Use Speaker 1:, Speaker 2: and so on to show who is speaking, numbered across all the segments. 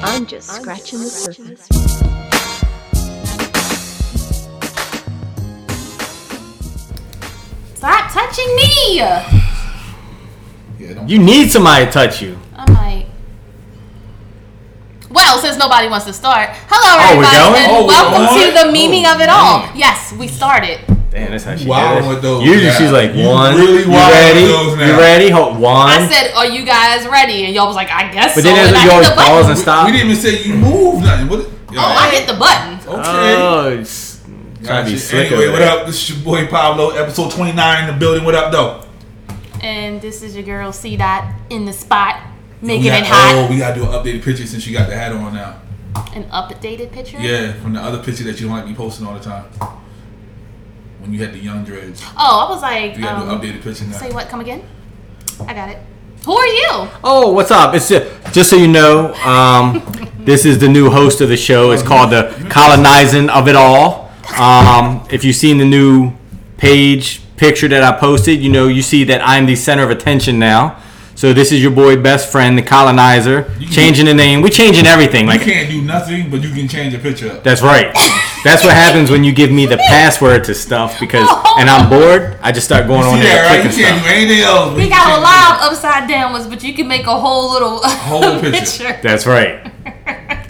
Speaker 1: I'm just scratching the surface.
Speaker 2: Stop touching me!
Speaker 3: Yeah, don't.
Speaker 4: You need somebody to touch you.
Speaker 2: I'm like. Well, since nobody wants to start, hello
Speaker 4: Oh, we
Speaker 2: everybody,
Speaker 4: going?
Speaker 2: and
Speaker 4: Oh,
Speaker 3: we
Speaker 2: welcome to
Speaker 3: going?
Speaker 2: the memeing of it
Speaker 3: Oh,
Speaker 2: all.
Speaker 3: man.
Speaker 2: Yes, we started.
Speaker 4: Damn, that's how she
Speaker 3: Wild
Speaker 4: did it.
Speaker 3: with those
Speaker 4: Usually
Speaker 3: now.
Speaker 4: she's like
Speaker 3: You
Speaker 4: one.
Speaker 3: really
Speaker 4: you
Speaker 3: wild with
Speaker 4: ready?
Speaker 3: those now.
Speaker 4: You ready? Hold one.
Speaker 2: I said, "Are you guys ready?" And y'all was like, "I guess."
Speaker 4: but
Speaker 2: so.
Speaker 4: then
Speaker 2: and
Speaker 4: there's
Speaker 2: I
Speaker 4: you
Speaker 2: hit
Speaker 4: always
Speaker 2: the button.
Speaker 4: pause and
Speaker 3: We,
Speaker 4: stop.
Speaker 3: we didn't even say you move nothing. What?
Speaker 2: Oh, I hit the button.
Speaker 3: Okay.
Speaker 4: Oh, it's trying to
Speaker 3: Gotcha.
Speaker 4: be slick.
Speaker 3: Anyway,
Speaker 4: over
Speaker 3: what
Speaker 4: there.
Speaker 3: up? This is your boy Pablo, episode 29 in the building. What up, though?
Speaker 2: And this is your girl C dot in the spot, making
Speaker 3: We
Speaker 2: it
Speaker 3: got-
Speaker 2: hot.
Speaker 3: Oh, we gotta do an updated picture since you got the hat on now.
Speaker 2: An updated picture.
Speaker 3: Yeah, from the other picture that you don't like me posting all the time. When you had the young dreads.
Speaker 2: Oh, I was like,
Speaker 3: We gotta
Speaker 2: um,
Speaker 3: do an updated picture now.
Speaker 2: say what? Come again? I got it. Who are you?
Speaker 4: Oh, what's up? It's just, just so you know, um, this is the new host of the show. It's called the colonizing of it all. Um, if you've seen the new page picture that I posted, you know you see that I'm the center of attention now. So this is your boy best friend, the colonizer,
Speaker 3: can-
Speaker 4: changing the name. We changing everything.
Speaker 3: You
Speaker 4: Like
Speaker 3: can't do nothing, but you can change the picture up.
Speaker 4: that's right. That's what happens when you give me the password to stuff because, and I'm bored. I just start going
Speaker 3: See
Speaker 4: on
Speaker 3: that,
Speaker 4: there
Speaker 3: right?
Speaker 4: clicking
Speaker 3: You can't
Speaker 4: stuff.
Speaker 3: do anything else. but
Speaker 2: We
Speaker 3: you
Speaker 2: got a
Speaker 3: change
Speaker 2: lot of upside downwards, but you can make a whole little
Speaker 3: Whole picture.
Speaker 4: That's right.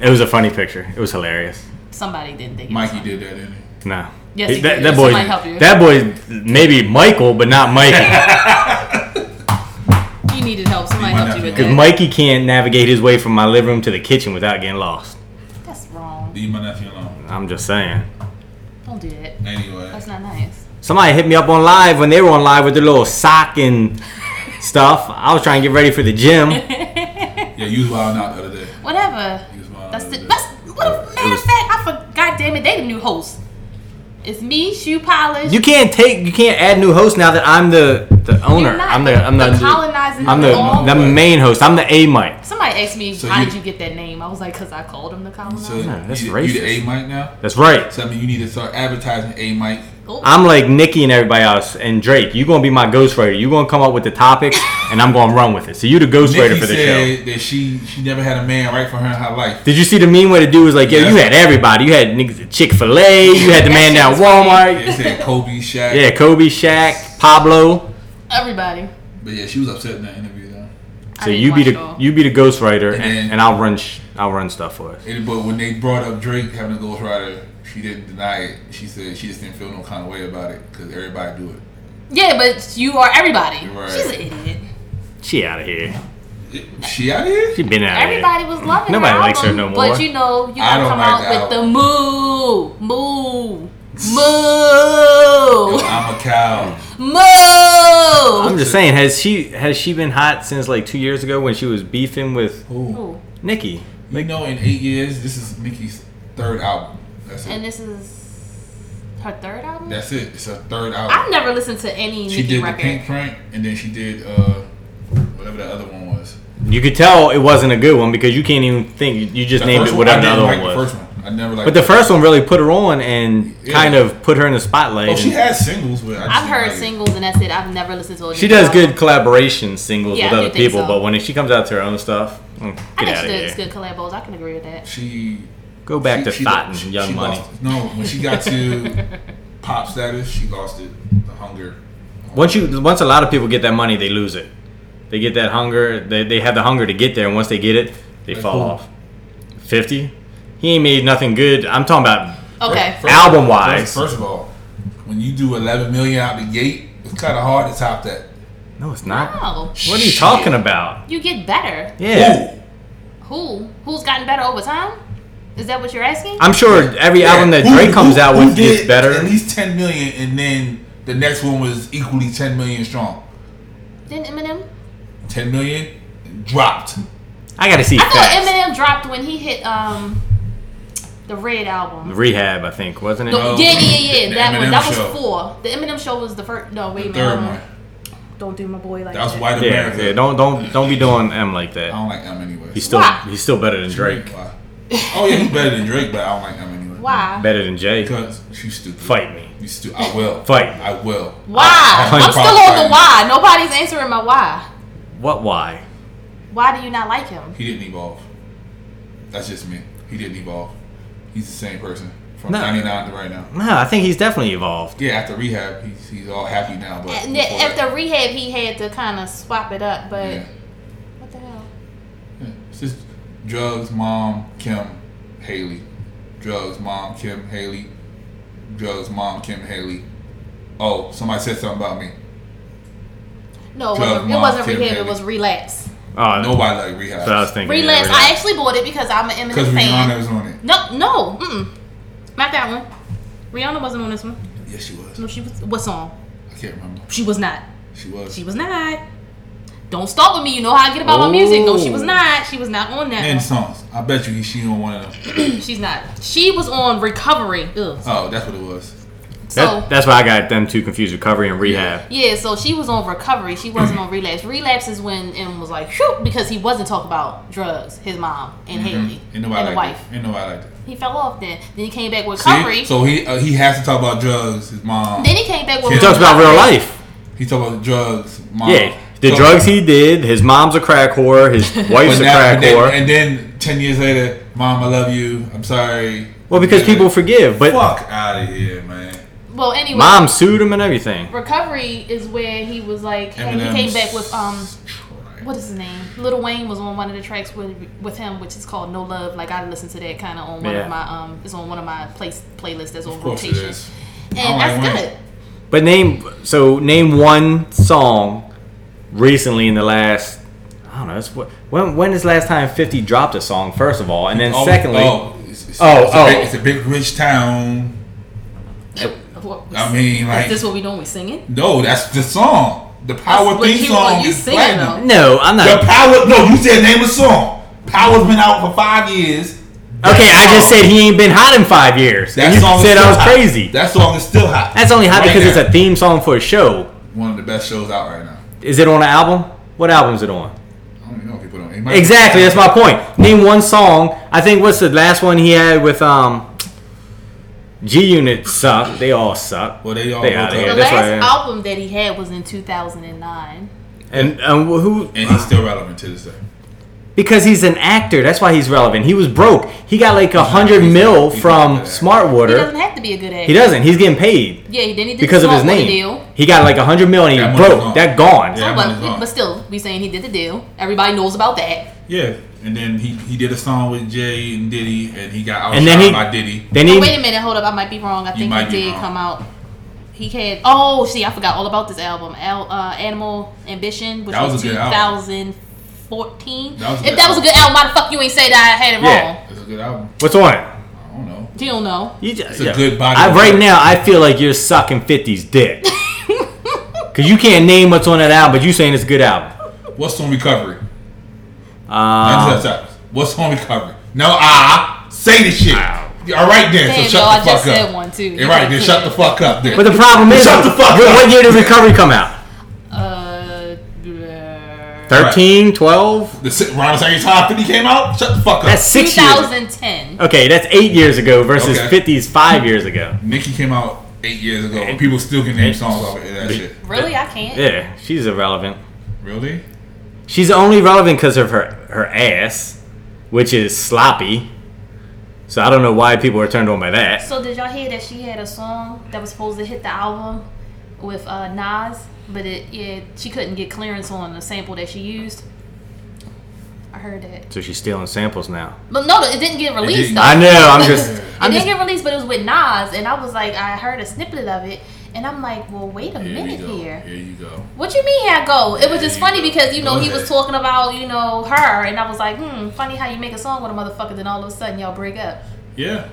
Speaker 4: It was a funny picture. It was hilarious.
Speaker 2: Somebody did think.
Speaker 3: the-
Speaker 2: it
Speaker 3: Mikey did that, didn't he?
Speaker 4: No.
Speaker 2: Yes, he
Speaker 4: that,
Speaker 2: did.
Speaker 4: that boy.
Speaker 2: Somebody help you.
Speaker 4: That boy, maybe Michael, but not Mikey,
Speaker 2: was- You needed help. Somebody
Speaker 3: might
Speaker 2: helped you
Speaker 3: not
Speaker 2: with
Speaker 3: be
Speaker 4: because
Speaker 2: that.
Speaker 4: Mikey can't navigate his way from my living room to the kitchen without getting lost.
Speaker 2: That's wrong.
Speaker 3: Leave my nephew alone.
Speaker 4: I'm just saying.
Speaker 2: Don't do that.
Speaker 3: Anyway.
Speaker 2: That's not nice.
Speaker 4: Somebody hit me up on live when they were on live with their little sock and stuff. I was trying to get ready for the gym.
Speaker 3: Yeah, you was wilding out the other day.
Speaker 2: Whatever.
Speaker 3: You was wilding
Speaker 2: That's
Speaker 3: out
Speaker 2: the.
Speaker 3: the
Speaker 2: That's what. A, matter of
Speaker 4: was-
Speaker 2: fact, I forgot. God damn it, they the new host. It's me, shoe polish.
Speaker 4: You can't take. You can't add new hosts now that I'm the the owner.
Speaker 2: You're not
Speaker 4: I'm the I'm the,
Speaker 2: colonizing.
Speaker 4: I'm the
Speaker 2: all.
Speaker 4: the main host. I'm the A mic.
Speaker 2: Somebody asked me,
Speaker 3: So
Speaker 2: how
Speaker 3: you-
Speaker 2: did you get that name? I was like, cause I called him the colonizer.
Speaker 3: So
Speaker 4: Yeah, that's
Speaker 3: you, the- you the
Speaker 4: racist.
Speaker 3: A mic now?
Speaker 4: That's right.
Speaker 3: So I mean you need to start advertising A mic.
Speaker 2: Oh,
Speaker 4: I'm like Nikki and everybody else, and Drake. You're gonna be my ghostwriter. You're gonna come up with the topics, and I'm gonna run with it. So you the ghostwriter
Speaker 3: Nikki
Speaker 4: for the show.
Speaker 3: said that she she never had a man right for her in her life.
Speaker 4: Did you see the meme where the dude was like, "Yo,
Speaker 3: Yeah.
Speaker 4: you had everybody. You had niggas at Chick Fil A. You had the man down at
Speaker 3: They
Speaker 4: Walmart.
Speaker 3: said Kobe, Shaq.
Speaker 4: Yeah, Kobe, Shaq, Pablo.
Speaker 2: everybody.
Speaker 3: But yeah, she was upset in that interview though.
Speaker 2: I
Speaker 4: So
Speaker 2: didn't
Speaker 4: you be
Speaker 2: watch it
Speaker 4: the
Speaker 2: all.
Speaker 4: you be the ghostwriter,
Speaker 3: And
Speaker 4: and,
Speaker 3: then-
Speaker 4: and I'll run sh- I'll run stuff for us.
Speaker 3: And, but when they brought up Drake having a ghostwriter, she didn't deny it. She said she just didn't feel no kind of way about it because everybody do it.
Speaker 2: Yeah, but you are everybody.
Speaker 3: Right.
Speaker 2: She's an idiot.
Speaker 4: She out of here.
Speaker 3: It- She out here?
Speaker 4: She been out of here.
Speaker 2: Everybody was loving
Speaker 4: Nobody
Speaker 2: her
Speaker 4: likes her
Speaker 2: album,
Speaker 4: no more.
Speaker 2: But you know, you
Speaker 3: I
Speaker 2: gotta
Speaker 3: don't
Speaker 2: come
Speaker 3: like
Speaker 2: out
Speaker 3: the
Speaker 2: with the
Speaker 3: album.
Speaker 2: moo, moo, moo,
Speaker 3: I'm a cow.
Speaker 2: moo.
Speaker 4: I'm just saying, has she has she been hot since like two years ago when she was beefing with
Speaker 3: Ooh.
Speaker 2: Ooh.
Speaker 4: Nikki?
Speaker 3: You know, in eight years, this is Nicki's third album. That's it.
Speaker 2: And this is her third album.
Speaker 3: That's it. It's her third
Speaker 2: I've
Speaker 3: album.
Speaker 2: never listened to any
Speaker 3: She
Speaker 2: Nicki
Speaker 3: did the
Speaker 2: record.
Speaker 3: Pink Print, and then she did uh, whatever the other one was.
Speaker 4: You could tell it wasn't a good one because you can't even think. You just
Speaker 3: The
Speaker 4: named
Speaker 3: first
Speaker 4: it
Speaker 3: one,
Speaker 4: whatever
Speaker 3: I
Speaker 4: the
Speaker 3: didn't
Speaker 4: other
Speaker 3: like
Speaker 4: one
Speaker 3: The
Speaker 4: was.
Speaker 3: first one, I never liked.
Speaker 4: But the
Speaker 3: it.
Speaker 4: first one really put her on and
Speaker 3: Yeah.
Speaker 4: kind of put her in the spotlight.
Speaker 3: Oh, she
Speaker 4: and-
Speaker 3: had singles, but I just
Speaker 2: I've
Speaker 3: didn't
Speaker 2: heard
Speaker 3: like it.
Speaker 2: singles and that's it. I've never listened to a
Speaker 4: She
Speaker 2: Nicki
Speaker 4: does
Speaker 2: album.
Speaker 4: good collaboration singles
Speaker 2: Yeah, I
Speaker 4: with
Speaker 2: do
Speaker 4: other
Speaker 2: think
Speaker 4: people,
Speaker 2: so.
Speaker 4: but when she comes out to her own stuff, mm,
Speaker 2: I
Speaker 4: get
Speaker 2: think
Speaker 4: out
Speaker 2: she
Speaker 4: of
Speaker 2: does
Speaker 4: here.
Speaker 2: good collabos. I can agree with that.
Speaker 3: She
Speaker 4: Go back
Speaker 3: she-
Speaker 4: to
Speaker 3: she
Speaker 4: Thought
Speaker 3: lost-
Speaker 4: and Young
Speaker 3: she
Speaker 4: Money.
Speaker 3: lost- no, when she got to pop status, she lost it. The hunger.
Speaker 4: Once you, once a lot of people get that money, they lose it. They get that hunger. They, they have the hunger to get there, and once they get it, they
Speaker 3: Like
Speaker 4: fall
Speaker 3: who?
Speaker 4: off. Fifty. He ain't made nothing good. I'm talking about
Speaker 2: Okay.
Speaker 3: First-
Speaker 4: Album-wise.
Speaker 3: first, first of all, when you do 11 million out the gate, it's kind of hard to top that.
Speaker 4: No, it's not.
Speaker 2: Wow.
Speaker 4: What are you
Speaker 3: Shit.
Speaker 4: talking about?
Speaker 2: Oh, You get better.
Speaker 4: Yeah.
Speaker 3: Ooh,
Speaker 2: Who? Who's gotten better over time? Is that what you're asking?
Speaker 4: I'm sure every
Speaker 3: yeah.
Speaker 4: album that
Speaker 3: Who-
Speaker 4: Drake comes
Speaker 3: who-
Speaker 4: out
Speaker 3: who
Speaker 4: with
Speaker 3: did
Speaker 4: gets better.
Speaker 3: At least 10 million, and then the next one was equally 10 million strong.
Speaker 2: Didn't Eminem?
Speaker 3: 10 million dropped.
Speaker 4: I gotta see
Speaker 2: I thought
Speaker 4: facts.
Speaker 2: Eminem dropped when he hit um the Red album.
Speaker 4: Rehab, I think, wasn't it?
Speaker 2: The-
Speaker 3: No.
Speaker 2: yeah, yeah, yeah,
Speaker 3: The
Speaker 2: that one.
Speaker 3: Eminem
Speaker 2: That was
Speaker 3: show.
Speaker 2: four. The Eminem show was the first. No, wait, a minute.
Speaker 3: The third
Speaker 2: hold on.
Speaker 3: one.
Speaker 2: Um, Don't do my boy like
Speaker 3: That was
Speaker 2: that.
Speaker 3: White
Speaker 4: Oh, Yeah,
Speaker 3: America. Um,
Speaker 4: yeah. Don't don't don't be doing M like
Speaker 3: I
Speaker 4: that.
Speaker 3: don't like him anyway.
Speaker 4: He's still
Speaker 2: Why?
Speaker 4: he's still better than Drake.
Speaker 3: Why? Oh yeah, he's better than Drake, but I don't like him anyway.
Speaker 2: Why?
Speaker 4: Better than Jay.
Speaker 3: Because she's stupid.
Speaker 4: Fight me.
Speaker 3: You stu- I will.
Speaker 4: Fight.
Speaker 3: I will.
Speaker 2: Why?
Speaker 4: Hundred
Speaker 2: I'm still
Speaker 3: percent.
Speaker 2: on the why. Nobody's answering my why.
Speaker 4: What? Why?
Speaker 2: Why do you not like him?
Speaker 3: He didn't evolve. That's just me. He didn't evolve. He's the same person from
Speaker 4: No.
Speaker 3: 99 to right now.
Speaker 4: No, I think he's definitely evolved.
Speaker 3: Yeah, after rehab, he's, he's all happy now. But
Speaker 2: And
Speaker 3: before that-
Speaker 2: after rehab, he had to kind of swap it up, but
Speaker 3: yeah,
Speaker 2: what the hell?
Speaker 3: yeah. it's just drugs, mom, Kim, Haley, drugs, mom, Kim, Haley, drugs, mom, Kim, Haley. Oh, somebody said something about me.
Speaker 2: No, it
Speaker 3: Drug
Speaker 2: wasn't, it
Speaker 3: mom,
Speaker 2: wasn't
Speaker 3: kid,
Speaker 2: rehab. It
Speaker 3: baby.
Speaker 2: was relapse.
Speaker 4: Oh, no.
Speaker 3: Nobody like rehab.
Speaker 4: So I was thinking. yeah,
Speaker 2: relapse.
Speaker 4: relax.
Speaker 2: I actually bought it because I'm an
Speaker 3: Because
Speaker 2: Eminem fan.
Speaker 3: Rihanna was on it.
Speaker 2: No, no, mm-mm. not that one. Rihanna wasn't on this one.
Speaker 3: Yes, she was.
Speaker 2: No, she was. What song?
Speaker 3: I can't remember.
Speaker 2: She was not.
Speaker 3: She was.
Speaker 2: She was not. Don't stop with me. You know how I get about my music. No, she was
Speaker 4: Oh.
Speaker 2: not. She was not on that.
Speaker 3: And songs. I bet you she on one of them.
Speaker 2: one. She's not. She was on recovery. Ugh.
Speaker 3: Oh, that's what it was.
Speaker 2: So
Speaker 4: That, that's why I got them two confused: recovery and rehab.
Speaker 2: yeah, so she was on recovery. She wasn't on relapse. Relapse is when M was like, shoot, because he wasn't talking about drugs. His mom and Haley
Speaker 3: Ain't
Speaker 2: and the
Speaker 3: nobody like
Speaker 2: wife.
Speaker 3: that. Ain't nobody like that.
Speaker 2: He fell off then. Then he came back with
Speaker 3: See?
Speaker 2: recovery.
Speaker 3: So he uh, he has to talk about drugs. His mom.
Speaker 2: then he came back with.
Speaker 3: He
Speaker 4: He talks about real life.
Speaker 3: He talk about drugs. Mom.
Speaker 4: Yeah, the
Speaker 3: Um, So-
Speaker 4: drugs he did. His mom's a crack whore. His
Speaker 3: but
Speaker 4: wife's a
Speaker 3: now-
Speaker 4: crack
Speaker 3: and then,
Speaker 4: whore.
Speaker 3: And then ten years later, mom, I love you. I'm sorry.
Speaker 4: Well, because
Speaker 3: Yeah.
Speaker 4: people forgive, but
Speaker 3: fuck out of here, man.
Speaker 2: Well, anyway,
Speaker 4: mom sued him and everything.
Speaker 2: recovery is where he was like, hey, he came
Speaker 3: Eminem's
Speaker 2: back with um,
Speaker 3: trash.
Speaker 2: what is his name? Lil Wayne was on one of the tracks with with him, which is called No Love. Like I listened to that kind of on one
Speaker 4: Yeah.
Speaker 2: of my um, it's on one of my place playlists that's on
Speaker 3: Of course it
Speaker 2: rotation,
Speaker 3: is. I
Speaker 2: and
Speaker 3: like
Speaker 2: that's
Speaker 3: Wayne.
Speaker 2: good.
Speaker 4: But name so name one song recently in the last. I don't know. It's what when when is the last time Fifty dropped a song? First of all, and then
Speaker 3: Oh,
Speaker 4: secondly,
Speaker 3: oh, it's, it's,
Speaker 4: Oh,
Speaker 3: it's, a big,
Speaker 4: oh.
Speaker 3: it's a big rich town.
Speaker 2: What-
Speaker 3: I mean, like,
Speaker 2: is this what we doing? We singing?
Speaker 3: no, that's the song. The power
Speaker 2: That's what
Speaker 3: theme
Speaker 2: you-
Speaker 3: song
Speaker 2: what you
Speaker 3: is
Speaker 2: singing,
Speaker 3: platinum.
Speaker 2: though.
Speaker 4: no, I'm
Speaker 3: The
Speaker 4: not.
Speaker 3: power. No, you said name a song. Power's been out for five years.
Speaker 4: Okay, I just said he ain't been hot in five years.
Speaker 3: That
Speaker 4: and you
Speaker 3: song is
Speaker 4: said
Speaker 3: still
Speaker 4: I was
Speaker 3: hot.
Speaker 4: crazy.
Speaker 3: That song is still hot.
Speaker 4: That's only hot
Speaker 3: Right
Speaker 4: because
Speaker 3: now.
Speaker 4: it's a theme song for a show.
Speaker 3: one of the best shows out right now.
Speaker 4: Is it on an album? What album is it on?
Speaker 3: I don't even know if you put on. it might-
Speaker 4: Exactly, that's my point. Name one song. I think what's the last one he had with um G Unit suck. They all suck.
Speaker 3: Well, they all
Speaker 4: They
Speaker 3: go
Speaker 4: outta
Speaker 3: to-
Speaker 4: here.
Speaker 2: The
Speaker 4: that's
Speaker 2: last
Speaker 4: right, yeah.
Speaker 2: album that he had was in 2009.
Speaker 4: And um, who?
Speaker 3: and he's still relevant to this day.
Speaker 4: Because he's an actor. That's why he's relevant. He was broke. He got like a hundred mil
Speaker 3: he's
Speaker 4: from
Speaker 3: not that.
Speaker 2: He doesn't
Speaker 4: Smartwater.
Speaker 2: have to be a good actor.
Speaker 4: He doesn't. He's getting paid
Speaker 2: Yeah, he then he did
Speaker 4: because
Speaker 2: the
Speaker 4: of his
Speaker 2: Smoke Money
Speaker 4: name.
Speaker 2: Deal.
Speaker 4: He got like a hundred mil and he
Speaker 3: That money's
Speaker 4: broke.
Speaker 3: gone.
Speaker 4: That gone.
Speaker 3: Yeah.
Speaker 2: but,
Speaker 3: money's gone.
Speaker 2: but still, we saying he did the deal. Everybody knows about that.
Speaker 3: Yeah, and then he he did a song with Jay and Diddy, and he got outshot
Speaker 4: And then he-
Speaker 3: by Diddy.
Speaker 4: Then
Speaker 2: Oh,
Speaker 4: he.
Speaker 2: wait a minute, hold up, I might be wrong. I think
Speaker 3: might
Speaker 2: he
Speaker 3: be
Speaker 2: did
Speaker 3: wrong.
Speaker 2: come out. He had oh, see, I forgot all about this album. Al, uh, Animal Ambition, which
Speaker 3: That was
Speaker 2: was,
Speaker 3: a good album.
Speaker 2: 2014.
Speaker 3: That was a
Speaker 2: if
Speaker 3: good
Speaker 2: that was a
Speaker 3: album.
Speaker 2: good album, why the fuck you ain't say that I had it
Speaker 4: Yeah.
Speaker 2: wrong?
Speaker 3: It's a good album.
Speaker 4: What's on it?
Speaker 3: I don't know.
Speaker 2: You don't know.
Speaker 4: You just,
Speaker 3: It's a good body
Speaker 4: I,
Speaker 3: of
Speaker 4: right
Speaker 3: work.
Speaker 4: now, I feel like you're sucking 50's dick. Because you can't name what's on that album, but you saying it's a good album.
Speaker 3: What's on recovery?
Speaker 4: Um, Uh,
Speaker 3: That's that's- What's on recovery? No, ah, say the shit. All right then,
Speaker 2: Damn,
Speaker 3: so
Speaker 2: y'all, I
Speaker 3: shut the
Speaker 2: just
Speaker 3: fuck
Speaker 2: said
Speaker 3: up.
Speaker 2: one too. Uh,
Speaker 3: All right then, shut the fuck up then.
Speaker 4: but the problem is,
Speaker 3: Shut the fuck
Speaker 4: what,
Speaker 3: up.
Speaker 4: what year did Recovery come out?
Speaker 2: Uh,
Speaker 4: 13, 12?
Speaker 3: The si- around the same time 50 came out, shut the fuck up.
Speaker 4: That's six years.
Speaker 2: 2010.
Speaker 4: Okay, that's eight years ago versus
Speaker 3: Okay.
Speaker 4: 50's five years ago.
Speaker 3: Nicki came out eight years ago, and people still can name songs off of it, that shit.
Speaker 2: Really, I can't.
Speaker 4: Yeah, she's irrelevant.
Speaker 3: Really?
Speaker 4: She's only relevant because of her, her ass, which is sloppy. So I don't know why people are turned on by that.
Speaker 2: So did y'all hear that she had a song that was supposed to hit the album with uh, Nas, but it yeah she couldn't get clearance on the sample that she used. I heard that,
Speaker 4: So she's stealing samples now.
Speaker 2: but no, it didn't get released.
Speaker 3: didn't.
Speaker 2: though.
Speaker 4: I know, I'm just.
Speaker 2: it
Speaker 4: I'm
Speaker 2: didn't
Speaker 4: just
Speaker 2: get released, but it was with Nas, and I was like, I heard a snippet of it, and I'm like, well, wait a
Speaker 3: Here you
Speaker 2: minute
Speaker 3: go.
Speaker 2: here.
Speaker 3: Here you go.
Speaker 2: What you mean? Here I go. It was
Speaker 3: Here
Speaker 2: just
Speaker 3: you
Speaker 2: funny
Speaker 3: go.
Speaker 2: because you know
Speaker 3: Go
Speaker 2: he
Speaker 3: ahead.
Speaker 2: was talking about you know her, and I was like, hmm, funny how you make a song with a motherfucker, then all of a sudden y'all break up.
Speaker 3: Yeah.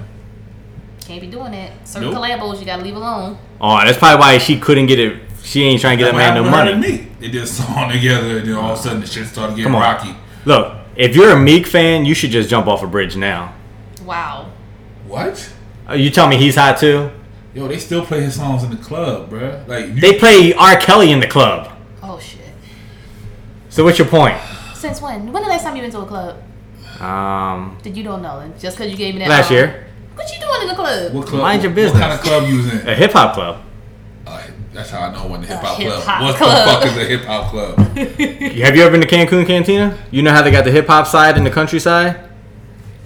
Speaker 2: Can't be doing that. Certain
Speaker 3: Nope.
Speaker 2: collabos you gotta leave alone.
Speaker 4: Oh, that's probably why she couldn't get it. She ain't trying to get that
Speaker 3: What
Speaker 4: man no
Speaker 3: happened
Speaker 4: money.
Speaker 3: to her and Me. They did a song together, and then all of a sudden the shit started getting
Speaker 4: Come on.
Speaker 3: rocky.
Speaker 4: Look, if you're a Meek fan, you should just jump off a bridge now.
Speaker 2: Wow.
Speaker 3: What?
Speaker 4: Uh, You tell me he's hot too?
Speaker 3: Yo, they still play his songs in the club, bruh. Like you,
Speaker 4: They play R. Kelly in the club.
Speaker 2: Oh shit.
Speaker 4: So what's your point?
Speaker 2: Since when? When the last time you went to a club?
Speaker 4: Um,
Speaker 2: That you don't know? And Just because you gave me that
Speaker 4: last
Speaker 2: um,
Speaker 4: year,
Speaker 2: What you doing in the club?
Speaker 3: what club?
Speaker 4: Mind your
Speaker 3: What kind
Speaker 4: business.
Speaker 3: of club you was in?
Speaker 4: a hip hop club.
Speaker 3: Uh, that's how I know when the hip hop
Speaker 2: hip-hop
Speaker 3: club. What
Speaker 2: club.
Speaker 3: the fuck is a hip hop club?
Speaker 4: Have you ever been to Cancun Cantina? You know how they got the hip hop side and the countryside.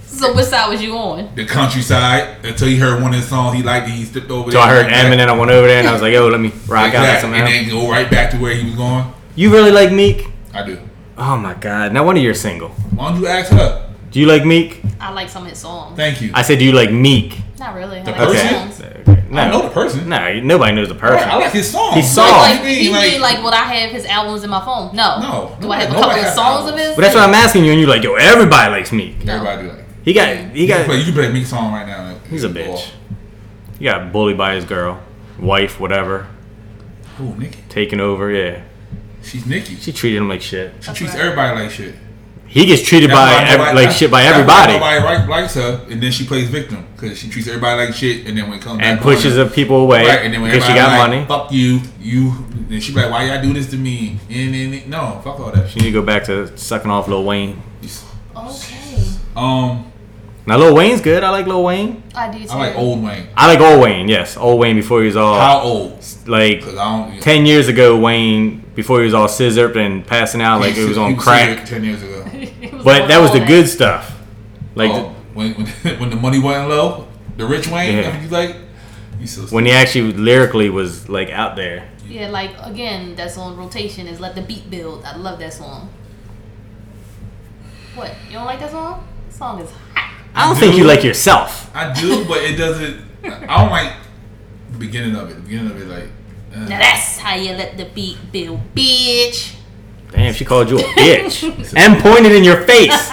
Speaker 2: So what side was you on?
Speaker 3: the countryside until he heard one of his songs he liked and he stepped over
Speaker 4: So
Speaker 3: there.
Speaker 4: I heard
Speaker 3: and
Speaker 4: Eminem. I went over there and I was like, "Yo, let me rock out
Speaker 3: Exactly.
Speaker 4: somehow."
Speaker 3: And then go right back to where he was going.
Speaker 4: you really like Meek?
Speaker 3: I do.
Speaker 4: Oh my god! Now one of you're single.
Speaker 3: Why don't you ask her?
Speaker 4: Do you like Meek?
Speaker 2: I like some of his songs.
Speaker 3: Thank you.
Speaker 4: I said, "Do you like Meek?"
Speaker 2: Not really. I
Speaker 3: The
Speaker 2: like his
Speaker 3: person?
Speaker 2: songs.
Speaker 4: Okay, No,
Speaker 3: I know the person.
Speaker 4: no, nobody knows the
Speaker 3: Right, I
Speaker 4: person.
Speaker 3: like his song.
Speaker 4: His
Speaker 2: Like,
Speaker 4: song.
Speaker 2: like,
Speaker 3: You
Speaker 2: you
Speaker 3: mean,
Speaker 2: mean like would I have his albums in my phone? No.
Speaker 3: No,
Speaker 2: Do I
Speaker 3: nobody-
Speaker 2: have a
Speaker 3: nobody
Speaker 2: couple of
Speaker 3: has
Speaker 2: songs of
Speaker 3: albums.
Speaker 2: his?
Speaker 4: But that's what I'm asking you, and you're like, "Yo, everybody likes Meek."
Speaker 2: No.
Speaker 3: everybody do like.
Speaker 4: He got, he
Speaker 3: You can
Speaker 4: got,
Speaker 3: play. You can play Meek's song right now.
Speaker 4: he's a bitch. He got bullied by his girl, wife, whatever,
Speaker 3: Who Nikki?
Speaker 4: taking over. Yeah,
Speaker 3: She's Nikki. She
Speaker 4: she treated him like shit.
Speaker 3: treats
Speaker 2: right.
Speaker 3: everybody like shit.
Speaker 4: He gets treated
Speaker 3: That's
Speaker 4: by
Speaker 3: why
Speaker 4: ev-
Speaker 3: nobody-
Speaker 4: like
Speaker 3: that's-
Speaker 4: shit by
Speaker 3: that's why
Speaker 4: everybody,
Speaker 3: Nobody like- likes her, and then she plays victim because she treats everybody like shit, and then when it comes
Speaker 4: and
Speaker 3: back on
Speaker 4: pushes
Speaker 3: her-
Speaker 4: the people away
Speaker 3: Right, and then when
Speaker 4: because she
Speaker 3: everybody
Speaker 4: got
Speaker 3: like,
Speaker 4: money.
Speaker 3: Fuck you, you. And she be like, why y'all do this to me? And, and, and- no, fuck all that.
Speaker 4: You need to go back to sucking off Lil Wayne.
Speaker 3: Shit.
Speaker 2: Okay.
Speaker 3: Um,
Speaker 4: Now Lil Wayne's good. I like Lil Wayne.
Speaker 2: I do too.
Speaker 3: I like old Wayne.
Speaker 4: I like old Wayne. Yes, old Wayne before he was all
Speaker 3: How old?
Speaker 4: like
Speaker 3: Because I don't.
Speaker 4: Oh. ten years ago. Wayne before he was all scissored and passing out like it was on
Speaker 3: cigarette
Speaker 4: crack.
Speaker 3: Ten years ago.
Speaker 2: It
Speaker 4: But that was the
Speaker 2: all
Speaker 4: good stuff. Like
Speaker 3: oh, when, when when the money wasn't low, the rich Wayne.
Speaker 4: Yeah.
Speaker 3: I mean, you like. You so
Speaker 4: when he actually lyrically was like out there.
Speaker 2: Yeah, like again, that's on rotation is let the beat build. I love that song. What? You don't like that song? That song is hot.
Speaker 4: I don't think you like yourself.
Speaker 3: I do, but it doesn't. I don't like the beginning of it. The beginning of it, like. uh,
Speaker 2: Now that's how you let the beat build, bitch.
Speaker 4: Damn, she called you a bitch and pointed in your face.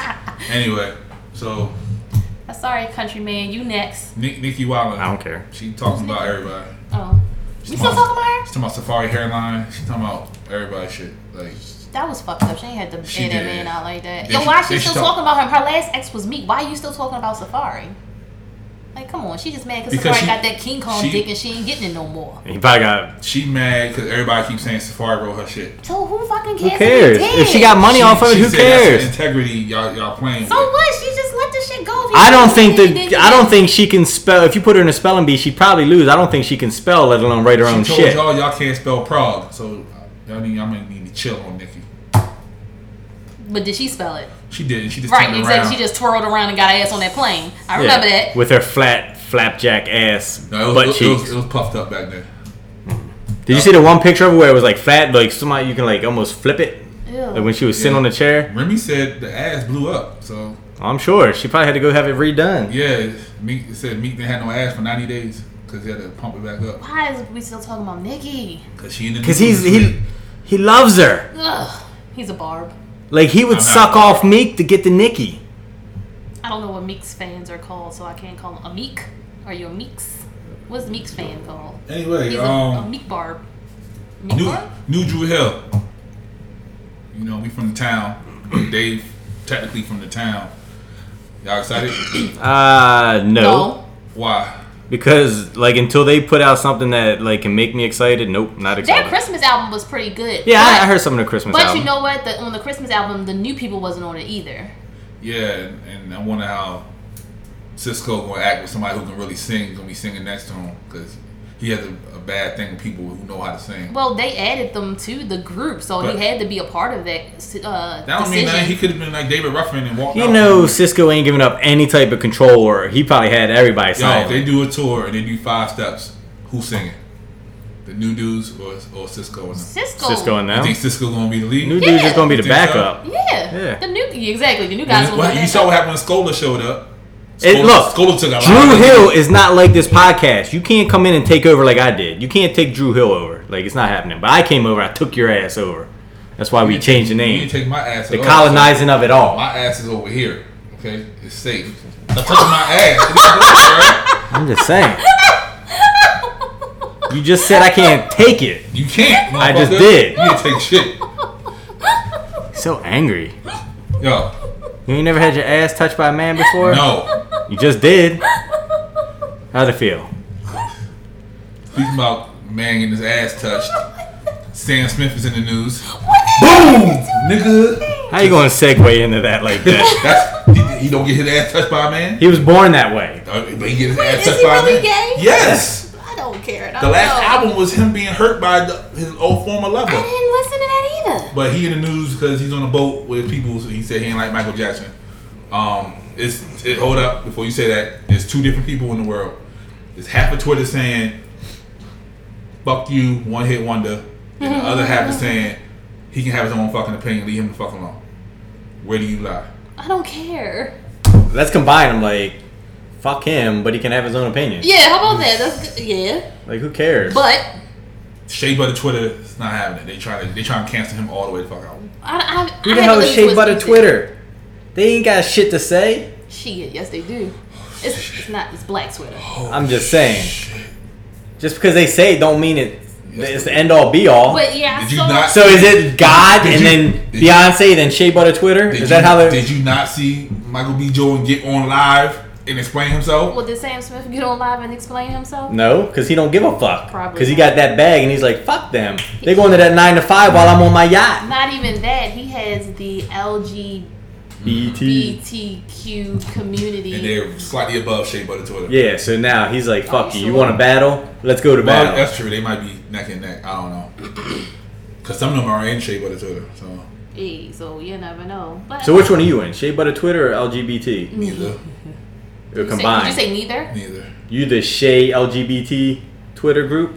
Speaker 3: anyway, so
Speaker 2: I'm sorry, country man. You next.
Speaker 3: Nick, Nikki Wilder.
Speaker 4: I don't care.
Speaker 3: She talks about everybody.
Speaker 2: Oh, we still
Speaker 3: Come on.
Speaker 2: talking about her?
Speaker 3: She's talking about Safari hairline. She's talking about everybody shit. Like,
Speaker 2: That was fucked up. She ain't had to
Speaker 3: She
Speaker 2: air that
Speaker 3: did.
Speaker 2: man out like that.
Speaker 3: Then
Speaker 2: Yo,
Speaker 3: she-
Speaker 2: why is she
Speaker 3: then she
Speaker 2: still
Speaker 3: talk-
Speaker 2: talking about him? Her last ex was Meek. Why are you still talking about Safari? Like, come on. She just mad cause
Speaker 3: Because
Speaker 2: Safari
Speaker 3: she-
Speaker 2: got that King Kong
Speaker 3: she-
Speaker 2: dick and she ain't getting it no more.
Speaker 4: He probably got.
Speaker 3: she mad because everybody keeps saying Safari wrote her shit.
Speaker 2: So who fucking
Speaker 4: Who
Speaker 2: cares?
Speaker 4: cares?
Speaker 2: If, he
Speaker 4: If she
Speaker 2: did?
Speaker 4: got money
Speaker 3: She-
Speaker 4: off of it,
Speaker 3: she
Speaker 4: who
Speaker 3: said that's
Speaker 4: cares?
Speaker 3: Integrity, y'all, y'all playing.
Speaker 2: So
Speaker 3: with.
Speaker 2: what? She just let the shit go. If he
Speaker 4: I don't
Speaker 2: didn't
Speaker 4: think
Speaker 2: do it,
Speaker 4: that I
Speaker 2: he
Speaker 4: don't think she can spell. If you put her in a spelling bee, she'd probably lose. I don't think she can spell, let alone write her own
Speaker 3: She told
Speaker 4: shit.
Speaker 3: y'all y'all can't spell Prague, so y'all need y'all might need to chill on Nikki.
Speaker 2: did it. But did she spell it?
Speaker 3: She did. She just
Speaker 2: Right,
Speaker 3: turned
Speaker 2: exactly.
Speaker 3: around.
Speaker 2: She just twirled around and got her ass on that plane. I
Speaker 4: Yeah,
Speaker 2: remember that.
Speaker 4: with her flat flapjack ass
Speaker 3: no, it
Speaker 4: butt
Speaker 3: was, it,
Speaker 4: cheeks.
Speaker 3: was, it was puffed up back then.
Speaker 4: Did you see the one picture of her where it was like flat, like somebody you can like almost flip it? Like
Speaker 2: Ew.
Speaker 4: when she was sitting
Speaker 3: Yeah.
Speaker 4: on the chair.
Speaker 3: Remy said the ass blew up, so
Speaker 4: I'm sure she probably had to go have it redone.
Speaker 3: yeah. Meek said Meek didn't have no ass for ninety days because he had to pump it back up
Speaker 2: Why is we still talking about Nikki?
Speaker 3: because she in the
Speaker 4: Cause he's he he loves her.
Speaker 2: Ugh, he's a barb.
Speaker 4: Like he would
Speaker 3: I'm not-
Speaker 4: suck off Meek to get to Nikki.
Speaker 2: I don't know what Meeks fans are called, so I can't call him a Meek. Are you a Meeks? What's Meeks fan called?
Speaker 3: anyway.
Speaker 2: He's a, a
Speaker 3: Um,
Speaker 2: Meek barb. Meek
Speaker 3: new
Speaker 2: barb?
Speaker 3: new Drew Hill. You know we from the town. Dave technically from the town. Y'all excited?
Speaker 4: Uh no.
Speaker 2: No.
Speaker 3: Why?
Speaker 4: Because like until they put out something that like can make me excited, nope, not
Speaker 2: Their
Speaker 4: excited.
Speaker 2: Christmas album was pretty good.
Speaker 4: yeah, I,
Speaker 2: but-
Speaker 4: I heard some of the Christmas
Speaker 2: But
Speaker 4: album.
Speaker 2: you know what? The, on the Christmas album, the new people wasn't on it either.
Speaker 3: Yeah, and, and I wonder how Cisco gonna act with somebody who can really sing, gonna be singing next to him because he has a, a bad thing with people who know how to sing.
Speaker 2: Well, they added them to the group, so
Speaker 3: But-
Speaker 2: he had to be a part of that uh,
Speaker 3: that don't mean
Speaker 2: decision.
Speaker 3: that he could have been like David Ruffin and walked.
Speaker 4: You
Speaker 3: out.
Speaker 4: know, Cisco ain't giving up any type of control, or he probably had everybody
Speaker 3: yo, if
Speaker 4: sign.
Speaker 3: they
Speaker 4: it.
Speaker 3: do a tour and they do five steps, who's singing? The new dudes or or Cisco? And them?
Speaker 2: Cisco.
Speaker 4: Cisco and
Speaker 3: You
Speaker 4: them.
Speaker 3: think Cisco gonna be the lead?
Speaker 4: New
Speaker 2: Yeah.
Speaker 4: dude's just gonna be the
Speaker 3: You think so?
Speaker 4: backup.
Speaker 2: Yeah.
Speaker 4: Yeah.
Speaker 2: The new exactly the new guys.
Speaker 3: Well,
Speaker 2: was on
Speaker 3: you
Speaker 2: that.
Speaker 3: saw what happened when Scola showed up.
Speaker 4: It,
Speaker 3: Scola-
Speaker 4: look,
Speaker 3: Scola took a lot
Speaker 4: Drew
Speaker 3: of-
Speaker 4: Hill is not like this podcast. You can't come in and take over like I did. You can't take Drew Hill over. Like it's not happening. But I came over. I took your ass over. That's why we changed the
Speaker 3: You
Speaker 4: name.
Speaker 3: didn't take my ass.
Speaker 4: The
Speaker 3: at all.
Speaker 4: colonizing of it all.
Speaker 3: My ass is over here. Okay, it's safe. I touched my ass. It's not good,
Speaker 4: I'm just saying. You just said I can't take it.
Speaker 3: bro. You can't.
Speaker 4: I just
Speaker 3: motherfucker.
Speaker 4: did.
Speaker 3: You didn't take shit.
Speaker 4: So angry.
Speaker 3: Yo,
Speaker 4: You ain't never had your ass touched by a man before.
Speaker 3: no.
Speaker 4: You just did. How'd it feel?
Speaker 3: Speaking about man getting his ass touched. Sam Smith is in the news.
Speaker 4: Boom.
Speaker 3: Nigga,
Speaker 4: How you gonna segue into that like that?
Speaker 3: that's he, he don't get his ass touched by a man.
Speaker 4: he was born that way.
Speaker 3: Uh, But he get his ass
Speaker 2: is
Speaker 3: touched
Speaker 2: he
Speaker 3: by a
Speaker 2: really
Speaker 3: man.
Speaker 2: gay? Oh.
Speaker 3: Yes.
Speaker 2: I don't care.
Speaker 3: The last album was him being hurt by the, his old former
Speaker 2: I
Speaker 3: lover.
Speaker 2: didn't listen to that either.
Speaker 3: But he in the news because he's on a boat with people. So he said he ain't like Michael Jackson. Um, It's it, hold up before you say that. There's two different people in the world. There's half of Twitter saying "fuck you," one hit wonder, and the other half is saying he can have his own fucking opinion. Leave him the fuck alone. Where do you lie?
Speaker 2: I don't care.
Speaker 4: Let's combine them. Like, fuck him, but he can have his own opinion.
Speaker 2: Yeah, how about that? That's good. yeah.
Speaker 4: Like, who cares?
Speaker 2: But
Speaker 3: Shea Butter Twitter is not having it. They trying to they trying to cancel him all the way the fuck out.
Speaker 2: I, I,
Speaker 4: who
Speaker 2: I
Speaker 4: the
Speaker 2: haven't
Speaker 4: hell is
Speaker 2: listened to
Speaker 4: Shea
Speaker 2: his
Speaker 4: Butter
Speaker 2: music.
Speaker 4: Twitter? They ain't got shit to say.
Speaker 2: Shit, yes they do. It's, it's not it's black Twitter.
Speaker 4: I'm just saying. Just because they say it don't mean it.
Speaker 3: Yes,
Speaker 4: It's the end all be all.
Speaker 2: But yeah,
Speaker 3: Did you
Speaker 2: so
Speaker 3: not-
Speaker 4: So is it God
Speaker 3: Did
Speaker 4: and
Speaker 3: you-
Speaker 4: then
Speaker 3: did
Speaker 4: Beyonce, then Shea Butter Twitter?
Speaker 3: Did
Speaker 4: Is
Speaker 3: you,
Speaker 4: that how they?
Speaker 3: Did you not see Michael B. Jordan get on live and explain himself?
Speaker 2: well did Sam Smith get on live and explain himself?
Speaker 4: No, because he don't give a fuck.
Speaker 2: Probably
Speaker 4: Because he
Speaker 2: not.
Speaker 4: got that bag and he's like, fuck them. They going to that nine to five while I'm on my yacht.
Speaker 2: Not even that. He has the
Speaker 4: BT.
Speaker 2: LGBTQ
Speaker 3: And
Speaker 2: community.
Speaker 3: they're slightly above Shea Butter Twitter.
Speaker 4: Yeah. So now he's like, fuck you. You
Speaker 2: Absolutely.
Speaker 4: want to battle? Let's go to
Speaker 3: Well,
Speaker 4: battle.
Speaker 3: that's true. They might be neck and neck. I don't know. Cause some of them are in Shea Butter Twitter. So
Speaker 2: Hey, so you never know. But
Speaker 4: so which one are you in? Shea Butter Twitter or LGBT?
Speaker 2: You
Speaker 3: neither,
Speaker 4: Or
Speaker 2: say, did you
Speaker 4: combined?
Speaker 2: say neither?
Speaker 3: neither.
Speaker 4: You the Shea LGBT Twitter group?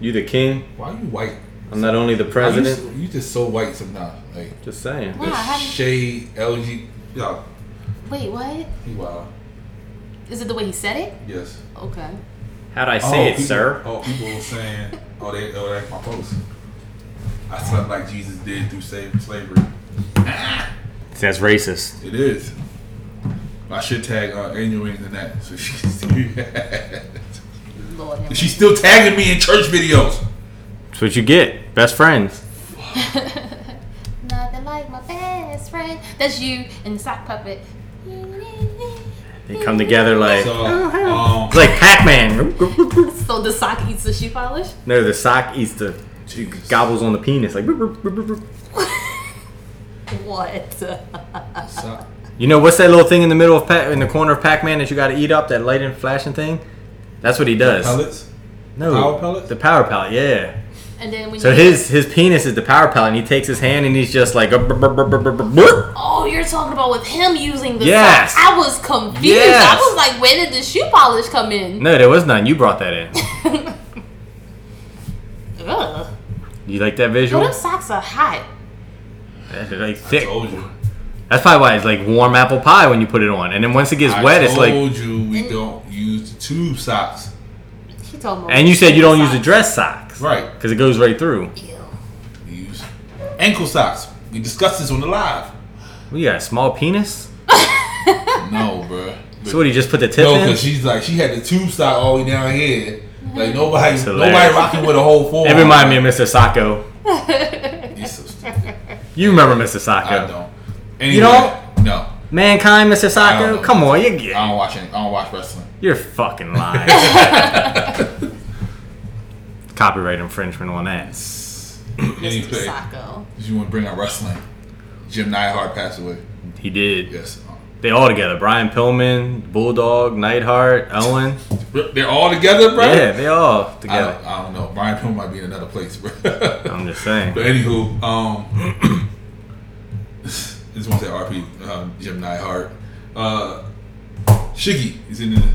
Speaker 4: You the king?
Speaker 3: Why are you white?
Speaker 4: I'm not only the
Speaker 3: Why you
Speaker 4: president.
Speaker 3: so- You, just so white sometimes. Like
Speaker 4: Just saying.
Speaker 2: Wow,
Speaker 3: the
Speaker 2: how did-
Speaker 3: Shea LG. Yeah,
Speaker 2: Wait, what?
Speaker 3: he wild.
Speaker 2: Is it the way he said it?
Speaker 3: Yes.
Speaker 2: Okay.
Speaker 4: How'd I say it,
Speaker 3: people,
Speaker 4: sir?
Speaker 3: Oh, people were saying, oh, they, oh, that's my post. I slept like Jesus did through sa- slavery.
Speaker 4: That's racist.
Speaker 3: It is. I should tag uh, Angel Wings in that. So she's,
Speaker 2: Lord have
Speaker 3: she's still tagging me in church videos.
Speaker 4: That's what you get. Best friends.
Speaker 2: Nothing like my best friend. That's you and the sock puppet.
Speaker 4: They come together like "Oh,
Speaker 3: So, um,
Speaker 4: it's like Pac-Man.
Speaker 2: So the sock eats the shoe polish.
Speaker 4: No, the sock eats the
Speaker 3: Jesus.
Speaker 4: gobbles on the penis. Like you
Speaker 2: What?
Speaker 3: So-
Speaker 4: know what's that little thing in the middle of Pac in the corner of Pac-Man that you got to eat up? That lighting flashing thing. That's what he does.
Speaker 3: pellets.
Speaker 4: no,
Speaker 3: power pellet?
Speaker 4: The power pellet. Yeah.
Speaker 2: And then when
Speaker 4: So
Speaker 2: you
Speaker 4: his his penis is the power pellet, and he takes his hand and he's just like. "Bruh, bruh, bruh, bruh, bruh, bruh, bruh."
Speaker 2: Oh, you're talking about with him using the
Speaker 4: Yes.
Speaker 2: sock. I was confused.
Speaker 4: Yes.
Speaker 2: I was like, where did the shoe polish come in?
Speaker 4: No, there was none. You brought that in. Mm.
Speaker 2: Ugh.
Speaker 4: You like that
Speaker 2: Yo,
Speaker 4: visual?
Speaker 2: them socks are hot.
Speaker 4: That's like
Speaker 3: I
Speaker 4: thick.
Speaker 3: told you.
Speaker 4: That's probably why it's like warm apple pie when you put it on, and then once it gets
Speaker 3: I
Speaker 4: wet, it's like.
Speaker 3: told you we don't use the tube socks.
Speaker 2: She told me.
Speaker 4: And you said you don't use the dress socks.
Speaker 3: Right.
Speaker 4: Because it goes right through.
Speaker 2: Ew.
Speaker 3: We use ankle socks. We discussed this on the live.
Speaker 4: We got a small penis?
Speaker 3: No, bruh.
Speaker 4: So what, you just put the tip
Speaker 3: No,
Speaker 4: in?
Speaker 3: because she's like she had the tube sock all the way down here. Like nobody,
Speaker 4: hilarious.
Speaker 3: nobody rocking with a whole four.
Speaker 4: It reminded me of Mr. Sacco. You remember Mr.
Speaker 3: I
Speaker 4: Sacco.
Speaker 3: don't. Anyway,
Speaker 4: don't?
Speaker 3: No,
Speaker 4: Mankind, Mr.
Speaker 3: I
Speaker 4: Sacco?
Speaker 3: don't.
Speaker 4: Come on, you get,
Speaker 3: I don't watch. Any, I don't watch wrestling.
Speaker 4: you're fucking lying. Copyright infringement on that.
Speaker 2: Mr.
Speaker 3: Anyway,
Speaker 2: Socko.
Speaker 3: you want to bring up wrestling? Jim Neidhart passed away.
Speaker 4: He did.
Speaker 3: Yes,
Speaker 4: They all together. Brian Pillman, Bulldog, Neidhart, Owen.
Speaker 3: they're all together, bro.
Speaker 4: Yeah, they all
Speaker 3: I don't,
Speaker 4: together.
Speaker 3: I don't know. Brian Pillman might be in another place, bro.
Speaker 4: I'm
Speaker 3: but
Speaker 4: just saying.
Speaker 3: anywho, um, just want to say RP um, Jim Neidhart. Uh, Shiggy is in the.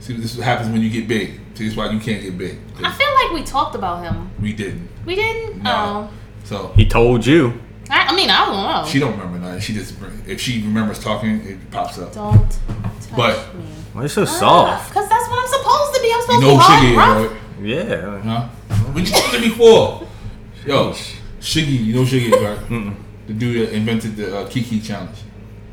Speaker 3: See, this is what happens when you get big. See, this is why you can't get big. 'Cause
Speaker 2: I feel like we talked about him.
Speaker 3: we didn't.
Speaker 2: We didn't?
Speaker 3: No.
Speaker 2: Oh.
Speaker 3: So
Speaker 4: He told you.
Speaker 2: I, I mean, I don't know.
Speaker 3: she don't remember nothing. She just if she remembers talking, it pops up.
Speaker 2: don't touch
Speaker 3: But-
Speaker 2: me.
Speaker 4: Why you so
Speaker 2: Ah.
Speaker 4: soft?
Speaker 2: Because that's what I'm supposed to be. I'm
Speaker 3: You
Speaker 2: supposed
Speaker 3: know
Speaker 2: to be hard, rough.
Speaker 3: Shiggy, right?
Speaker 4: Yeah.
Speaker 3: Huh? What you talking to me for? Yo, Shiggy, you know Shiggy, right? the dude that invented the uh, Kiki challenge.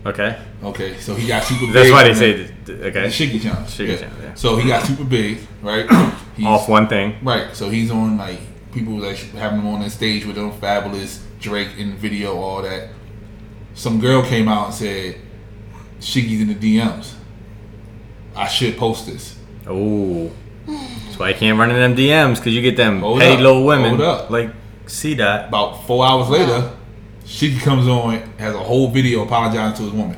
Speaker 4: Okay.
Speaker 3: Okay, so he got super big.
Speaker 4: That's why they
Speaker 3: and
Speaker 4: say,
Speaker 3: then-
Speaker 4: th- th- okay.
Speaker 3: the Shiggy challenge.
Speaker 4: Shiggy
Speaker 3: yeah.
Speaker 4: challenge, yeah.
Speaker 3: So he got super big, right? He's,
Speaker 4: off one thing.
Speaker 3: Right, so he's on like people that should have him on the stage with them, Fabulous, Drake in the video, all that. Some girl came out and said, Shiggy's in the DMs. I should post this.
Speaker 4: Oh, that's why you can't run in them DMs because you get them
Speaker 3: Hold
Speaker 4: petty
Speaker 3: up,
Speaker 4: little women
Speaker 3: hold up.
Speaker 4: like C dot.
Speaker 3: About four hours later, Shiggy comes on, has a whole video apologizing to his woman.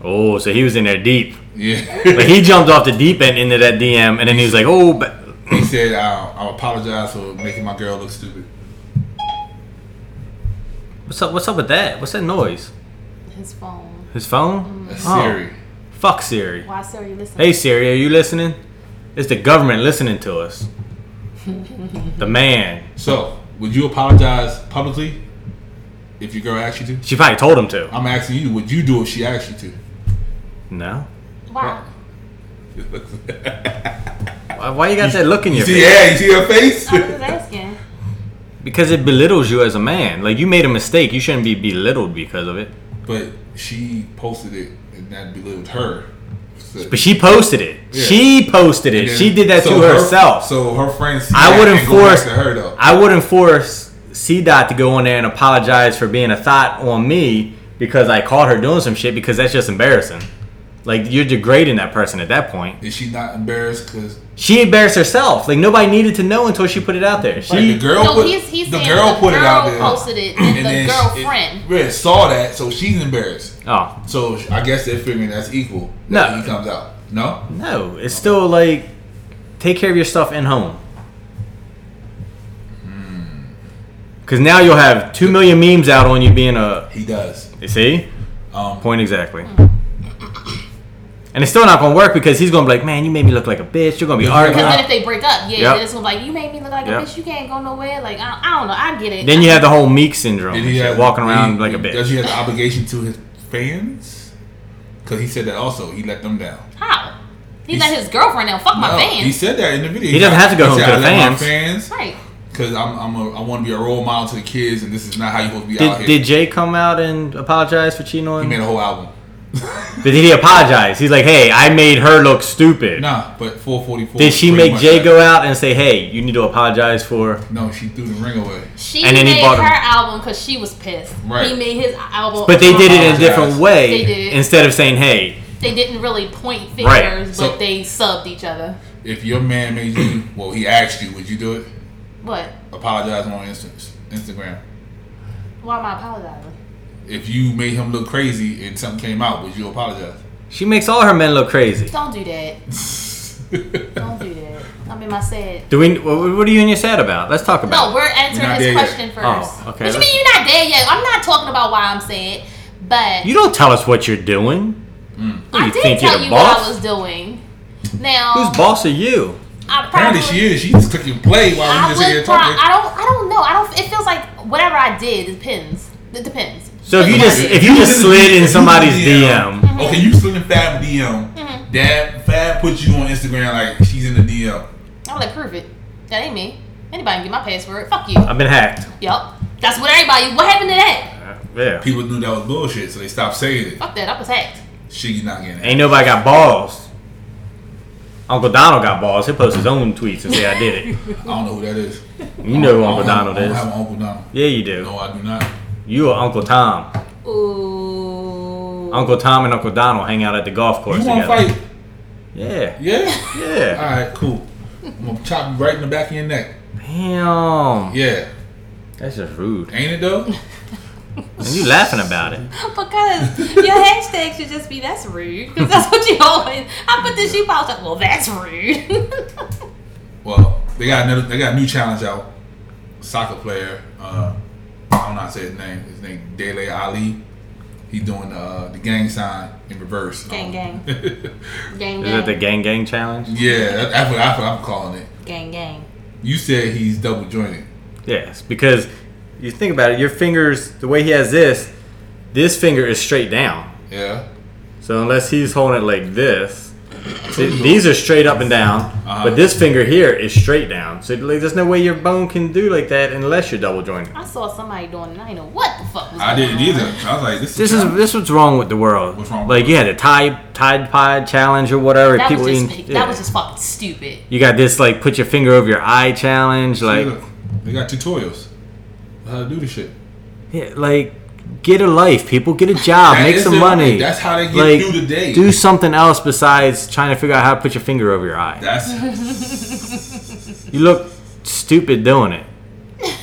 Speaker 4: Oh, so he was in there deep.
Speaker 3: Yeah.
Speaker 4: Like he jumped off the deep end into that DM, and then he was like, "Oh, ba-
Speaker 3: he said, I, I apologize for making my girl look stupid.
Speaker 4: what's up? What's up with that? What's that noise?"
Speaker 2: His phone.
Speaker 4: His phone?
Speaker 3: That's
Speaker 4: Oh.
Speaker 3: Siri.
Speaker 4: Fuck Siri.
Speaker 2: Why, sir, are you listening?
Speaker 4: Hey Siri, are you listening? It's the government listening to us. the man.
Speaker 3: So, would you apologize publicly if your girl asked you to?
Speaker 4: She probably told him to.
Speaker 3: I'm asking you, would you do if she asked you
Speaker 4: No.
Speaker 2: Why?
Speaker 3: to?
Speaker 4: Why, why you got that look in your
Speaker 3: see,
Speaker 4: face?
Speaker 3: yeah, you see her face?
Speaker 2: I was just asking.
Speaker 4: Because it belittles you as a man. Like you made a mistake. You shouldn't be belittled because of it.
Speaker 3: but she posted it and that belittled her. So-
Speaker 4: But she posted it.
Speaker 3: Yeah.
Speaker 4: She posted it.
Speaker 3: and
Speaker 4: she did that
Speaker 3: so
Speaker 4: to
Speaker 3: her-
Speaker 4: herself.
Speaker 3: so her friends.
Speaker 4: I
Speaker 3: yeah,
Speaker 4: wouldn't
Speaker 3: and go back
Speaker 4: force-
Speaker 3: to her though.
Speaker 4: I wouldn't force C Dot to go in there and apologize for being a thought on me because I caught her doing some shit because that's just embarrassing. Like you're degrading that person at that point.
Speaker 3: Is she not embarrassed? Because
Speaker 4: She embarrassed herself. Like nobody needed to know until she put it out there.
Speaker 3: like, the
Speaker 4: She
Speaker 3: girl,
Speaker 2: No,
Speaker 3: put,
Speaker 2: he's, he's
Speaker 3: the
Speaker 2: saying
Speaker 3: girl
Speaker 2: the
Speaker 3: put
Speaker 2: girl
Speaker 3: it out there,
Speaker 2: posted it, and, the
Speaker 3: then she-
Speaker 2: girlfriend.
Speaker 3: it- yeah, saw that, so she's embarrassed.
Speaker 4: oh
Speaker 3: So sh- I guess they're figuring that's equal.
Speaker 4: No.
Speaker 3: that he comes out. No,
Speaker 4: no, it's still like take care of your stuff in home.
Speaker 3: Hmm.
Speaker 4: Cause now you'll have two million memes out on you being a
Speaker 3: he does.
Speaker 4: you see
Speaker 3: Um,
Speaker 4: point exactly. And it's still not gonna work because he's gonna be like, man, you made me look like a bitch. You're gonna be
Speaker 2: Because
Speaker 4: arguing.
Speaker 2: then if they break up, yeah,
Speaker 4: Yep.
Speaker 2: then it's gonna be like you made me look like
Speaker 4: Yep.
Speaker 2: a bitch. You can't go nowhere. Like I, I don't know. I get it.
Speaker 4: Then you have the whole Meek syndrome,
Speaker 3: did
Speaker 4: and shit,
Speaker 3: have-
Speaker 4: walking
Speaker 3: did
Speaker 4: around
Speaker 3: he-
Speaker 4: like a
Speaker 3: Does
Speaker 4: bitch.
Speaker 3: he have the obligation to his fans? Because he said that also. He let them down.
Speaker 2: how he
Speaker 3: He's-
Speaker 2: let his girlfriend down. Fuck my
Speaker 3: No, He
Speaker 2: fans.
Speaker 3: said that in the video.
Speaker 4: He doesn't have to go home
Speaker 3: said,
Speaker 4: to the
Speaker 3: "I let my
Speaker 4: fans."
Speaker 3: fans.
Speaker 2: Right.
Speaker 3: Because I'm, I'm a, I want to be a role model to the kids, and this is not how you're supposed to be out
Speaker 4: Did,
Speaker 3: here.
Speaker 4: did Jay come out and apologize for cheating
Speaker 3: he
Speaker 4: on?
Speaker 3: made a whole album.
Speaker 4: Did he apologize? He's like, hey, I made her look stupid.
Speaker 3: Nah, but 444.
Speaker 4: Did she
Speaker 3: pretty
Speaker 4: make
Speaker 3: much
Speaker 4: Jay
Speaker 3: that.
Speaker 4: go out and say, hey, you need to apologize for?
Speaker 3: No, she threw the ring away.
Speaker 2: She
Speaker 4: And then he
Speaker 2: made
Speaker 4: bought
Speaker 2: her
Speaker 4: him-
Speaker 2: album because she was pissed.
Speaker 3: Right.
Speaker 2: He made his album.
Speaker 4: But they did it in a different
Speaker 3: Apologize.
Speaker 4: way.
Speaker 2: They did.
Speaker 4: Instead of saying, hey,
Speaker 2: They didn't really point fingers,
Speaker 4: Right.
Speaker 2: but
Speaker 3: So-
Speaker 2: they subbed each other.
Speaker 3: If your man made you, well, he asked you, would you do it?
Speaker 2: What?
Speaker 3: Apologize on Insta- Instagram.
Speaker 2: Why am I apologizing?
Speaker 3: If you made him look crazy and something came out, would you apologize?
Speaker 4: she makes all her men look crazy.
Speaker 2: Don't do that. Don't do that. I'm in my sad.
Speaker 4: Do we? What what are you and your sad about? Let's talk about.
Speaker 2: No, we're answering
Speaker 3: You're not
Speaker 2: this
Speaker 3: dead yet.
Speaker 2: question first.
Speaker 4: Oh, okay.
Speaker 2: What you mean you're not dead yet? I'm not talking about why I'm sad, but
Speaker 4: it. You don't tell us what you're doing. What,
Speaker 2: I
Speaker 4: you
Speaker 2: did
Speaker 4: think
Speaker 2: tell
Speaker 4: you're the
Speaker 2: you
Speaker 4: boss?
Speaker 2: what I was doing. Now,
Speaker 4: Whose boss are you?
Speaker 2: I probably,
Speaker 3: Apparently she is. She just took your play while
Speaker 2: I
Speaker 3: we just
Speaker 2: was.
Speaker 3: sitting here
Speaker 2: pro-
Speaker 3: talking.
Speaker 2: I don't. I don't know. I don't. It feels like whatever I did depends. It depends.
Speaker 4: So if you
Speaker 2: Depends
Speaker 4: just
Speaker 2: what I
Speaker 4: if
Speaker 2: did.
Speaker 4: you
Speaker 3: was
Speaker 4: just
Speaker 3: in
Speaker 4: slid
Speaker 3: the
Speaker 4: in somebody's
Speaker 3: DM.
Speaker 4: DM,
Speaker 3: Okay, you still in Fab DM.
Speaker 2: Mm-hmm.
Speaker 3: Dad, Fab put you on Instagram like she's in the DM.
Speaker 2: I'm like, prove it. That ain't me. Anybody can get my password. Fuck you.
Speaker 4: I've been hacked.
Speaker 2: Yup. That's what everybody. What happened to that?
Speaker 4: Uh, Yeah.
Speaker 3: People knew that was bullshit, so they stopped saying it.
Speaker 2: Fuck that. I was hacked.
Speaker 3: She not getting it.
Speaker 4: Ain't nobody got balls. Uncle Donald got balls. He posts his own tweets and say I did it.
Speaker 3: I don't know who that is.
Speaker 4: You know who
Speaker 3: I don't
Speaker 4: Uncle
Speaker 3: have-
Speaker 4: Donald
Speaker 3: I don't
Speaker 4: is.
Speaker 3: have an Uncle Donald.
Speaker 4: Yeah, you do.
Speaker 3: No, I do not.
Speaker 4: You are Uncle Tom.
Speaker 2: Ooh.
Speaker 4: Uncle Tom and Uncle Donald hang out at the golf course
Speaker 3: You want to
Speaker 4: together.
Speaker 3: fight?
Speaker 4: Yeah.
Speaker 3: Yeah. All
Speaker 4: Yeah.
Speaker 3: right, cool. I'm gonna chop you right in the back of your neck.
Speaker 4: Damn.
Speaker 3: Yeah,
Speaker 4: That's just rude.
Speaker 3: ain't it though?
Speaker 4: And you laughing about it.
Speaker 2: Because your hashtag should just be that's rude. Because that's what you always. I put this shoe polish up. Well, that's rude.
Speaker 3: Well, they got another. They got a new challenge out. Soccer player. Uh, I don't know how to say his name. His name Dele Ali. He doing uh, the gang sign in reverse. Um,
Speaker 2: gang, gang, gang,
Speaker 4: Is that the
Speaker 2: gang,
Speaker 4: gang gang challenge?
Speaker 3: yeah, that- that's what, that's what I'm calling it.
Speaker 2: gang, gang.
Speaker 3: You said he's double jointed.
Speaker 4: Yes, because you think about it, your fingers, the way he has this, this finger is straight down.
Speaker 3: Yeah.
Speaker 4: So unless he's holding it like this, th- these are straight up and down,
Speaker 3: Uh-huh.
Speaker 4: but this finger here is straight down. So like, there's no way your bone can do like that unless you're double jointed.
Speaker 2: I saw somebody doing it. I didn't know what the fuck was
Speaker 3: I
Speaker 2: going
Speaker 3: didn't
Speaker 2: on.
Speaker 3: either. I was like, this,
Speaker 4: This is this what's wrong with the world.
Speaker 3: What's wrong with
Speaker 4: like
Speaker 3: the
Speaker 4: you had a Tide Tide Pod challenge or whatever.
Speaker 2: That
Speaker 4: people
Speaker 2: was just
Speaker 4: eating- yeah.
Speaker 2: that was just fucking stupid.
Speaker 4: You got this like put your finger over your eye challenge.
Speaker 3: Like,
Speaker 4: Like
Speaker 3: they got tutorials. on How to do this shit.
Speaker 4: yeah, like get a life, people. Get a job,
Speaker 3: That
Speaker 4: make
Speaker 3: is
Speaker 4: some
Speaker 3: their
Speaker 4: money.
Speaker 3: life. That's how they get
Speaker 4: Like,
Speaker 3: through the day.
Speaker 4: Do something else besides trying to figure out how to put your finger over your eye.
Speaker 3: That's
Speaker 4: You look stupid doing it.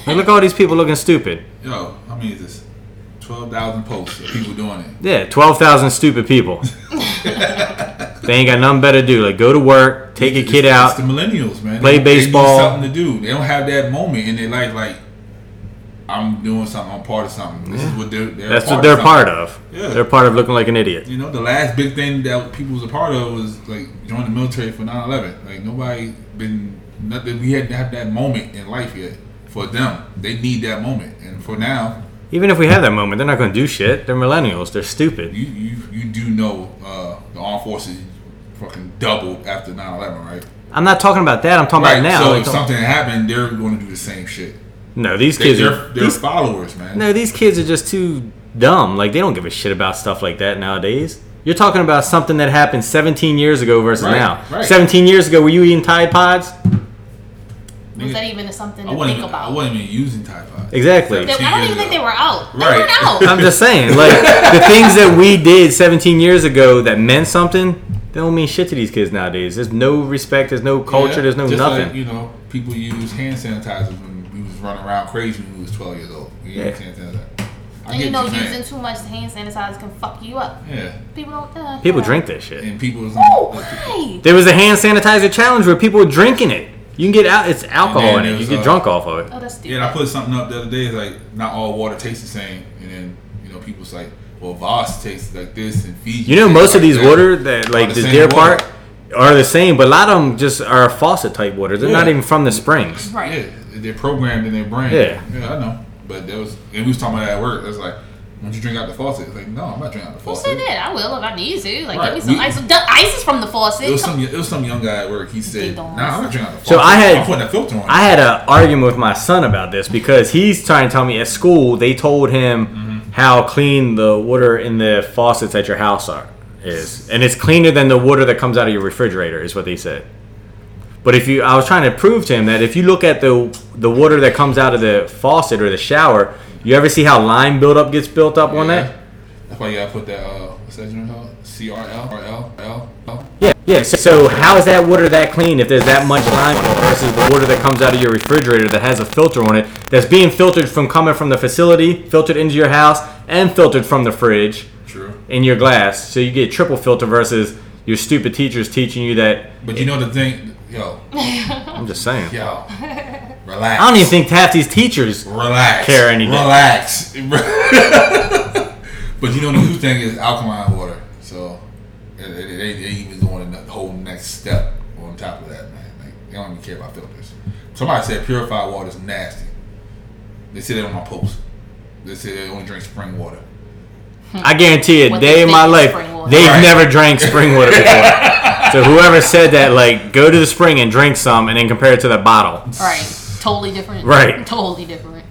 Speaker 4: Like, look at all these people looking stupid.
Speaker 3: yo. How many is this? Twelve thousand posts of people doing it.
Speaker 4: Yeah, twelve thousand stupid people. they ain't got nothing better to do. Like go to work, take your kid
Speaker 3: it's,
Speaker 4: out.
Speaker 3: It's the millennials, man.
Speaker 4: Play
Speaker 3: They- they need
Speaker 4: baseball.
Speaker 3: something to do. They don't have that moment in their life. Like I'm doing something. I'm part of something. This is what they're. they're
Speaker 4: That's
Speaker 3: part
Speaker 4: what they're
Speaker 3: of
Speaker 4: part
Speaker 3: something.
Speaker 4: of.
Speaker 3: Yeah.
Speaker 4: They're part of looking like an idiot.
Speaker 3: You know, the last big thing that people was a part of was like join the military for 9/11. Like nobody been nothing. We hadn't had that moment in life yet. For them, they need that moment, and for now,
Speaker 4: Even if we have that moment, they're not going to do shit. They're millennials. They're stupid.
Speaker 3: you you, you do know uh, the armed forces fucking doubled after 9/11, right?
Speaker 4: I'm not talking about that. I'm talking
Speaker 3: Right.
Speaker 4: about now.
Speaker 3: so
Speaker 4: Like,
Speaker 3: if
Speaker 4: don't-
Speaker 3: something happened, they're going to do the same shit.
Speaker 4: no, these
Speaker 3: They,
Speaker 4: kids
Speaker 3: they're
Speaker 4: are
Speaker 3: they're
Speaker 4: these,
Speaker 3: followers, man.
Speaker 4: no, these kids are just too dumb. Like they don't give a shit about stuff like that nowadays. You're talking about something that happened 17 years ago versus
Speaker 3: Right,
Speaker 4: now.
Speaker 3: right.
Speaker 4: 17 years ago, were you eating Tide Pods?
Speaker 2: Was that even something
Speaker 3: I
Speaker 2: to
Speaker 3: wasn't
Speaker 2: think
Speaker 3: even, I
Speaker 2: about?
Speaker 3: wasn't even using Tide Pods.
Speaker 4: Exactly.
Speaker 2: They- I don't even think they were out. They
Speaker 3: Right.
Speaker 2: weren't out.
Speaker 4: I'm just saying, like the things that we did 17 years ago that meant something, they don't mean shit to these kids nowadays. There's no respect. There's no culture.
Speaker 3: Yeah,
Speaker 4: there's no
Speaker 3: just
Speaker 4: nothing.
Speaker 3: Like, you know, people use hand sanitizer when we was running around crazy when we was twelve years old. We
Speaker 4: Yeah.
Speaker 3: used hand sanitizer. I
Speaker 2: and you
Speaker 3: get
Speaker 2: know,
Speaker 3: what you're
Speaker 2: using
Speaker 3: saying.
Speaker 2: too much hand sanitizer can fuck you up.
Speaker 3: yeah,
Speaker 2: People don't. Uh,
Speaker 4: People
Speaker 2: yeah.
Speaker 4: drink that shit.
Speaker 3: and people was
Speaker 2: Oh,
Speaker 3: like,
Speaker 2: why?
Speaker 4: There was a hand sanitizer challenge where people were drinking it. You can get out. It's alcohol
Speaker 3: And
Speaker 4: in
Speaker 3: then
Speaker 4: it. You
Speaker 3: there's,
Speaker 4: get
Speaker 3: uh,
Speaker 4: drunk off of it.
Speaker 2: Oh, that's stupid.
Speaker 3: yeah. And I put something up the other day. It's like not all water tastes the same, and then you know people's like, well, Voss tastes like this, and Fiji.
Speaker 4: You know,
Speaker 3: tastes
Speaker 4: most of
Speaker 3: like
Speaker 4: these
Speaker 3: that.
Speaker 4: water that like
Speaker 3: the
Speaker 4: the
Speaker 3: same
Speaker 4: deer
Speaker 3: water.
Speaker 4: part are the same, but a lot of them just are faucet type water. They're not
Speaker 3: Yeah.
Speaker 4: even from the springs.
Speaker 2: Right.
Speaker 3: Yeah, they're programmed in their brain.
Speaker 4: Yeah.
Speaker 3: yeah, I know. But that was, and we was talking about that at work. It's like, once you drink out the faucet, it's like, no, I'm not drinking out the
Speaker 2: Who
Speaker 3: faucet.
Speaker 2: said that? I will if I need to. Like,
Speaker 3: Right.
Speaker 2: give me some
Speaker 3: We-
Speaker 2: ice. The ice is from the faucet.
Speaker 3: It was
Speaker 2: Come-
Speaker 3: some it was some young guy at work. He said, "Nah,
Speaker 2: Ding-dongs.
Speaker 3: I'm not drinking out the faucet.
Speaker 4: So I had-
Speaker 3: I'm putting a filter on." it."
Speaker 4: I had an argument with my son about this because he's trying to tell me at school they told him how clean the water in the faucets at your house are is, and it's cleaner than the water that comes out of your refrigerator is what they said. But if you, I was trying to prove to him that if you look at the the water that comes out of the faucet or the shower, you ever see how lime buildup gets built up on that?
Speaker 3: That's why you gotta put that. Uh, what's that drink called? C R L R L L L.
Speaker 4: Yeah, yeah. So, so how is that water that clean if there's that much lime in it versus the water that comes out of your refrigerator that has a filter on it that's being filtered from coming from the facility, filtered into your house, and filtered from the fridge
Speaker 3: True.
Speaker 4: in your glass? So you get triple filter versus your stupid teachers teaching you that.
Speaker 3: But you know the thing, yo,
Speaker 4: I'm just saying.
Speaker 3: yo, relax.
Speaker 4: I don't even think half these teachers.
Speaker 3: relax.
Speaker 4: care any day.
Speaker 3: Relax. but you know the new thing is alkaline water. So they, they, they they even going the whole next step on top of that, man. Like they don't even care about filters. Somebody said purified water is nasty. They said that on my post. They said they only drink spring water.
Speaker 4: I guarantee a
Speaker 2: What
Speaker 4: day
Speaker 2: they
Speaker 4: in my
Speaker 2: think is
Speaker 4: life
Speaker 2: spring water.
Speaker 4: they've
Speaker 3: Right.
Speaker 4: never drank spring water before. so whoever said that, like, go to the spring and drink some, and then compare it to the bottle.
Speaker 2: Right. Totally different.
Speaker 4: Right.
Speaker 2: Totally different.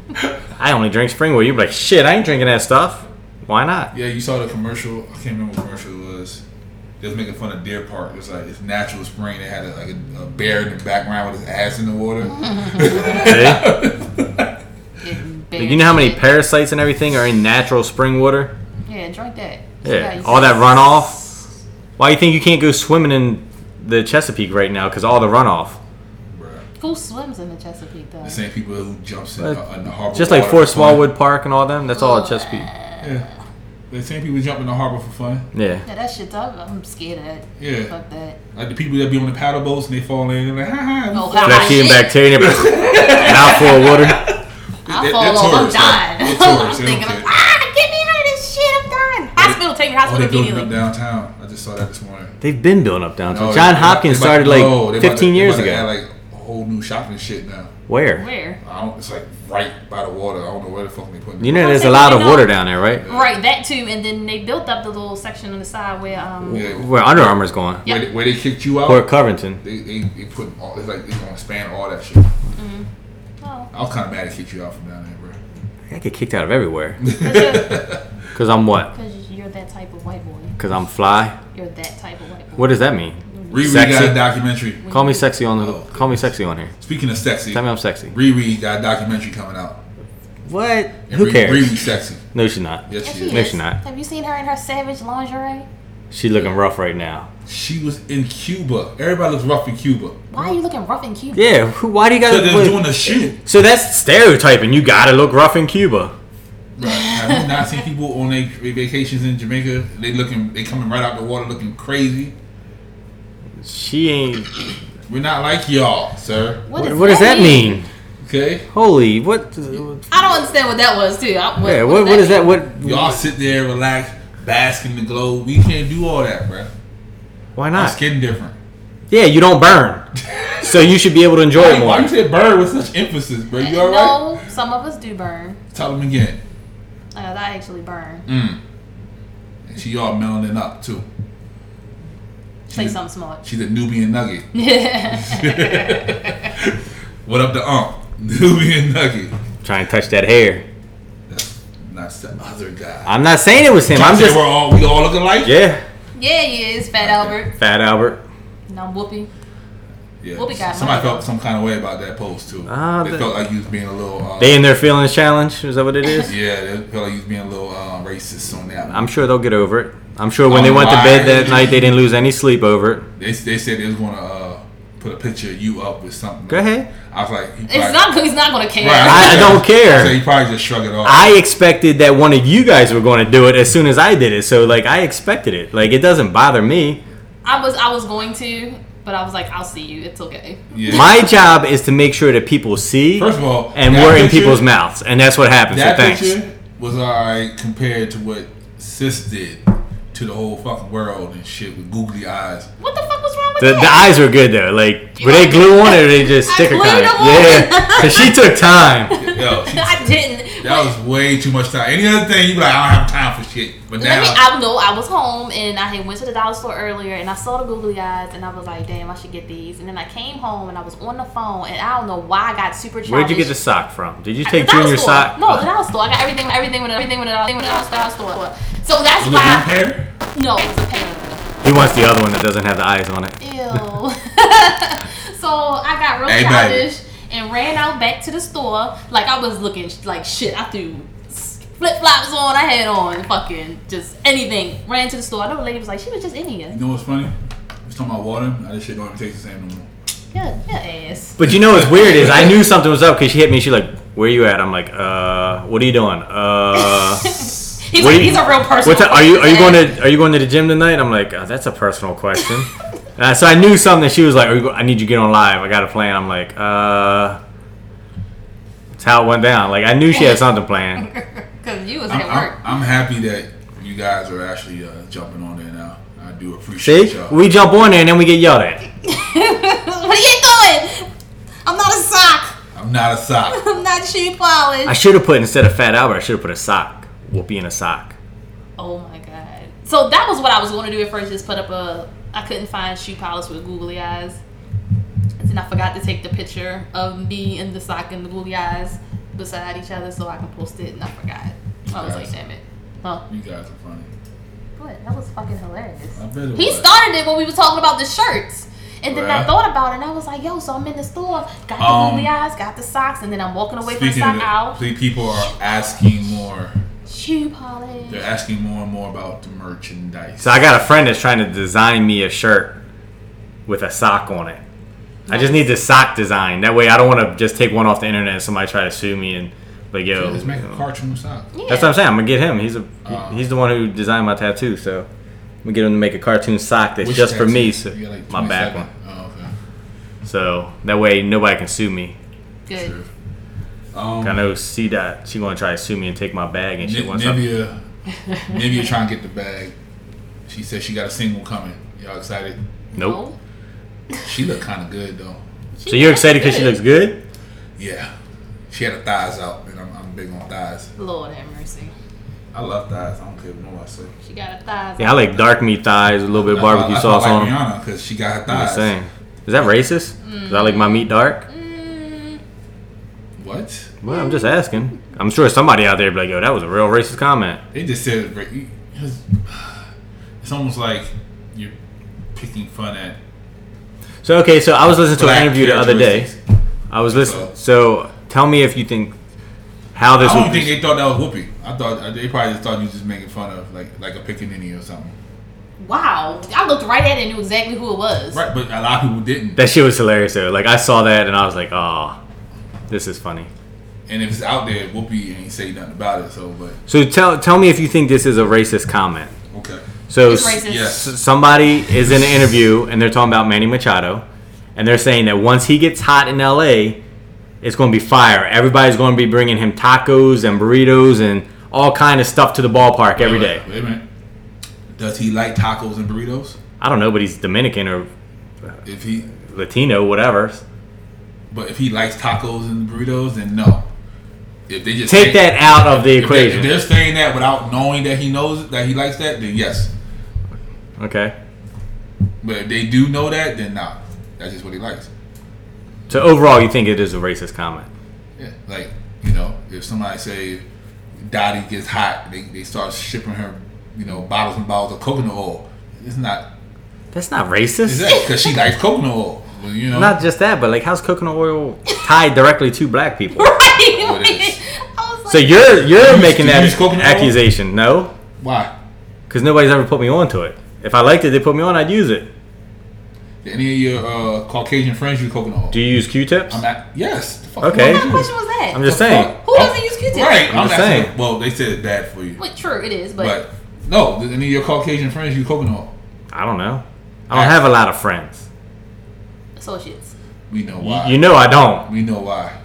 Speaker 4: I only drink spring water. You'd be like, shit, I ain't drinking that stuff. Why not?
Speaker 3: Yeah, you saw the commercial. I can't remember what commercial it was. They was making fun of Deer Park. It was like it's natural spring. They had a, like a, a bear in the background with his ass in the water.
Speaker 4: See?
Speaker 2: Getting
Speaker 4: Like, you know how many
Speaker 2: buried.
Speaker 4: parasites and everything are in natural spring water?
Speaker 2: Yeah, drink that.
Speaker 4: Yeah. All that runoff. Why you think you can't go swimming in the Chesapeake right now? Because all the runoff.
Speaker 3: Bruh.
Speaker 2: Who swims in the Chesapeake though?
Speaker 3: The same people who jumps in,
Speaker 4: But
Speaker 3: uh, in the harbor.
Speaker 4: Just like
Speaker 3: water
Speaker 4: Fort
Speaker 3: for fun.
Speaker 4: Smallwood Park and all them. That's all at Chesapeake.
Speaker 3: Yeah. The same people who jump in the harbor for fun.
Speaker 4: Yeah.
Speaker 2: Yeah, that shit's up. I'm scared of that.
Speaker 3: Yeah.
Speaker 2: Fuck that.
Speaker 3: Like the people that be on the paddle boats and they fall in and like, ha ha. we
Speaker 2: Oh,
Speaker 3: fall."
Speaker 2: wow.
Speaker 4: Vaccine bacteria. Mouthful of water.
Speaker 2: I
Speaker 3: They're-
Speaker 2: fall
Speaker 3: they're
Speaker 2: over. I'm
Speaker 3: tourists,
Speaker 2: dying.
Speaker 3: though. They're
Speaker 2: I'm
Speaker 3: tourists. They don't
Speaker 2: thinking,
Speaker 3: care.
Speaker 2: ah, get me out of this shit. I'm dying. Hospital, take me to
Speaker 3: Oh,
Speaker 2: hospital
Speaker 3: they're building up
Speaker 2: immediately.
Speaker 3: downtown. I just saw that this morning.
Speaker 4: They've been building up downtown.
Speaker 3: No, they-
Speaker 4: John
Speaker 3: they-
Speaker 4: Hopkins
Speaker 3: they about-
Speaker 4: started
Speaker 3: no, they
Speaker 4: like
Speaker 3: about to-
Speaker 4: 15
Speaker 3: they
Speaker 4: years
Speaker 3: about to add,
Speaker 4: ago.
Speaker 3: like a whole new shopping shit now.
Speaker 4: Where?
Speaker 2: Where?
Speaker 3: I don't. It's like right by the water. I don't know where the fuck they putting. it.
Speaker 4: You know,
Speaker 2: I'm
Speaker 4: there's a
Speaker 2: saying
Speaker 4: lot
Speaker 2: they
Speaker 4: of
Speaker 2: don't-
Speaker 4: water down there, right?
Speaker 2: Right, that too. And then they built up the little section on the side where um.
Speaker 3: Yeah.
Speaker 4: Where Under Armour's going.
Speaker 2: Yeah.
Speaker 3: Where, they, where they kicked you out.
Speaker 4: Port Covington.
Speaker 3: They, they, they put all, it's like they're gonna expand all that shit.
Speaker 2: Oh,
Speaker 3: I was kind of mad they kicked you out from down there, bro.
Speaker 4: I get kicked out of everywhere.
Speaker 2: because
Speaker 4: Cause I'm what?
Speaker 2: you're that type of white boy.
Speaker 4: Cause I'm fly.
Speaker 2: You're that type of white boy.
Speaker 4: What does that mean?
Speaker 3: Riri
Speaker 4: Sexy.
Speaker 3: got a documentary.
Speaker 4: Call me sexy on the.
Speaker 3: Oh.
Speaker 4: Call me sexy on here.
Speaker 3: Speaking of sexy,
Speaker 4: Tell me I'm sexy.
Speaker 3: Riri got a documentary coming out.
Speaker 4: What?
Speaker 3: And
Speaker 4: Who
Speaker 3: Riri,
Speaker 4: cares?
Speaker 3: Riri's sexy.
Speaker 4: No, she's not.
Speaker 3: Yes,
Speaker 2: Yes,
Speaker 3: she
Speaker 2: she
Speaker 3: is.
Speaker 4: No,
Speaker 2: is.
Speaker 4: she's not.
Speaker 2: Have you seen her in her savage lingerie?
Speaker 4: She's looking rough right now.
Speaker 3: She was in Cuba. Everybody looks rough in Cuba.
Speaker 2: Why are you looking rough and cute?
Speaker 4: Yeah. Who, why do you
Speaker 3: So
Speaker 4: gotta?
Speaker 3: they're
Speaker 4: what-
Speaker 3: doing a shoot.
Speaker 4: so that's stereotyping. You gotta look rough in Cuba.
Speaker 3: Right. Have you not seen people on their vacations in Jamaica? They looking, they coming right out the water looking crazy.
Speaker 4: She ain't.
Speaker 3: We're not like y'all, sir.
Speaker 4: What, what does that mean?
Speaker 3: Okay,
Speaker 4: Holy,
Speaker 2: I
Speaker 4: what?
Speaker 2: don't understand what that was too. I,
Speaker 4: Yeah, what, what is that? What?
Speaker 3: y'all sit there, relax, bask in the glow. We can't do all that, bro.
Speaker 4: Why
Speaker 3: My
Speaker 4: not?
Speaker 3: skin different.
Speaker 4: Yeah, you don't burn, so you should be able to enjoy it
Speaker 3: Hey, why
Speaker 4: more.
Speaker 3: you said bird with such emphasis, bro? You all
Speaker 2: No,
Speaker 3: right?
Speaker 2: some of us do burn.
Speaker 3: Tell them again.
Speaker 2: Uh, I actually burn.
Speaker 3: Mm. And she all melanin up too.
Speaker 2: Say something smart.
Speaker 3: She's a Nubian nugget.
Speaker 2: yeah,
Speaker 3: What up, the ump? Nubian nugget.
Speaker 4: Trying to touch that hair.
Speaker 3: That's not the other guy.
Speaker 4: I'm not saying it was him. I'm
Speaker 3: Say
Speaker 4: just
Speaker 3: we're all we all look alike.
Speaker 4: yeah.
Speaker 2: yeah, it's Fat Albert.
Speaker 4: Fat Albert.
Speaker 2: And I'm Whoopi.
Speaker 3: Yeah,
Speaker 2: Whoopi got mine.
Speaker 3: somebody felt some kind of way about that post too.
Speaker 4: Ah,
Speaker 3: they
Speaker 4: the-
Speaker 3: felt like you was being a little. Uh,
Speaker 4: They in their feelings challenge. Is that what it is?
Speaker 3: yeah, they felt like you was being a little uh, racist on that.
Speaker 4: I'm sure they'll get over it. I'm sure when they
Speaker 3: Oh,
Speaker 4: went to bed that
Speaker 3: why?
Speaker 4: night, they didn't lose any sleep over it.
Speaker 3: They they said they was gonna uh, put a picture of you up with something.
Speaker 4: Go ahead.
Speaker 3: I was like, he
Speaker 2: It's not. He's not gonna care.
Speaker 3: Right,
Speaker 4: I- I don't care.
Speaker 3: So he probably just shrugged it off.
Speaker 4: I expected that one of you guys were going to do it as soon as I did it. So like I expected it. Like it doesn't bother me.
Speaker 2: I was. I was going to, but I was like, I'll see you. It's okay.
Speaker 3: yeah.
Speaker 4: My job is to make sure that people see
Speaker 3: First of all,
Speaker 4: and
Speaker 3: that
Speaker 4: we're in
Speaker 3: picture-
Speaker 4: people's mouths, and that's what happens. So
Speaker 3: That
Speaker 4: thanks.
Speaker 3: picture was alright compared to what sis did to the whole fucking world and shit with googly eyes.
Speaker 2: What the fuck was wrong with
Speaker 4: The,
Speaker 2: that?
Speaker 4: the eyes were good though. Like were they glue on it or they just
Speaker 2: I
Speaker 4: sticker
Speaker 2: glued
Speaker 4: kind?
Speaker 2: them on.
Speaker 4: Yeah, because she took time.
Speaker 3: Yo, she,
Speaker 2: I didn't.
Speaker 3: that was way too much time. Any other thing, you be like, I don't have time for shit. But
Speaker 2: Let
Speaker 3: now,
Speaker 2: me, I know I was home and I had went to the dollar store earlier and I saw the googly eyes and I was like, damn, I should get these. And then I came home and I was on the phone and I don't know why I got super childish.
Speaker 4: Where'd you get the sock from? Did you
Speaker 2: At the
Speaker 4: take
Speaker 2: dollar
Speaker 4: Junior
Speaker 2: store.
Speaker 4: sock?
Speaker 2: No, the dollar store. I got everything, everything, with everything, with everything, with the dollar store. So that's
Speaker 3: was it one
Speaker 2: why.
Speaker 3: pair?
Speaker 2: No, it's a pair.
Speaker 4: He wants the other one that doesn't have the eyes on it.
Speaker 2: Ew. so I got real
Speaker 3: Hey, baby.
Speaker 2: childish and ran out back to the store like I was looking sh- like shit. I threw flip flops on. I had on fucking just anything. Ran to the store. I know the lady was like, she was just in here.
Speaker 3: You know what's funny? We was talking about water. Now this shit don't even taste the same no more.
Speaker 2: Yeah, yeah, ass.
Speaker 4: But you know what's weird is I knew something was up because she hit me. She like, "Where you at?" I'm like, "Uh, what are you doing?" Uh,
Speaker 2: He's,
Speaker 4: what
Speaker 2: like,
Speaker 4: are you-
Speaker 2: he's a real person.
Speaker 4: what's up? Are you are you going to are you going to the gym tonight? I'm like, oh, "That's a personal question." uh, so I knew something. She was like, are you go- "I need you to get on live. I got a plan." I'm like, "Uh." That's how it went down. Like I knew she had something planned.
Speaker 2: Because you was
Speaker 3: I'm,
Speaker 2: at
Speaker 3: I'm,
Speaker 2: work.
Speaker 3: I'm happy that you guys are actually uh, jumping on there now. I do appreciate
Speaker 4: See,
Speaker 3: y'all.
Speaker 4: we jump on there and then we get yelled at.
Speaker 2: what are you doing? I'm not a sock.
Speaker 3: I'm not a sock.
Speaker 2: I'm not shoe
Speaker 4: I
Speaker 2: polish.
Speaker 4: should have put instead of Fat Albert, I should have put a sock. Whoopi in a sock.
Speaker 2: Oh my god. So that was what I was going to do at first. Just put up a. I couldn't find shoe polish with googly eyes. And then I forgot to take the picture of me and the sock and the googly eyes beside each other so I can post it. And I forgot. I was like, damn it. Huh?
Speaker 3: You guys are funny.
Speaker 2: What? That was fucking hilarious.
Speaker 3: I bet it
Speaker 2: He
Speaker 3: was.
Speaker 2: started it when we were talking about the shirts. And then I
Speaker 3: Right.
Speaker 2: thought about it and I was like, yo, so I'm in the store, got the
Speaker 3: Um,
Speaker 2: googly eyes, got the socks, and then I'm walking away from the
Speaker 3: Speaking
Speaker 2: sock
Speaker 3: of
Speaker 2: aisle.
Speaker 3: that, see, people are asking more.
Speaker 2: Shoe polish.
Speaker 3: They're asking more and more about the merchandise.
Speaker 4: So I got a friend that's trying to design me a shirt with a sock on it. I just need the sock design. That way I don't want to just take one off the internet and somebody try to sue me and like yo.
Speaker 3: Let's make a cartoon sock.
Speaker 2: Yeah.
Speaker 4: That's what I'm saying. I'm gonna get him. He's a he-
Speaker 3: Uh.
Speaker 4: he's the one who designed my tattoo. So I'm gonna get him to make a cartoon sock that's
Speaker 3: Which
Speaker 4: just for
Speaker 3: tattoo?
Speaker 4: me. So
Speaker 3: You got, like,
Speaker 4: my back
Speaker 3: 27?
Speaker 4: one.
Speaker 3: Oh, okay.
Speaker 4: So that way nobody can sue me.
Speaker 2: Good.
Speaker 3: True. Um,
Speaker 4: I know C dot. She gonna try to sue me and take my bag and she
Speaker 3: N-
Speaker 4: wants. something.
Speaker 3: Nivea, Nivea trying to get the bag. She said she got a single coming. Y'all excited?
Speaker 4: Nope.
Speaker 2: No.
Speaker 3: She looked kind of good though.
Speaker 4: So you're excited because she looks good.
Speaker 3: Yeah, she had her thighs out, and I'm, I'm big on thighs.
Speaker 2: Lord have mercy.
Speaker 3: I love thighs. I don't care what nobody says.
Speaker 2: She got a thighs.
Speaker 4: Yeah, I like dark meat thighs, a little bit of barbecue sauce
Speaker 3: I
Speaker 4: on
Speaker 3: like
Speaker 4: them.
Speaker 3: Rihanna because she got her
Speaker 4: I'm
Speaker 3: thighs.
Speaker 4: just saying. Is that racist? 'Cause I like my meat dark.
Speaker 2: Mm,
Speaker 3: What?
Speaker 4: Well, I'm just asking. I'm sure somebody out there be like, "Yo, that was a real racist comment."
Speaker 3: They just said ra- you- it's- it's almost like you're picking fun at.
Speaker 4: So okay, so I was listening to
Speaker 3: black
Speaker 4: an interview the other day.
Speaker 3: characteristics.
Speaker 4: I was listening. So tell me if you think how this
Speaker 3: I
Speaker 4: would
Speaker 3: don't think
Speaker 4: be.
Speaker 3: they thought that was Whoopi. I thought they probably just thought you was just making fun of like like a pickaninny or something.
Speaker 2: wow. I looked right at it and knew exactly who it was.
Speaker 3: Right, but a lot of people didn't.
Speaker 4: That shit was hilarious though. Like I saw that and I was like, "Oh, this is funny."
Speaker 3: And if it's out there, Whoopi ain't say nothing about it. So, but
Speaker 4: So tell tell me if you think this is a racist comment.
Speaker 3: okay,
Speaker 4: So
Speaker 2: It's
Speaker 4: s-
Speaker 2: racist.
Speaker 3: yes,
Speaker 4: S- somebody is in an interview and they're talking about Manny Machado, and they're saying that once he gets hot in LA, It's going to be fire. Everybody's going to be bringing him tacos and burritos and all kind of stuff to the ballpark every day.
Speaker 3: Wait a minute. Does he like tacos and burritos?
Speaker 4: I don't know, but he's Dominican or
Speaker 3: If he,
Speaker 4: Latino, whatever.
Speaker 3: but if he likes tacos and burritos, then no. If they just
Speaker 4: Take
Speaker 3: saying-
Speaker 4: that out of the
Speaker 3: if they- If
Speaker 4: equation.
Speaker 3: they're saying that without knowing that he knows that he likes that, then yes.
Speaker 4: Okay.
Speaker 3: But if they do know that, then nah. That's just what he likes.
Speaker 4: So overall, you think it is a racist comment?
Speaker 3: Yeah. Like, you know, if somebody say Dottie gets hot, they, they start shipping her, you know, bottles and bottles of coconut oil. It's not
Speaker 4: That's not racist.
Speaker 3: is that because she likes coconut oil. Well, you know
Speaker 4: Not just that, but like, how's coconut oil tied directly to black people?
Speaker 3: Oh, it is.
Speaker 2: Right. I was
Speaker 4: So
Speaker 2: like,
Speaker 4: you're
Speaker 3: Do
Speaker 4: you're
Speaker 3: you-
Speaker 4: making
Speaker 3: do you
Speaker 4: that
Speaker 3: use coconut oil?
Speaker 4: accusation, no?
Speaker 3: why?
Speaker 4: Because nobody's ever put me on to it. If I liked it, they put me on. I'd use it.
Speaker 3: Did any of your uh, Caucasian friends use coconut oil?
Speaker 4: Do you use Q-tips?
Speaker 3: I'm not. Yes. the fuck
Speaker 4: Okay.
Speaker 3: would
Speaker 2: What
Speaker 3: you?
Speaker 2: question was that?
Speaker 4: I'm just
Speaker 3: The
Speaker 4: saying.
Speaker 3: fuck?
Speaker 2: Who doesn't use Q-tips?
Speaker 3: Right.
Speaker 4: I'm
Speaker 3: I'm,
Speaker 4: just
Speaker 3: not saying.
Speaker 4: saying.
Speaker 3: Well, they said it's bad for you,
Speaker 2: Well, true, it is, but,
Speaker 3: but no. Did any of your Caucasian friends use coconut oil?
Speaker 4: I don't know. I don't have a lot of friends.
Speaker 2: associates.
Speaker 3: We know
Speaker 4: You,
Speaker 3: why.
Speaker 4: you know I don't.
Speaker 3: we know why.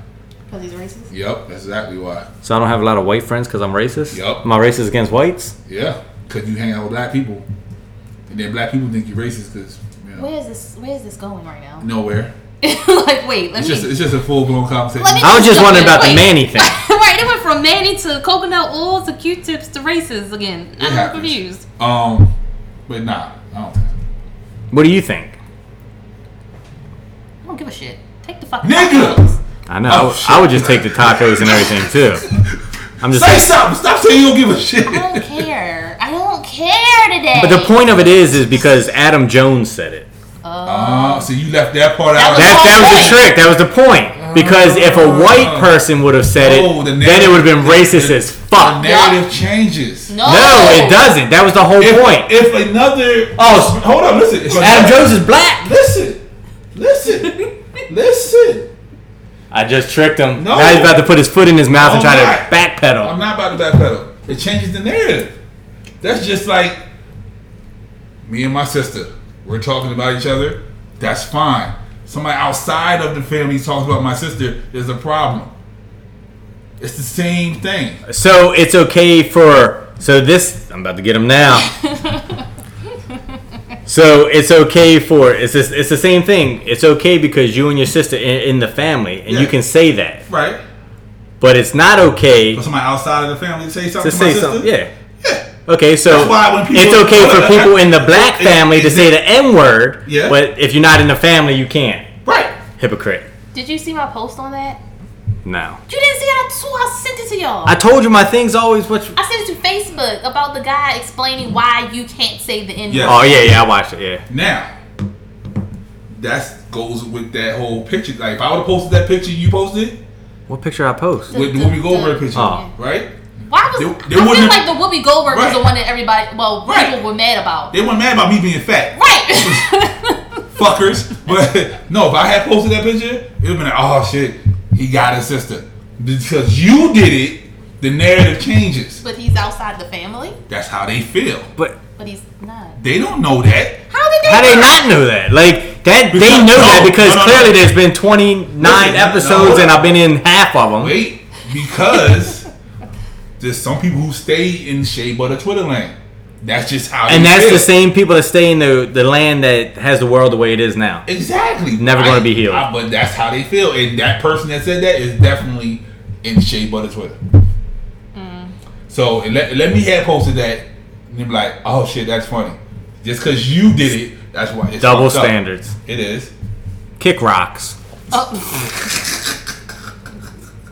Speaker 2: Because he's racist.
Speaker 3: Yep. That's exactly why.
Speaker 4: So I don't have a lot of white friends because I'm racist.
Speaker 3: Yup.
Speaker 4: Am I racist against whites?
Speaker 3: Yeah. Because you hang out with black people, and then black people think you're racist because you know
Speaker 2: Where is this? Where is this going right now?
Speaker 3: nowhere.
Speaker 2: like, wait, let
Speaker 3: It's
Speaker 2: me.
Speaker 3: just it's just a full blown conversation.
Speaker 2: let me
Speaker 4: I was just
Speaker 2: jump
Speaker 4: wondering
Speaker 2: in.
Speaker 4: about the
Speaker 2: Wait.
Speaker 4: Manny thing.
Speaker 2: right, it went from Manny to coconut oil to Q-tips to races again.
Speaker 3: It
Speaker 2: I'm
Speaker 3: happens.
Speaker 2: confused.
Speaker 3: Um. But nah. I don't think. so.
Speaker 4: What do you think?
Speaker 2: I don't give a shit. Take the fucking
Speaker 3: Nigga!
Speaker 2: tacos.
Speaker 4: I know.
Speaker 3: Oh,
Speaker 4: I would- I,
Speaker 3: shit.
Speaker 4: would just take the tacos and everything too. I'm just.
Speaker 3: Say
Speaker 4: Like,
Speaker 3: something. Stop saying you don't give a shit.
Speaker 2: I don't care. I don't care today.
Speaker 4: but the point of it is, is because Adam Jones said it.
Speaker 3: Uh, so you left that part out.
Speaker 2: was
Speaker 4: That, that was the
Speaker 2: Right.
Speaker 4: trick. That was the point. Because if a white person would have said it,
Speaker 3: Oh, the
Speaker 4: then it would have been
Speaker 3: narrative-
Speaker 4: racist
Speaker 3: the-
Speaker 4: as fuck.
Speaker 3: The narrative changes.
Speaker 2: no,
Speaker 4: no, it doesn't. That was the whole
Speaker 3: If,
Speaker 4: point.
Speaker 3: if another
Speaker 4: Oh, s-
Speaker 3: hold on, listen. If
Speaker 4: Adam
Speaker 3: another-
Speaker 4: Jones is black.
Speaker 3: Listen, listen, listen.
Speaker 4: I just tricked him.
Speaker 3: No.
Speaker 4: Now he's about to put his foot in his mouth and
Speaker 3: No,
Speaker 4: try
Speaker 3: I'm
Speaker 4: to
Speaker 3: not.
Speaker 4: backpedal.
Speaker 3: I'm not about to backpedal. It changes the narrative. That's just like me and my sister. We're talking about each other. That's fine. Somebody outside of the family talks about my sister. There's a problem. It's the same thing.
Speaker 4: So it's okay for so this I'm about to get him now. so it's okay for it's this, it's the same thing. It's okay because you and your sister in, in the family and you
Speaker 3: Yeah.
Speaker 4: can say that.
Speaker 3: Right?
Speaker 4: But it's not okay
Speaker 3: For somebody outside of the family to say something
Speaker 4: to
Speaker 3: to, my
Speaker 4: say
Speaker 3: sister?
Speaker 4: something. Yeah. Okay, so
Speaker 3: That's why when people-
Speaker 4: it's okay for people in the black family to say the N word,
Speaker 3: Yeah.
Speaker 4: but if you're not in the family, you can't.
Speaker 3: Right.
Speaker 4: Hypocrite.
Speaker 2: Did you see my post on that?
Speaker 4: No.
Speaker 2: You didn't see that? I swear I sent it to y'all.
Speaker 4: I told you my thing's always what. You-
Speaker 2: I sent it to Facebook about the guy explaining why you can't say the N word.
Speaker 3: Yeah.
Speaker 4: oh yeah, yeah, I watched it. Yeah.
Speaker 3: Now, that goes with that whole picture. Like, if I would have posted that picture you posted
Speaker 4: What picture I post?
Speaker 3: with the Whoopi Goldberg picture,
Speaker 4: Oh.
Speaker 3: right?
Speaker 2: Why was
Speaker 3: They- they
Speaker 2: I feel
Speaker 3: wouldn't
Speaker 2: like
Speaker 3: have-
Speaker 2: the Whoopi Goldberg was
Speaker 3: Right.
Speaker 2: the one that everybody, well,
Speaker 3: Right.
Speaker 2: people were mad about.
Speaker 3: They weren't mad about me being fat,
Speaker 2: right.
Speaker 3: fuckers. But no, if I had posted that picture, it would have been like, oh shit, he got his sister. Because you did it, the narrative changes.
Speaker 2: but he's outside the family.
Speaker 3: That's how they feel.
Speaker 4: But
Speaker 2: But he's not.
Speaker 3: They don't know that.
Speaker 2: How did they?
Speaker 4: how they not know that? Like that they
Speaker 3: Because-
Speaker 4: know that
Speaker 3: no,
Speaker 4: because
Speaker 3: no, no,
Speaker 4: clearly
Speaker 3: no.
Speaker 4: there's been 29
Speaker 3: Listen, no,
Speaker 4: episodes
Speaker 3: no.
Speaker 4: and I've been in half of them.
Speaker 3: Wait, because there's some people who stay in Shea Butter Twitter lane. That's just how.
Speaker 4: And
Speaker 3: they
Speaker 4: that's
Speaker 3: feel.
Speaker 4: the same people that stay in the, the land that has the world the way it is now.
Speaker 3: Exactly.
Speaker 4: Never gonna be healed.
Speaker 3: I- but that's how they feel, and that person that said that is definitely in Shea Butter Twitter. So and let, let me have posted that, and be like, "Oh shit, that's funny." Just because you did it, that's why. It's
Speaker 4: Double
Speaker 3: fucked up.
Speaker 4: standards.
Speaker 3: It is.
Speaker 4: Kick rocks.
Speaker 2: Oh.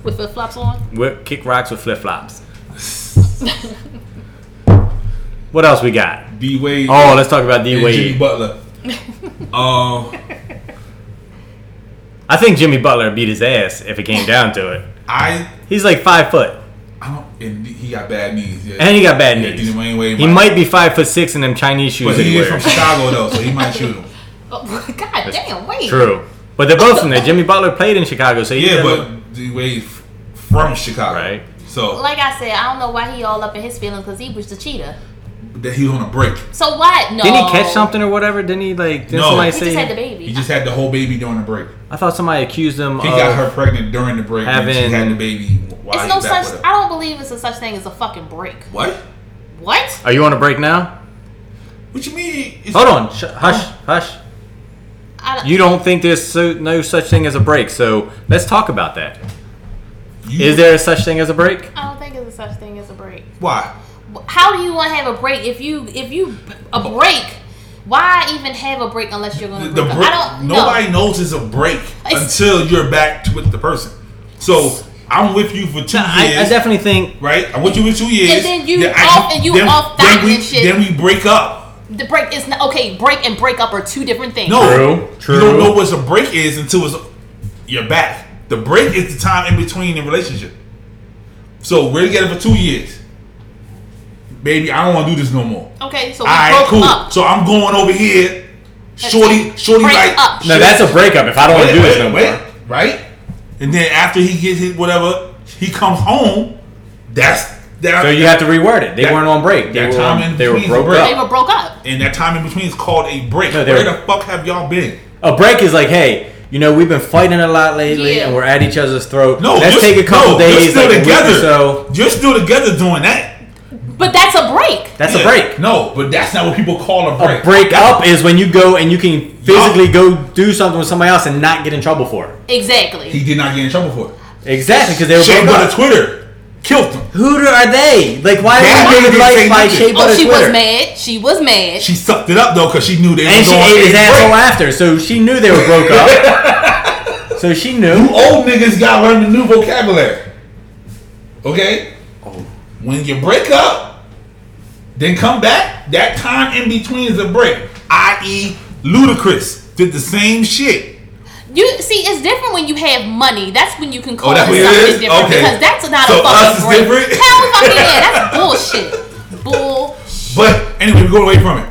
Speaker 2: With flip flops on.
Speaker 4: Whip, kick rocks with flip flops. what else we got?
Speaker 3: D Wade.
Speaker 4: Oh, let's talk about D
Speaker 3: and Jimmy
Speaker 4: Wade.
Speaker 3: Butler. um,
Speaker 4: I think Jimmy Butler beat his ass if it came down to it.
Speaker 3: I,
Speaker 4: He's like five foot,
Speaker 3: I don't. And he got bad knees. Yeah.
Speaker 4: and he got bad
Speaker 3: Yeah,
Speaker 4: knees.
Speaker 3: Dwayne Wade
Speaker 4: He might be five foot six in them Chinese shoes.
Speaker 3: But
Speaker 4: that
Speaker 3: he is
Speaker 4: wears.
Speaker 3: from Chicago though, so he might shoot him.
Speaker 2: Oh, God damn! Wait.
Speaker 4: True. But they're both from there. Jimmy Butler played in Chicago, so he
Speaker 3: Yeah,
Speaker 4: doesn't-
Speaker 3: but D Wade f- from Chicago,
Speaker 4: Right.
Speaker 3: So
Speaker 2: Like I said, I don't know why he all up in his feelings because he was the cheater.
Speaker 3: that he was on a break.
Speaker 2: So what? No.
Speaker 4: Didn't he catch something or whatever? Didn't he like? Didn't
Speaker 3: No.
Speaker 4: somebody
Speaker 3: He
Speaker 2: He
Speaker 4: say?
Speaker 2: just had the baby.
Speaker 3: He just had the whole baby during the break.
Speaker 4: I thought somebody accused him.
Speaker 3: He
Speaker 4: of,
Speaker 3: got her pregnant during the break and she
Speaker 4: Oh. having-
Speaker 3: had the baby while
Speaker 2: it's
Speaker 3: he
Speaker 2: no
Speaker 3: was back
Speaker 2: such.
Speaker 3: with her.
Speaker 2: I don't believe it's a such thing as a fucking break.
Speaker 3: What?
Speaker 2: What?
Speaker 4: Are you on a break now?
Speaker 3: What you mean? It's-
Speaker 4: Hold on. Sh- hush, hush.
Speaker 2: I,
Speaker 4: You don't think there's so, no such thing as a break, so let's talk about that.
Speaker 3: You-
Speaker 4: Is there such thing as a break?
Speaker 2: I don't think it's a such thing as a break.
Speaker 3: Why?
Speaker 2: How do you want to have a break if you if you a break? Why even have a break unless you're going to
Speaker 3: The
Speaker 2: break? up?
Speaker 3: break-
Speaker 2: Oh, I don't. know.
Speaker 3: nobody knows it's a break
Speaker 2: It's-
Speaker 3: until you're back to with the person. So I'm with you for two
Speaker 4: I, I
Speaker 3: years,
Speaker 4: definitely think
Speaker 3: right? I'm with you for two years,
Speaker 2: then you
Speaker 3: I-
Speaker 2: off and you
Speaker 3: then,
Speaker 2: off
Speaker 3: then
Speaker 2: that
Speaker 3: we,
Speaker 2: and shit.
Speaker 3: Then we break up.
Speaker 2: The break is not okay. Break and break up are two different things.
Speaker 3: No,
Speaker 4: True,
Speaker 3: You
Speaker 4: true.
Speaker 3: don't know what a break is until it's you're back. The break is the time in between the relationship. So we're together for two years, baby. I don't want to do this no more.
Speaker 2: Okay, so we
Speaker 3: All right,
Speaker 2: broke
Speaker 3: cool.
Speaker 2: Oh, up.
Speaker 3: So I'm going over here. Shorty, shorty,
Speaker 2: Break
Speaker 3: like
Speaker 2: up.
Speaker 4: no. That's a breakup. If I don't want to do this no
Speaker 3: Wait,
Speaker 4: more.
Speaker 3: Right? And then after he gets his whatever, he comes home. That's that.
Speaker 4: So you have to reword it. They
Speaker 3: That-
Speaker 4: weren't on break. They
Speaker 3: that
Speaker 4: were
Speaker 3: time in
Speaker 4: on, they were
Speaker 3: between's a
Speaker 4: broke
Speaker 3: break.
Speaker 2: they
Speaker 4: up.
Speaker 2: were broke up.
Speaker 3: and that time in between is called a break.
Speaker 4: No, they
Speaker 3: Where
Speaker 4: were-
Speaker 3: the fuck have y'all been?
Speaker 4: A break is like, hey, you know, we've been fighting a lot lately,
Speaker 2: Yeah.
Speaker 4: and we're at each other's throat.
Speaker 3: No,
Speaker 4: let's
Speaker 3: you're-
Speaker 4: take a couple
Speaker 3: no,
Speaker 4: days,
Speaker 3: You're still
Speaker 4: like a week
Speaker 3: together.
Speaker 4: or so.
Speaker 3: You're still together doing that.
Speaker 2: But that's a break.
Speaker 4: That's
Speaker 3: Yeah.
Speaker 4: a break.
Speaker 3: No, but that's not what people call a break.
Speaker 4: A break up is when you go and you can physically go do something with somebody else and not get in trouble for it.
Speaker 2: Exactly.
Speaker 3: He did not get in trouble for it.
Speaker 4: Exactly, because they were
Speaker 3: Shane
Speaker 4: broke
Speaker 3: got a
Speaker 4: up.
Speaker 3: Twitter, killed him.
Speaker 4: Who do- are they? Like, why
Speaker 3: That
Speaker 4: did you
Speaker 3: nigga
Speaker 4: give advice
Speaker 3: say
Speaker 4: by
Speaker 3: nothing.
Speaker 4: Shea
Speaker 2: oh,
Speaker 4: Butter
Speaker 2: she was
Speaker 4: Twitter?
Speaker 2: mad. She was mad.
Speaker 3: She sucked it up though because she knew they
Speaker 4: And
Speaker 3: was
Speaker 4: she
Speaker 3: on
Speaker 4: ate his
Speaker 3: a
Speaker 4: asshole
Speaker 3: break.
Speaker 4: after, so she knew they were broke up. so she knew.
Speaker 3: Old niggas gotta learn the new vocabulary. Okay?
Speaker 4: Oh.
Speaker 3: When you break up, then come back, that time in between is a break. I.e., Ludacris did the same shit.
Speaker 2: you see, it's different when you have money. That's when you can call it
Speaker 3: Oh, that's what it
Speaker 2: something
Speaker 3: is?
Speaker 2: different
Speaker 3: Okay.
Speaker 2: because that's not
Speaker 3: So
Speaker 2: a fucking
Speaker 3: us is
Speaker 2: break.
Speaker 3: different?
Speaker 2: Hell, fucking yeah, that's bullshit. Bullshit.
Speaker 3: But anyway, we go away from it.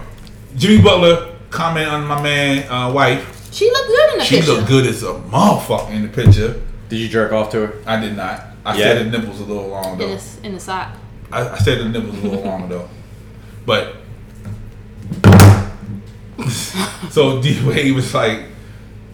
Speaker 3: Jimmy Butler comment on my man uh, wife.
Speaker 2: She looked good in the
Speaker 3: She
Speaker 2: picture.
Speaker 3: looked good as a motherfucker in the picture.
Speaker 4: Did you jerk off to her?
Speaker 3: I did not. I
Speaker 4: Yeah.
Speaker 3: said the nipples a little long
Speaker 2: in
Speaker 3: though.
Speaker 2: the, in the sock.
Speaker 3: I, I said the nipples a little long though, but so D Wade was like,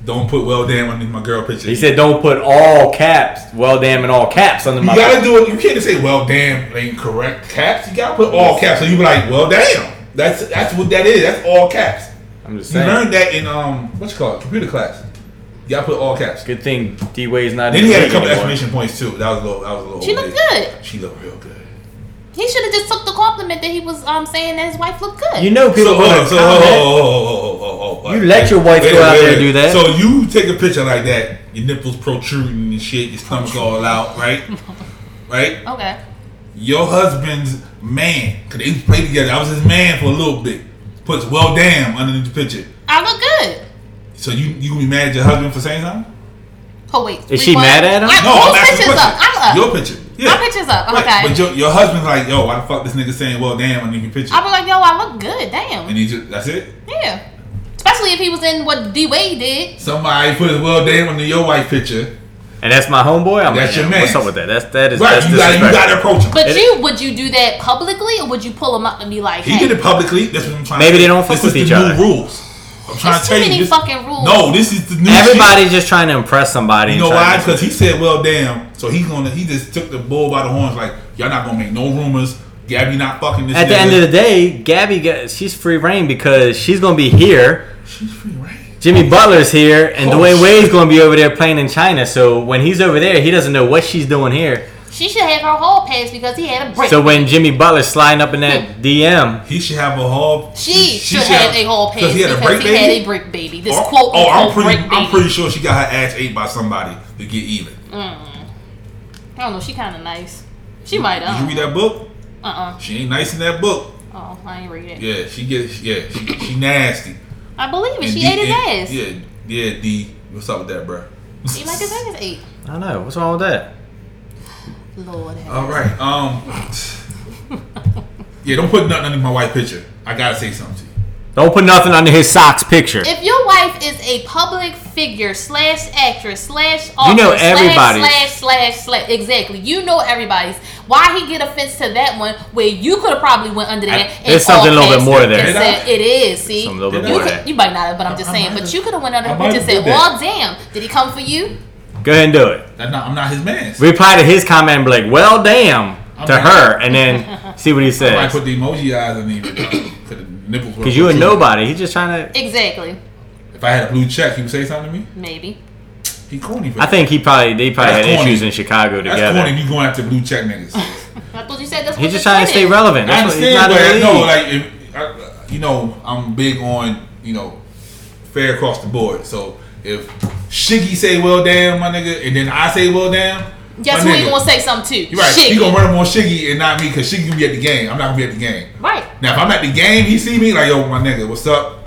Speaker 3: "Don't put well damn under my girl picture."
Speaker 4: He said, "Don't put all caps, well, damn, in all caps under
Speaker 3: "You
Speaker 4: my."
Speaker 3: gotta do it. You can't just say well damn ain't correct caps. You gotta put all caps." So you be like, "Well damn." That's that's what that is. That's all caps.
Speaker 4: I'm just
Speaker 3: You
Speaker 4: saying.
Speaker 3: learned that in um what's it called computer class. You gotta put all caps.
Speaker 4: Good thing D Wade's not.
Speaker 3: Then
Speaker 4: in
Speaker 3: he
Speaker 4: the
Speaker 3: had a
Speaker 4: league
Speaker 3: couple
Speaker 4: anymore.
Speaker 3: exclamation points too. That was a little. That was a little.
Speaker 2: She looked
Speaker 3: overrated.
Speaker 2: good.
Speaker 3: She looked real good.
Speaker 2: He should have just took the compliment that he was um saying that his wife looked good.
Speaker 4: You know people
Speaker 3: So hold
Speaker 4: gonna
Speaker 3: on, so
Speaker 4: comment.
Speaker 3: oh, oh, oh, oh, oh, oh, oh,
Speaker 4: You
Speaker 3: wait,
Speaker 4: let your wife
Speaker 3: wait,
Speaker 4: go out
Speaker 3: wait,
Speaker 4: there
Speaker 3: wait.
Speaker 4: and do that.
Speaker 3: So you take a picture like that, your nipples protruding and shit, your stomach all out, right? right?
Speaker 2: okay.
Speaker 3: Your husband's man, cause they played together. I was his man for a little bit. Puts well damn underneath the picture.
Speaker 2: I look good.
Speaker 3: So you you gonna be mad at your husband for saying something?
Speaker 2: Oh wait.
Speaker 4: Is she
Speaker 2: rewind.
Speaker 4: mad at him?
Speaker 2: I,
Speaker 3: No, I'm
Speaker 2: whose
Speaker 3: asking a
Speaker 2: picture's
Speaker 3: question.
Speaker 2: up? I'm up.
Speaker 3: Your picture. Yeah.
Speaker 2: My picture's up.
Speaker 3: Right,
Speaker 2: Okay.
Speaker 3: But your, your husband's like, yo, why the fuck this nigga saying well damn underneath your picture?
Speaker 2: I was like, yo, I look good. Damn.
Speaker 3: and he just that's it.
Speaker 2: Yeah. Especially if he was in what D Wade did.
Speaker 3: Somebody put well damn under your wife picture.
Speaker 4: and that's my homeboy. I'm
Speaker 3: That's
Speaker 4: like,
Speaker 3: your
Speaker 4: "Nah, What's
Speaker 3: man."
Speaker 4: up with that? That's that is
Speaker 3: Right,
Speaker 4: that's
Speaker 3: you gotta, you
Speaker 4: disrespectful."
Speaker 3: gotta approach him.
Speaker 2: But
Speaker 4: It-
Speaker 2: you would you do that publicly or would you pull him up and be like,
Speaker 3: He
Speaker 2: hey,
Speaker 3: did it publicly. That's what I'm trying.
Speaker 4: Maybe
Speaker 3: to
Speaker 4: they don't fuck
Speaker 3: This
Speaker 4: with
Speaker 3: is
Speaker 4: each
Speaker 3: the
Speaker 4: other.
Speaker 3: New rules. I'm trying
Speaker 2: There's
Speaker 3: to
Speaker 2: too
Speaker 3: tell
Speaker 2: many
Speaker 3: you. this-
Speaker 2: fucking rules.
Speaker 3: No, this is the new.
Speaker 4: Everybody's just trying to impress somebody.
Speaker 3: Shit. You
Speaker 4: and
Speaker 3: know
Speaker 4: trying
Speaker 3: why?
Speaker 4: to-
Speaker 3: Because he said, "Well, damn." So he's gonna. He just took the bull by the horns. Like y'all not gonna make no rumors. Gabby not fucking this.
Speaker 4: At the end of the day, Gabby got, she's free reign because she's gonna be here.
Speaker 3: she's free reign.
Speaker 4: Jimmy Butler's here, and
Speaker 3: Oh,
Speaker 4: Dwayne
Speaker 3: shit.
Speaker 4: Wade's gonna be over there playing in China. So when he's over there, he doesn't know what she's doing here.
Speaker 2: she should have her hall pass because he had a break.
Speaker 4: So when Jimmy Butler's sliding up in that DM,
Speaker 3: He should have a whole.
Speaker 2: she, should have a hall pass
Speaker 3: because he had a break
Speaker 2: he had
Speaker 3: baby.
Speaker 2: a break baby. This
Speaker 3: oh,
Speaker 2: quote
Speaker 3: oh, I'm
Speaker 2: unquote
Speaker 3: pretty.
Speaker 2: break baby.
Speaker 3: I'm pretty sure she got her ass ate by somebody to get even.
Speaker 2: Mm. I don't know, she kinda nice. She might
Speaker 3: Did you read
Speaker 2: um,
Speaker 3: that book?
Speaker 2: uh uh.
Speaker 3: She ain't nice in that book.
Speaker 2: Oh, I ain't read it.
Speaker 3: Yeah, she gets. Yeah, she, she nasty.
Speaker 2: I believe it.
Speaker 3: And
Speaker 2: She
Speaker 3: D-
Speaker 2: ate his
Speaker 3: and-
Speaker 2: ass.
Speaker 3: Yeah, yeah, D. What's up with that, bro?
Speaker 2: She like his ass ate.
Speaker 4: I don't know what's wrong with that.
Speaker 2: Lord have
Speaker 3: All right. Um. yeah, don't put nothing under my white picture. I gotta say something to you.
Speaker 4: Don't put nothing under his socks picture.
Speaker 2: If your wife is a public figure slash actress slash author
Speaker 4: You know everybody's.
Speaker 2: slash, slash slash slash exactly, you know everybody's. Why he get offense to that one where you could have probably went under that? and
Speaker 4: There's something a little bit
Speaker 2: all
Speaker 4: more there.
Speaker 2: and said, it is. See,
Speaker 4: Something a little bit
Speaker 2: you,
Speaker 4: more there.
Speaker 2: could, you might not have, but I'm just
Speaker 3: I
Speaker 2: saying.
Speaker 3: might
Speaker 2: But
Speaker 3: have-
Speaker 2: you could have went under
Speaker 3: I
Speaker 2: that
Speaker 3: might
Speaker 2: and
Speaker 3: have
Speaker 2: just said,
Speaker 3: did that.
Speaker 2: "Well, damn, did he come for you?"
Speaker 4: Go ahead and do it.
Speaker 3: That's not, I'm not his man.
Speaker 4: Reply to his comment and be like, "Well, damn," to her, and then see what he
Speaker 3: I
Speaker 4: says.
Speaker 3: put the emoji eyes and even uh, put the nipples.
Speaker 4: Because you a nobody. He's just trying to.
Speaker 2: Exactly,
Speaker 3: If I had a blue check, he would say something to me.
Speaker 2: maybe.
Speaker 3: He corny. For
Speaker 4: I think he probably they probably
Speaker 3: That's
Speaker 4: had
Speaker 3: corny.
Speaker 4: issues in Chicago
Speaker 3: that. that's
Speaker 4: together.
Speaker 3: corny. if You going after blue check niggas?
Speaker 2: I thought you said that's. what
Speaker 4: He's just
Speaker 2: the
Speaker 4: trying to
Speaker 2: trend
Speaker 4: stay
Speaker 2: is.
Speaker 4: relevant.
Speaker 3: I
Speaker 4: That's what he's
Speaker 3: understand,
Speaker 4: not
Speaker 3: but I
Speaker 4: in the
Speaker 3: know,
Speaker 4: league.
Speaker 3: like, if, I, you know, I'm big on you know fair across the board. So if Shiggy say, "Well, damn, my nigga," and then I say, "Well, damn,"
Speaker 2: Guess
Speaker 3: my
Speaker 2: who he
Speaker 3: nigga.
Speaker 2: gonna say something to?
Speaker 3: You're right.
Speaker 2: Shit.
Speaker 3: He gonna run him on Shiggy and not me because Shiggy gonna be at the game. I'm not gonna be at the game.
Speaker 2: Right.
Speaker 3: Now if I'm at the game, he see me like, "Yo, my nigga, what's up?"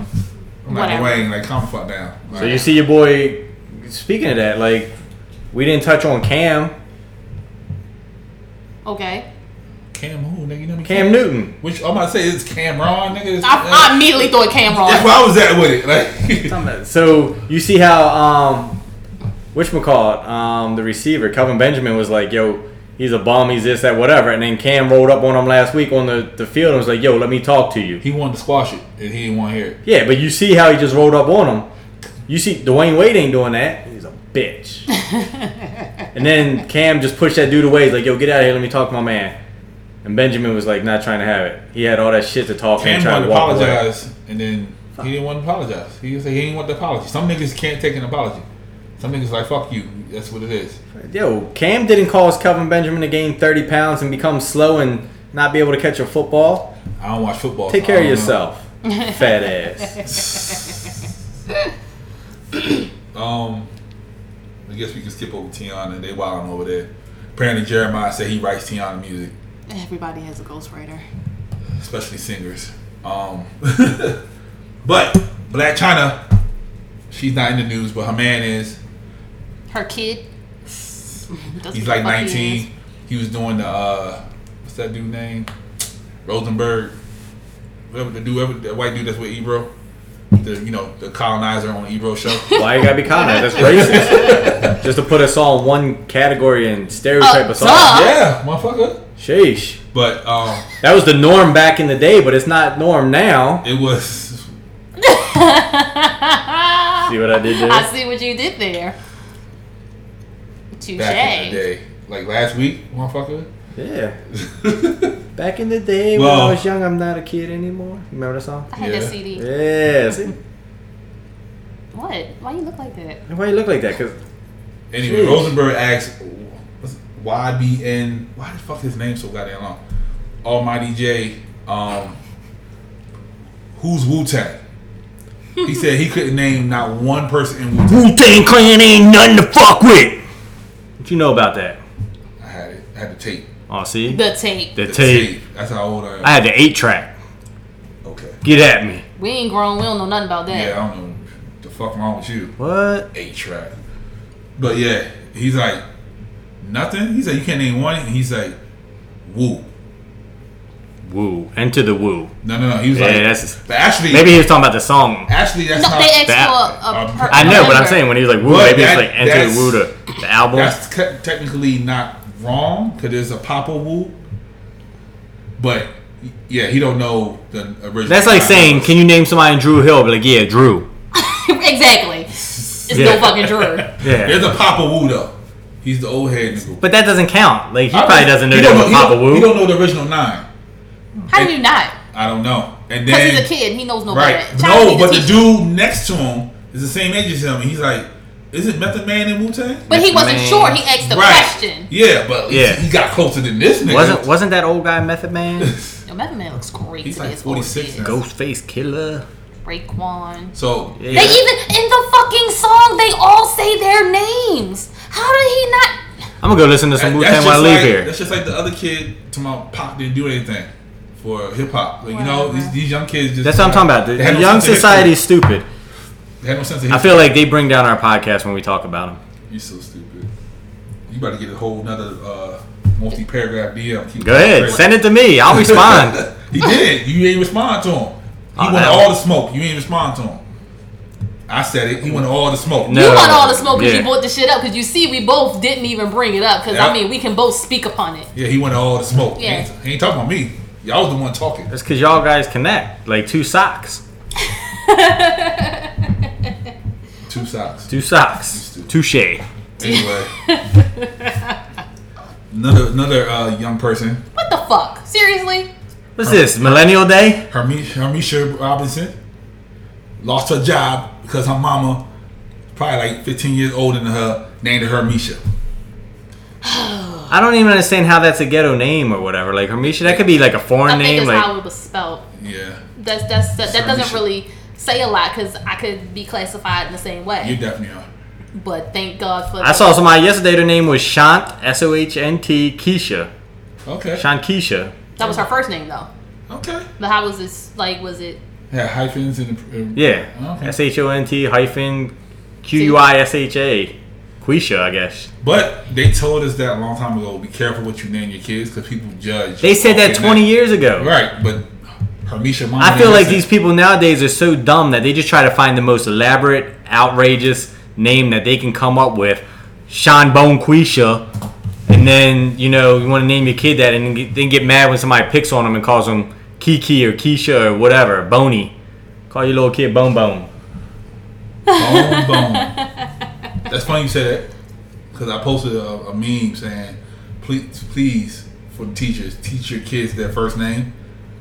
Speaker 3: I'm like,
Speaker 2: Whatever.
Speaker 3: Wayne, like, calm the fuck down. Like,
Speaker 4: So you see your boy. Speaking of that, like we didn't touch on Cam,
Speaker 2: Okay.
Speaker 3: Cam who, nigga? You know me,
Speaker 4: Cam Newton.
Speaker 3: Which I'm about to say it's Cameron, nigga. It's-
Speaker 2: I, I immediately thought Cameron.
Speaker 3: that's where I was at with it. Like,
Speaker 4: So you see how um, which um, the receiver Kelvin Benjamin was like, "Yo, he's a bum. He's this, that, whatever." And then Cam rolled up on him last week on the the field and was like, "Yo, let me talk to you."
Speaker 3: he wanted to squash it, and he didn't want to hear it.
Speaker 4: Yeah, but you see how he just rolled up on him. You see Dwayne Wade ain't doing that. He's a bitch. and then Cam just pushed that dude away. He's like, "Yo, get out of here. Let me talk to my man." And Benjamin was like, not trying to have it. He had all that shit to talk
Speaker 3: Cam
Speaker 4: and try
Speaker 3: wanted
Speaker 4: to
Speaker 3: to
Speaker 4: walk away.
Speaker 3: apologize, and then he didn't want to apologize. He said he didn't want the apology. Some niggas can't take an apology. Some niggas like fuck you. That's what it is.
Speaker 4: Yo, Cam didn't cause Kelvin Benjamin to gain 30 pounds and become slow and not be able to catch a football.
Speaker 3: I don't watch football.
Speaker 4: Take
Speaker 3: so
Speaker 4: care
Speaker 3: I
Speaker 4: of
Speaker 3: don't know.
Speaker 4: yourself, fat ass.
Speaker 3: Um, I guess we can skip over Tiana. They wilding over there. Apparently Jeremiah said he writes Tiana music,
Speaker 2: Everybody has a ghostwriter.
Speaker 3: especially singers. Um, but Black China, she's not in the news, but her man is.
Speaker 2: Her kid. That's
Speaker 3: He's
Speaker 2: what
Speaker 3: like
Speaker 2: the fuck he is.
Speaker 3: 19. He was doing the uh, what's that dude name? Rosenberg. Whatever the dude, whatever, the white dude that's with Ebro. The you know the colonizer on Ebro show.
Speaker 4: Why you gotta be kind That's racist. just to put us all in one category and stereotype
Speaker 2: Oh,
Speaker 4: us all.
Speaker 2: duh.
Speaker 3: yeah, motherfucker.
Speaker 4: Sheesh.
Speaker 3: But um,
Speaker 4: That was the norm back in the day, but it's not norm now.
Speaker 3: it was
Speaker 4: See what I did there?
Speaker 2: I see what you did there. Touche.
Speaker 3: back in the day, like last week, motherfucker.
Speaker 4: Yeah. Back in the day when
Speaker 3: Well-
Speaker 4: I was young, I'm not a kid anymore. Remember that song?
Speaker 2: I had
Speaker 3: Yeah.
Speaker 2: that CD.
Speaker 4: Yeah. See?
Speaker 2: What? Why you look like that?
Speaker 4: Why you look like that? Cause
Speaker 3: Anyway,
Speaker 4: Jeez.
Speaker 3: Rosenberg asks, what's- YBN, why the fuck his name so goddamn long? Almighty J, um, who's Wu Tang? He said he couldn't name not one person in Wu Tang.
Speaker 4: Wu Tang Clan ain't nothing to fuck with. What you know about that?
Speaker 3: I had it. I had the tape.
Speaker 4: Oh, see
Speaker 2: The tape.
Speaker 4: the
Speaker 3: The
Speaker 4: tape.
Speaker 3: That's how old I am.
Speaker 4: I had the eight track.
Speaker 3: okay.
Speaker 4: Get at me.
Speaker 2: We ain't grown. We don't know nothing about that.
Speaker 3: Yeah, I don't know what the fuck wrong with you.
Speaker 4: What?
Speaker 3: A track. But yeah, he's like, nothing? He's like, you can't name one? And he's like, Wu.
Speaker 4: Woo. Enter the woo.
Speaker 3: No, no, no. He was
Speaker 4: Yeah,
Speaker 3: like,
Speaker 4: that's-
Speaker 3: but actually,
Speaker 4: Maybe he was talking about the song.
Speaker 3: actually, that's
Speaker 2: No,
Speaker 3: not.
Speaker 2: they asked
Speaker 4: that-
Speaker 2: for a, a
Speaker 3: um,
Speaker 2: per-
Speaker 4: I
Speaker 2: a
Speaker 4: know, but I'm
Speaker 2: member.
Speaker 4: saying when he was like woo,
Speaker 3: Well,
Speaker 4: maybe
Speaker 3: that-
Speaker 4: it's like enter
Speaker 3: that's-
Speaker 4: the woo to the album.
Speaker 3: That's te- technically not wrong because there's a Papa Wu, but yeah, he don't know the original.
Speaker 4: That's like saying, can you name somebody in Drew Hill? Be like, yeah, Drew.
Speaker 2: exactly. It's
Speaker 4: Yeah.
Speaker 2: no fucking Drew.
Speaker 4: Yeah.
Speaker 3: there's a Papa Wu though. He's the old head in the group.
Speaker 4: But that doesn't count. Like he
Speaker 3: I
Speaker 4: probably
Speaker 3: don't-
Speaker 4: doesn't know
Speaker 3: he
Speaker 4: that
Speaker 3: don't
Speaker 4: was
Speaker 3: he
Speaker 4: Papa
Speaker 3: don't- He
Speaker 4: Wu.
Speaker 3: don't know the original nine.
Speaker 2: How do you not?
Speaker 3: I don't know. And
Speaker 2: Because
Speaker 3: then
Speaker 2: he's a kid. and He knows no
Speaker 3: right?
Speaker 2: better. Child
Speaker 3: No,
Speaker 2: need to
Speaker 3: but the
Speaker 2: teach.
Speaker 3: dude next to him is the same age as him, and he's like, "Isn't Method Man in Wu Tang?"
Speaker 2: But he wasn't
Speaker 4: Man.
Speaker 2: sure. He asked the question.
Speaker 3: Yeah, but
Speaker 4: Yeah.
Speaker 3: yeah. he got closer than this nigga.
Speaker 4: Wasn't wasn't that old guy Method Man?
Speaker 2: Yo, Method Man looks great
Speaker 3: He's
Speaker 2: to
Speaker 3: like
Speaker 2: be as old as he
Speaker 3: 46
Speaker 2: is.
Speaker 3: now.
Speaker 4: Ghostface Killer.
Speaker 2: Raekwon.
Speaker 3: so
Speaker 4: Yeah.
Speaker 2: They even in the fucking song they all say their names. How did he not?
Speaker 4: I'm gonna go listen to some Wu Tang
Speaker 3: That's
Speaker 4: when I
Speaker 3: just
Speaker 4: leave
Speaker 3: like,
Speaker 4: here.
Speaker 3: That's just like the other kid to my pop didn't do anything for hip hop. Like, you know,
Speaker 2: Whatever.
Speaker 3: these, these young kids just
Speaker 4: That's what I'm talking about. The,
Speaker 3: They had
Speaker 4: the
Speaker 3: no
Speaker 4: young
Speaker 3: sense of
Speaker 4: society is stupid.
Speaker 3: history. They had no sense of
Speaker 4: I feel like they bring down our podcast when we talk about them.
Speaker 3: you so stupid. You about to get a whole nother uh, multi paragraph DM. Keep
Speaker 4: Go ahead, send it to me. I'll respond.
Speaker 3: he did. You ain't respond to him. He
Speaker 4: Oh,
Speaker 3: wanted
Speaker 4: that
Speaker 3: all
Speaker 4: one.
Speaker 3: the smoke. You didn't respond to him. I said it. He wanted all the smoke.
Speaker 4: No.
Speaker 2: you want all the smoke because
Speaker 4: Uh, Yeah.
Speaker 2: you brought the shit up because you see we both didn't even bring it up because
Speaker 3: Yeah.
Speaker 2: I mean we can both speak upon it.
Speaker 3: Yeah, he wanted all the smoke. He,
Speaker 2: Yeah.
Speaker 3: ain't, he ain't talking about me. Y'all was the one talking.
Speaker 4: That's because y'all guys connect like two socks,
Speaker 3: Two sides.
Speaker 4: two socks,
Speaker 3: Used
Speaker 4: touche.
Speaker 3: Anyway. another another uh, young person,
Speaker 2: What the fuck? Seriously?
Speaker 4: What's this Millennial Day?
Speaker 3: Hermi- Hermisha Robinson, lost her job because her mama, probably like 15 years older than her, named her Hermisha.
Speaker 4: I don't even understand how that's a ghetto name or whatever. Like Hermisha, that could be like a foreign
Speaker 2: I think
Speaker 4: name.
Speaker 2: it's
Speaker 4: Like
Speaker 2: how it was spelled.
Speaker 3: Yeah.
Speaker 2: That's that's that, that
Speaker 3: Sorry,
Speaker 2: doesn't
Speaker 3: shit.
Speaker 2: really say a lot because I could be classified in the same way.
Speaker 3: You definitely are.
Speaker 2: but thank God for
Speaker 4: I saw somebody yesterday. Their name was Shant S O H N T Keisha.
Speaker 3: Okay.
Speaker 4: Shant Keisha.
Speaker 2: that was her first name though.
Speaker 3: Okay.
Speaker 2: But how was this like? Was it
Speaker 3: Yeah, hyphens and. and
Speaker 4: Yeah.
Speaker 3: Okay.
Speaker 4: S H O N T hyphen Q U I S H A. Quisha, I guess.
Speaker 3: But they told us that a long time ago. Be careful what you name your kids because people judge.
Speaker 4: They said that 20 years ago.
Speaker 3: Right, but Hermisha. Mama
Speaker 4: I feel
Speaker 3: didn't
Speaker 4: like
Speaker 3: listen.
Speaker 4: these people nowadays are so dumb that they just try to find the most elaborate, outrageous name that they can come up with. Sean Bone Quisha. And then, you know, you want to name your kid that and then get- then get mad when somebody picks on them and calls them Kiki or Keisha or whatever, Boney. Call your little kid Bone Bone.
Speaker 3: Bone bone. That's funny you said that because I posted a, a meme saying, "Please, please, for teachers, teach your kids their first name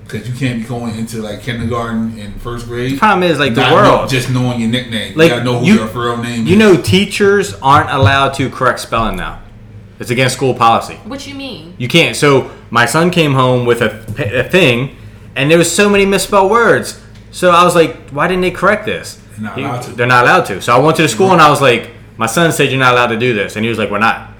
Speaker 3: because you can't be going into like kindergarten and first grade."
Speaker 4: Problem is, like, the
Speaker 3: not know-
Speaker 4: world.
Speaker 3: just knowing your nickname.
Speaker 4: Like,
Speaker 3: you gotta know who
Speaker 4: you-
Speaker 3: your real name.
Speaker 4: You
Speaker 3: is.
Speaker 4: know, teachers aren't allowed to correct spelling now. It's against school policy.
Speaker 2: what you mean?
Speaker 4: You can't. So my son came home with a, p- a thing, and there was so many misspelled words. So I was like, why didn't they correct this?
Speaker 3: They're not allowed to.
Speaker 4: They're not allowed to. So I went to the school and I was like, my son said you're not allowed to do this, and he was like, we're not.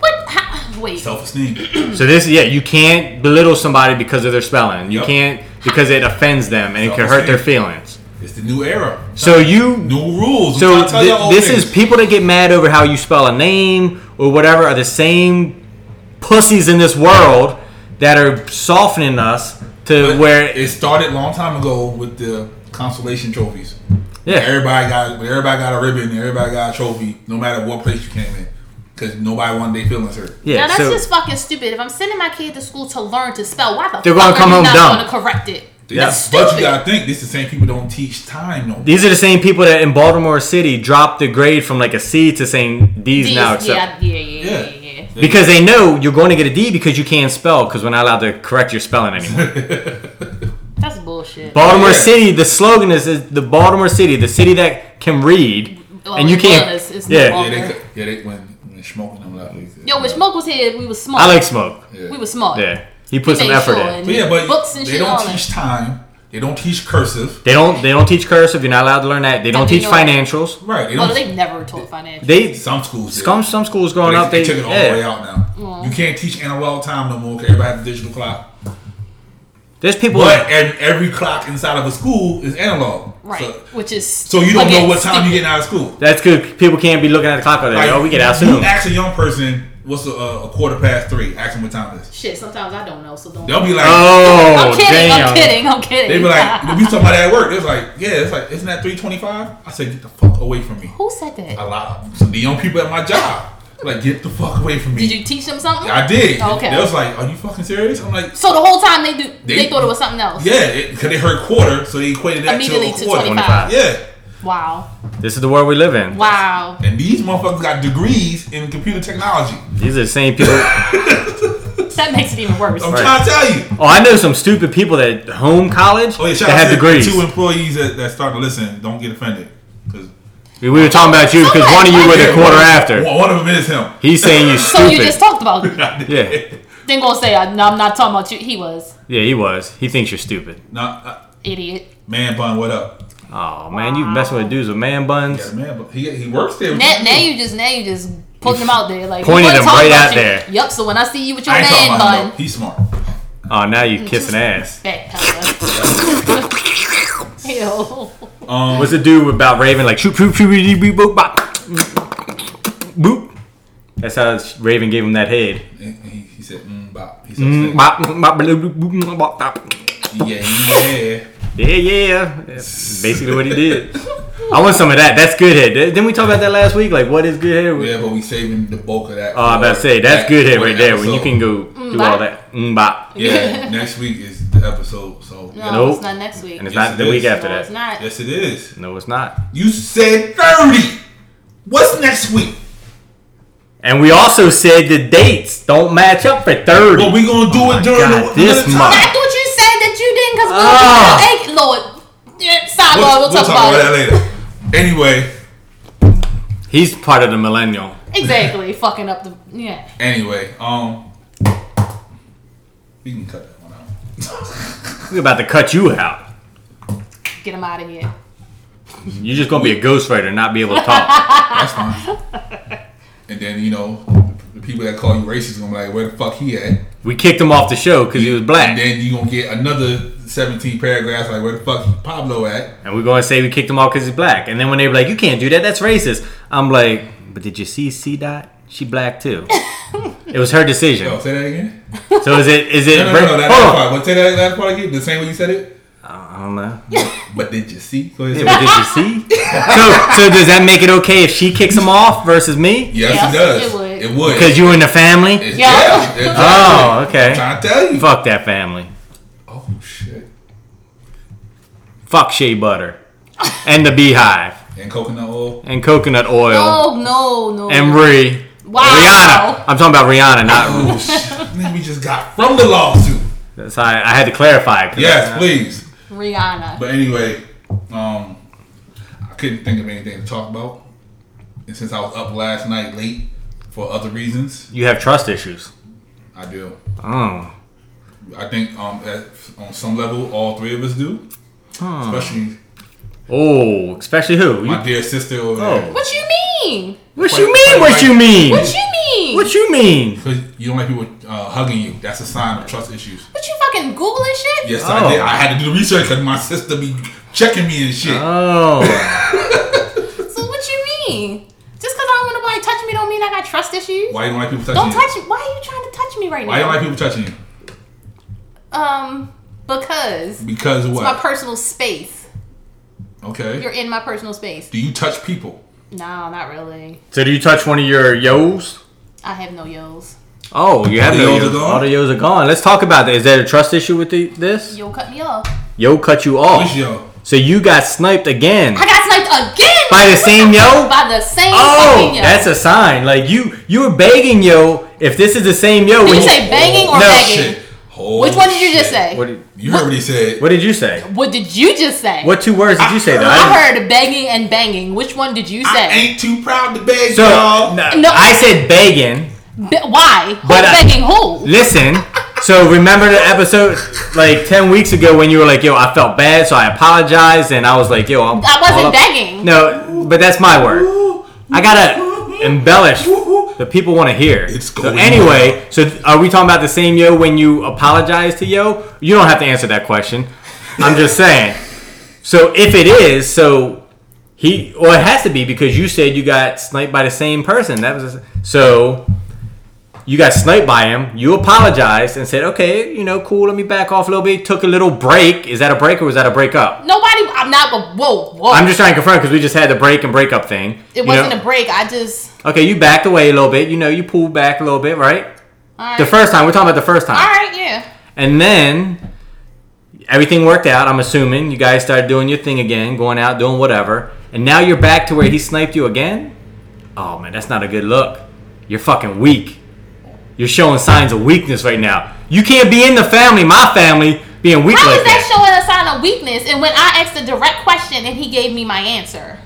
Speaker 2: What? How, wait.
Speaker 3: self-esteem.
Speaker 4: So this, yeah, you can't belittle somebody because of their spelling. You
Speaker 3: Yep.
Speaker 4: can't because it offends them and it can hurt their feelings.
Speaker 3: it's the new era.
Speaker 4: So you
Speaker 3: New rules. We
Speaker 4: So
Speaker 3: gotta tell
Speaker 4: thi-
Speaker 3: y'all old
Speaker 4: this
Speaker 3: niggas.
Speaker 4: is people that get mad over how you spell a name or whatever are the same pussies in this world that are softening us to
Speaker 3: But
Speaker 4: where
Speaker 3: it started long time ago with the consolation trophies.
Speaker 4: Yeah.
Speaker 3: everybody got when everybody got a ribbon, everybody got a trophy, no matter what place you came in, because nobody wanted their feelings hurt.
Speaker 4: yeah.
Speaker 2: now that's
Speaker 4: so
Speaker 2: just fucking stupid. If I'm sending my kid to school to learn to spell, why the
Speaker 4: They're gonna
Speaker 2: fuck
Speaker 4: come
Speaker 2: are
Speaker 4: home
Speaker 2: you not
Speaker 4: dumb.
Speaker 2: going to correct it?
Speaker 4: Yeah.
Speaker 2: That's
Speaker 3: But
Speaker 2: stupid.
Speaker 3: you gotta think this is the same people don't teach time no. more.
Speaker 4: these are the same people that in Baltimore City dropped the grade from like a C to saying D's,
Speaker 2: These-
Speaker 4: now accept.
Speaker 2: yeah, yeah, yeah,
Speaker 3: Yeah.
Speaker 2: yeah, yeah, yeah.
Speaker 4: Because they know you're going to get a D because you can't spell because we're not allowed to correct your spelling anymore.
Speaker 2: That's bullshit.
Speaker 4: Baltimore
Speaker 3: Yeah.
Speaker 4: City, the slogan is, is the Baltimore City, the city that can read
Speaker 2: Well,
Speaker 4: and you
Speaker 2: it
Speaker 4: can't.
Speaker 2: was. It's no
Speaker 4: yeah,
Speaker 2: longer.
Speaker 3: Yeah, they could- yeah they when when smoking them out.
Speaker 2: Yo, when Smoke was here, we was smart.
Speaker 4: I like smoke.
Speaker 3: Yeah.
Speaker 2: We was smart.
Speaker 4: Yeah, he put some
Speaker 2: Made
Speaker 4: effort
Speaker 2: sure,
Speaker 4: in.
Speaker 2: and
Speaker 3: But yeah, but
Speaker 2: books and
Speaker 3: they
Speaker 2: shit
Speaker 3: don't
Speaker 2: on it.
Speaker 3: teach time. They don't teach cursive.
Speaker 4: They don't. They don't teach cursive. You're not allowed to learn that. They don't
Speaker 2: They
Speaker 4: teach
Speaker 2: know it.
Speaker 4: financials.
Speaker 3: Right. They
Speaker 2: Oh,
Speaker 3: don't.
Speaker 2: they never taught financial.
Speaker 4: They
Speaker 3: some schools. did.
Speaker 4: some some schools growing up.
Speaker 3: they,
Speaker 4: They,
Speaker 3: took it all the way
Speaker 4: yeah.
Speaker 3: out now. You can't teach analog time no more. 'cause Everybody has a digital clock.
Speaker 4: There's people.
Speaker 3: But and every clock inside of a school is analog.
Speaker 2: right.
Speaker 3: So,
Speaker 2: Which is
Speaker 3: so you don't know
Speaker 2: again,
Speaker 3: what time you're
Speaker 2: stupid.
Speaker 3: getting out of school.
Speaker 4: that's good. People can't be looking at the clock all day.
Speaker 3: Like,
Speaker 4: oh, we get out
Speaker 3: You
Speaker 4: soon.
Speaker 3: ask a young person what's a, a quarter past three. Ask them what time it is.
Speaker 2: Shit, sometimes I don't know, so don't.
Speaker 3: They'll be like,
Speaker 4: Oh,
Speaker 2: I'm kidding.
Speaker 4: damn.
Speaker 2: I'm kidding. I'm kidding.
Speaker 3: they be like, we talking about that at work. It's like, yeah, it's like, isn't that three twenty five? I said, get the fuck away from me.
Speaker 2: Who said that?
Speaker 3: A lot of so the young people at my job, like, get the fuck away from me.
Speaker 2: Did you teach them something?
Speaker 3: I did.
Speaker 2: Okay.
Speaker 3: They was like, are you fucking serious? I'm like,
Speaker 2: so the whole time they do, they,
Speaker 3: They-
Speaker 2: thought it was something else.
Speaker 3: yeah, because they heard quarter, so they equated that
Speaker 2: Immediately
Speaker 3: to a
Speaker 2: to
Speaker 3: quarter.
Speaker 2: 25.
Speaker 3: Yeah.
Speaker 2: Wow.
Speaker 4: This is the world we live in.
Speaker 2: Wow.
Speaker 3: And these motherfuckers got degrees in computer technology.
Speaker 4: These are the same people. oh,
Speaker 2: That makes it even worse.
Speaker 3: I'm
Speaker 4: Right.
Speaker 3: trying to tell you.
Speaker 4: Oh, I know some stupid people that home college.
Speaker 3: Oh yeah, shout
Speaker 4: that
Speaker 3: out
Speaker 4: have
Speaker 3: to
Speaker 4: degrees.
Speaker 3: the two employees that, that start to listen. Don't get offended because
Speaker 4: We were talking about you because one of you were the quarter after.
Speaker 3: one of them is him.
Speaker 4: He's saying you
Speaker 2: So you
Speaker 4: stupid.
Speaker 2: just talked about it.
Speaker 4: Yeah,
Speaker 2: Then gonna say, I, no, I'm not talking about you. He was.
Speaker 4: yeah, he was. He thinks you're stupid.
Speaker 3: Nah, uh,
Speaker 2: Idiot.
Speaker 3: man bun, what up?
Speaker 4: Oh man, you messing with dudes with man buns.
Speaker 3: Yeah, man bun. He, he works there.
Speaker 2: Now, now you just, now you just putting them out there. Like,
Speaker 4: Pointed
Speaker 2: we wanna
Speaker 4: them
Speaker 2: talk
Speaker 4: right
Speaker 2: about
Speaker 4: out
Speaker 2: you.
Speaker 4: there.
Speaker 2: Yep, so when I see you with your
Speaker 3: I ain't talking
Speaker 2: man
Speaker 3: about him.
Speaker 2: bun.
Speaker 3: though. He's smart.
Speaker 4: Oh, now you kissing ass.
Speaker 2: Back cover. Ew.
Speaker 3: Um,
Speaker 4: What's the dude about Raven? Like shoot, shoot, shoot, shoot, boop, boop, bop. boop. That's how Raven gave him that head.
Speaker 3: he, he said, mm, bop. He's
Speaker 4: Mm,
Speaker 3: upset.
Speaker 4: bop, mm, bop, bloop, bloop, boop, mm, bop, bop.
Speaker 3: Yeah, yeah.
Speaker 4: Yeah, yeah. That's basically what he did. I want some of that. That's good head. Didn't we talk about that last week? Like, what is good head?
Speaker 3: Yeah, but we saving the bulk of that.
Speaker 4: Oh, I
Speaker 3: for
Speaker 4: about to say that's
Speaker 3: that
Speaker 4: good head
Speaker 3: for
Speaker 4: right
Speaker 3: the
Speaker 4: there. When you
Speaker 3: episode.
Speaker 4: can go do
Speaker 2: bye.
Speaker 4: all that, mm, bop.
Speaker 3: Yeah, next week is the episode. So
Speaker 2: No,
Speaker 4: Nope.
Speaker 2: it's not next week.
Speaker 4: and it's
Speaker 3: Yes,
Speaker 4: not
Speaker 3: it
Speaker 4: the
Speaker 3: is.
Speaker 4: week after
Speaker 2: no,
Speaker 4: that.
Speaker 2: it's not.
Speaker 3: yes, it is.
Speaker 4: No, it's not.
Speaker 3: You said thirty. What's next week?
Speaker 4: And we also said the dates don't match up for thirty.
Speaker 3: Well, we gonna do it during
Speaker 4: Oh God,
Speaker 3: the
Speaker 4: this
Speaker 3: another time.
Speaker 4: month.
Speaker 2: That's what you said that you didn't because we
Speaker 4: Ah.
Speaker 2: were hey, Lord. Yeah, Sidebar,
Speaker 3: We'll,
Speaker 2: we'll,
Speaker 3: we'll
Speaker 2: talk, about,
Speaker 3: that
Speaker 2: it.
Speaker 3: later. Anyway,
Speaker 4: He's part of the millennial.
Speaker 2: Exactly. fucking up the. Yeah.
Speaker 3: anyway, um, we can cut that one out.
Speaker 4: We're about to cut you out.
Speaker 2: Get him out of here.
Speaker 4: You're just gonna be a ghostwriter and not be able to talk.
Speaker 3: That's fine. and then you know, the people that call you racist gonna be like, "Where the fuck he at?"
Speaker 4: we kicked him off the show because he was
Speaker 3: And
Speaker 4: black,
Speaker 3: then you gonna get another seventeen paragraphs like, "Where the fuck Pablo at?"
Speaker 4: and we're gonna say we kicked him off because he's black. And then when they were like, "You can't do that. That's racist," I'm like, "But did you see C dot? She black too. it was her
Speaker 3: Yo,
Speaker 4: decision.
Speaker 3: say that again.
Speaker 4: So is it? Is it?
Speaker 3: No, no, no, no that, that
Speaker 4: Hold on.
Speaker 3: part. But say that that part again. The same way you said it.
Speaker 4: I don't know.
Speaker 3: But did you see? Go ahead. say
Speaker 4: Yeah, but
Speaker 3: it.
Speaker 4: did you see? so, so does that make it okay if she kicks him off versus me?
Speaker 3: Yes,
Speaker 2: Yes,
Speaker 3: it does.
Speaker 2: it would.
Speaker 3: It would.
Speaker 4: Because you in the family?
Speaker 3: It's-
Speaker 2: Yeah.
Speaker 3: yeah. exactly.
Speaker 4: Oh, okay.
Speaker 3: I'm trying to tell you.
Speaker 4: Fuck that family.
Speaker 3: Oh shit.
Speaker 4: Fuck shea butter. And the beehive.
Speaker 3: And coconut oil.
Speaker 4: And coconut oil.
Speaker 2: Oh, no, no.
Speaker 4: And Ree.
Speaker 2: wow.
Speaker 4: Rihanna. I'm talking about Rihanna, not
Speaker 3: Oh shit. Man, we just got from the lawsuit.
Speaker 4: That's how I, I had to clarify. 'cause
Speaker 3: Yes, please.
Speaker 2: Rihanna.
Speaker 3: But anyway, um, I couldn't think of anything to talk about, and since I was up last night late for other reasons,
Speaker 4: You have trust issues.
Speaker 3: I do.
Speaker 4: Oh.
Speaker 3: I think um, at, on some level, all three of us do. Especially
Speaker 4: Oh, especially who?
Speaker 3: my
Speaker 4: You,
Speaker 3: dear sister over
Speaker 4: Oh.
Speaker 3: there.
Speaker 2: What you mean?
Speaker 4: what you mean? What you mean?
Speaker 2: What you mean?
Speaker 4: What you mean?
Speaker 3: Because you don't like people uh, hugging you. That's a sign of trust issues.
Speaker 2: What you fucking googling shit?
Speaker 3: Yes,
Speaker 4: Oh.
Speaker 3: I did. I had to do the research because my sister be checking me and shit.
Speaker 4: Oh.
Speaker 2: So what you mean? Just because I don't want nobody to touch me don't mean I got trust issues.
Speaker 3: Why you don't like people touching
Speaker 2: Don't
Speaker 3: you?
Speaker 2: touch me. Why are you trying to touch me right
Speaker 3: Why you
Speaker 2: now?
Speaker 3: don't like people touching you?
Speaker 2: um, because
Speaker 3: Because of
Speaker 2: it's my
Speaker 3: what?
Speaker 2: personal space.
Speaker 3: Okay.
Speaker 2: You're in my personal space.
Speaker 3: Do you touch people?
Speaker 2: No, not really.
Speaker 4: So do you touch one of your yos?
Speaker 2: I have no yos.
Speaker 4: Oh, you have
Speaker 3: the
Speaker 4: no
Speaker 3: yos
Speaker 4: yos.
Speaker 3: are gone?
Speaker 4: All the yos are gone. Let's talk about that. Is there a trust issue with the, this?
Speaker 2: Yo, cut me off.
Speaker 4: Yo cut you off.
Speaker 3: Which yo?
Speaker 4: So you got sniped again
Speaker 2: I got sniped again
Speaker 4: by the same yo.
Speaker 2: by the same
Speaker 4: Oh,
Speaker 2: fucking yo.
Speaker 4: that's a sign. Like you, you were begging yo. If this is the same yo,
Speaker 2: Did
Speaker 4: when
Speaker 2: you say banging or
Speaker 4: No,
Speaker 2: begging?
Speaker 3: Shit. Holy
Speaker 2: Which one did you just
Speaker 3: shit.
Speaker 2: say? What,
Speaker 4: What did,
Speaker 3: You heard what he said.
Speaker 4: what did you say?
Speaker 2: did you just say?
Speaker 4: What two words did you say? Though?
Speaker 2: I
Speaker 4: didn't-
Speaker 2: heard begging and banging. Which one did you
Speaker 3: I
Speaker 2: say?
Speaker 3: ain't too proud to beg,
Speaker 4: So
Speaker 3: y'all.
Speaker 4: no,
Speaker 2: No.
Speaker 4: I said begging.
Speaker 2: Be- why? Who's
Speaker 4: But I-
Speaker 2: begging who?
Speaker 4: Listen. So remember the episode like ten weeks ago when you were like, "Yo, I felt bad, so I apologized," and I was like, "Yo, I'm."
Speaker 2: I wasn't
Speaker 4: all up-
Speaker 2: begging.
Speaker 4: No, but that's my word. I gotta embellish. The people want to hear.
Speaker 3: It's
Speaker 4: so
Speaker 3: going
Speaker 4: anyway. So th- are we talking about the same yo when you apologize to yo? You don't have to answer that question. I'm just saying. So if it is, so he or it has to be because you said you got sniped by the same person. That was so. You got sniped by him. You apologized and said, "Okay, you know, cool. Let me back off a little bit." Took a little break. Is that a break or was that a breakup?
Speaker 2: Nobody. I'm not. Whoa, whoa.
Speaker 4: I'm just trying to confirm because we just had the break and breakup thing.
Speaker 2: It wasn't a break. I just.
Speaker 4: a. Okay, you backed away a little bit. You know, you pulled back a little bit, right?
Speaker 2: All right.
Speaker 4: The first time we're talking about the first time,
Speaker 2: All right. Yeah.
Speaker 4: and then everything worked out. I'm assuming you guys started doing your thing again, going out, doing whatever, and now you're back to where he sniped you again. Oh man, that's not a good look. You're fucking weak. You're showing signs of weakness right now. You can't be in the family, my family, being weak
Speaker 2: How
Speaker 4: like
Speaker 2: is that
Speaker 4: that.
Speaker 2: showing a sign of weakness? And when I asked a direct question and he gave me my answer,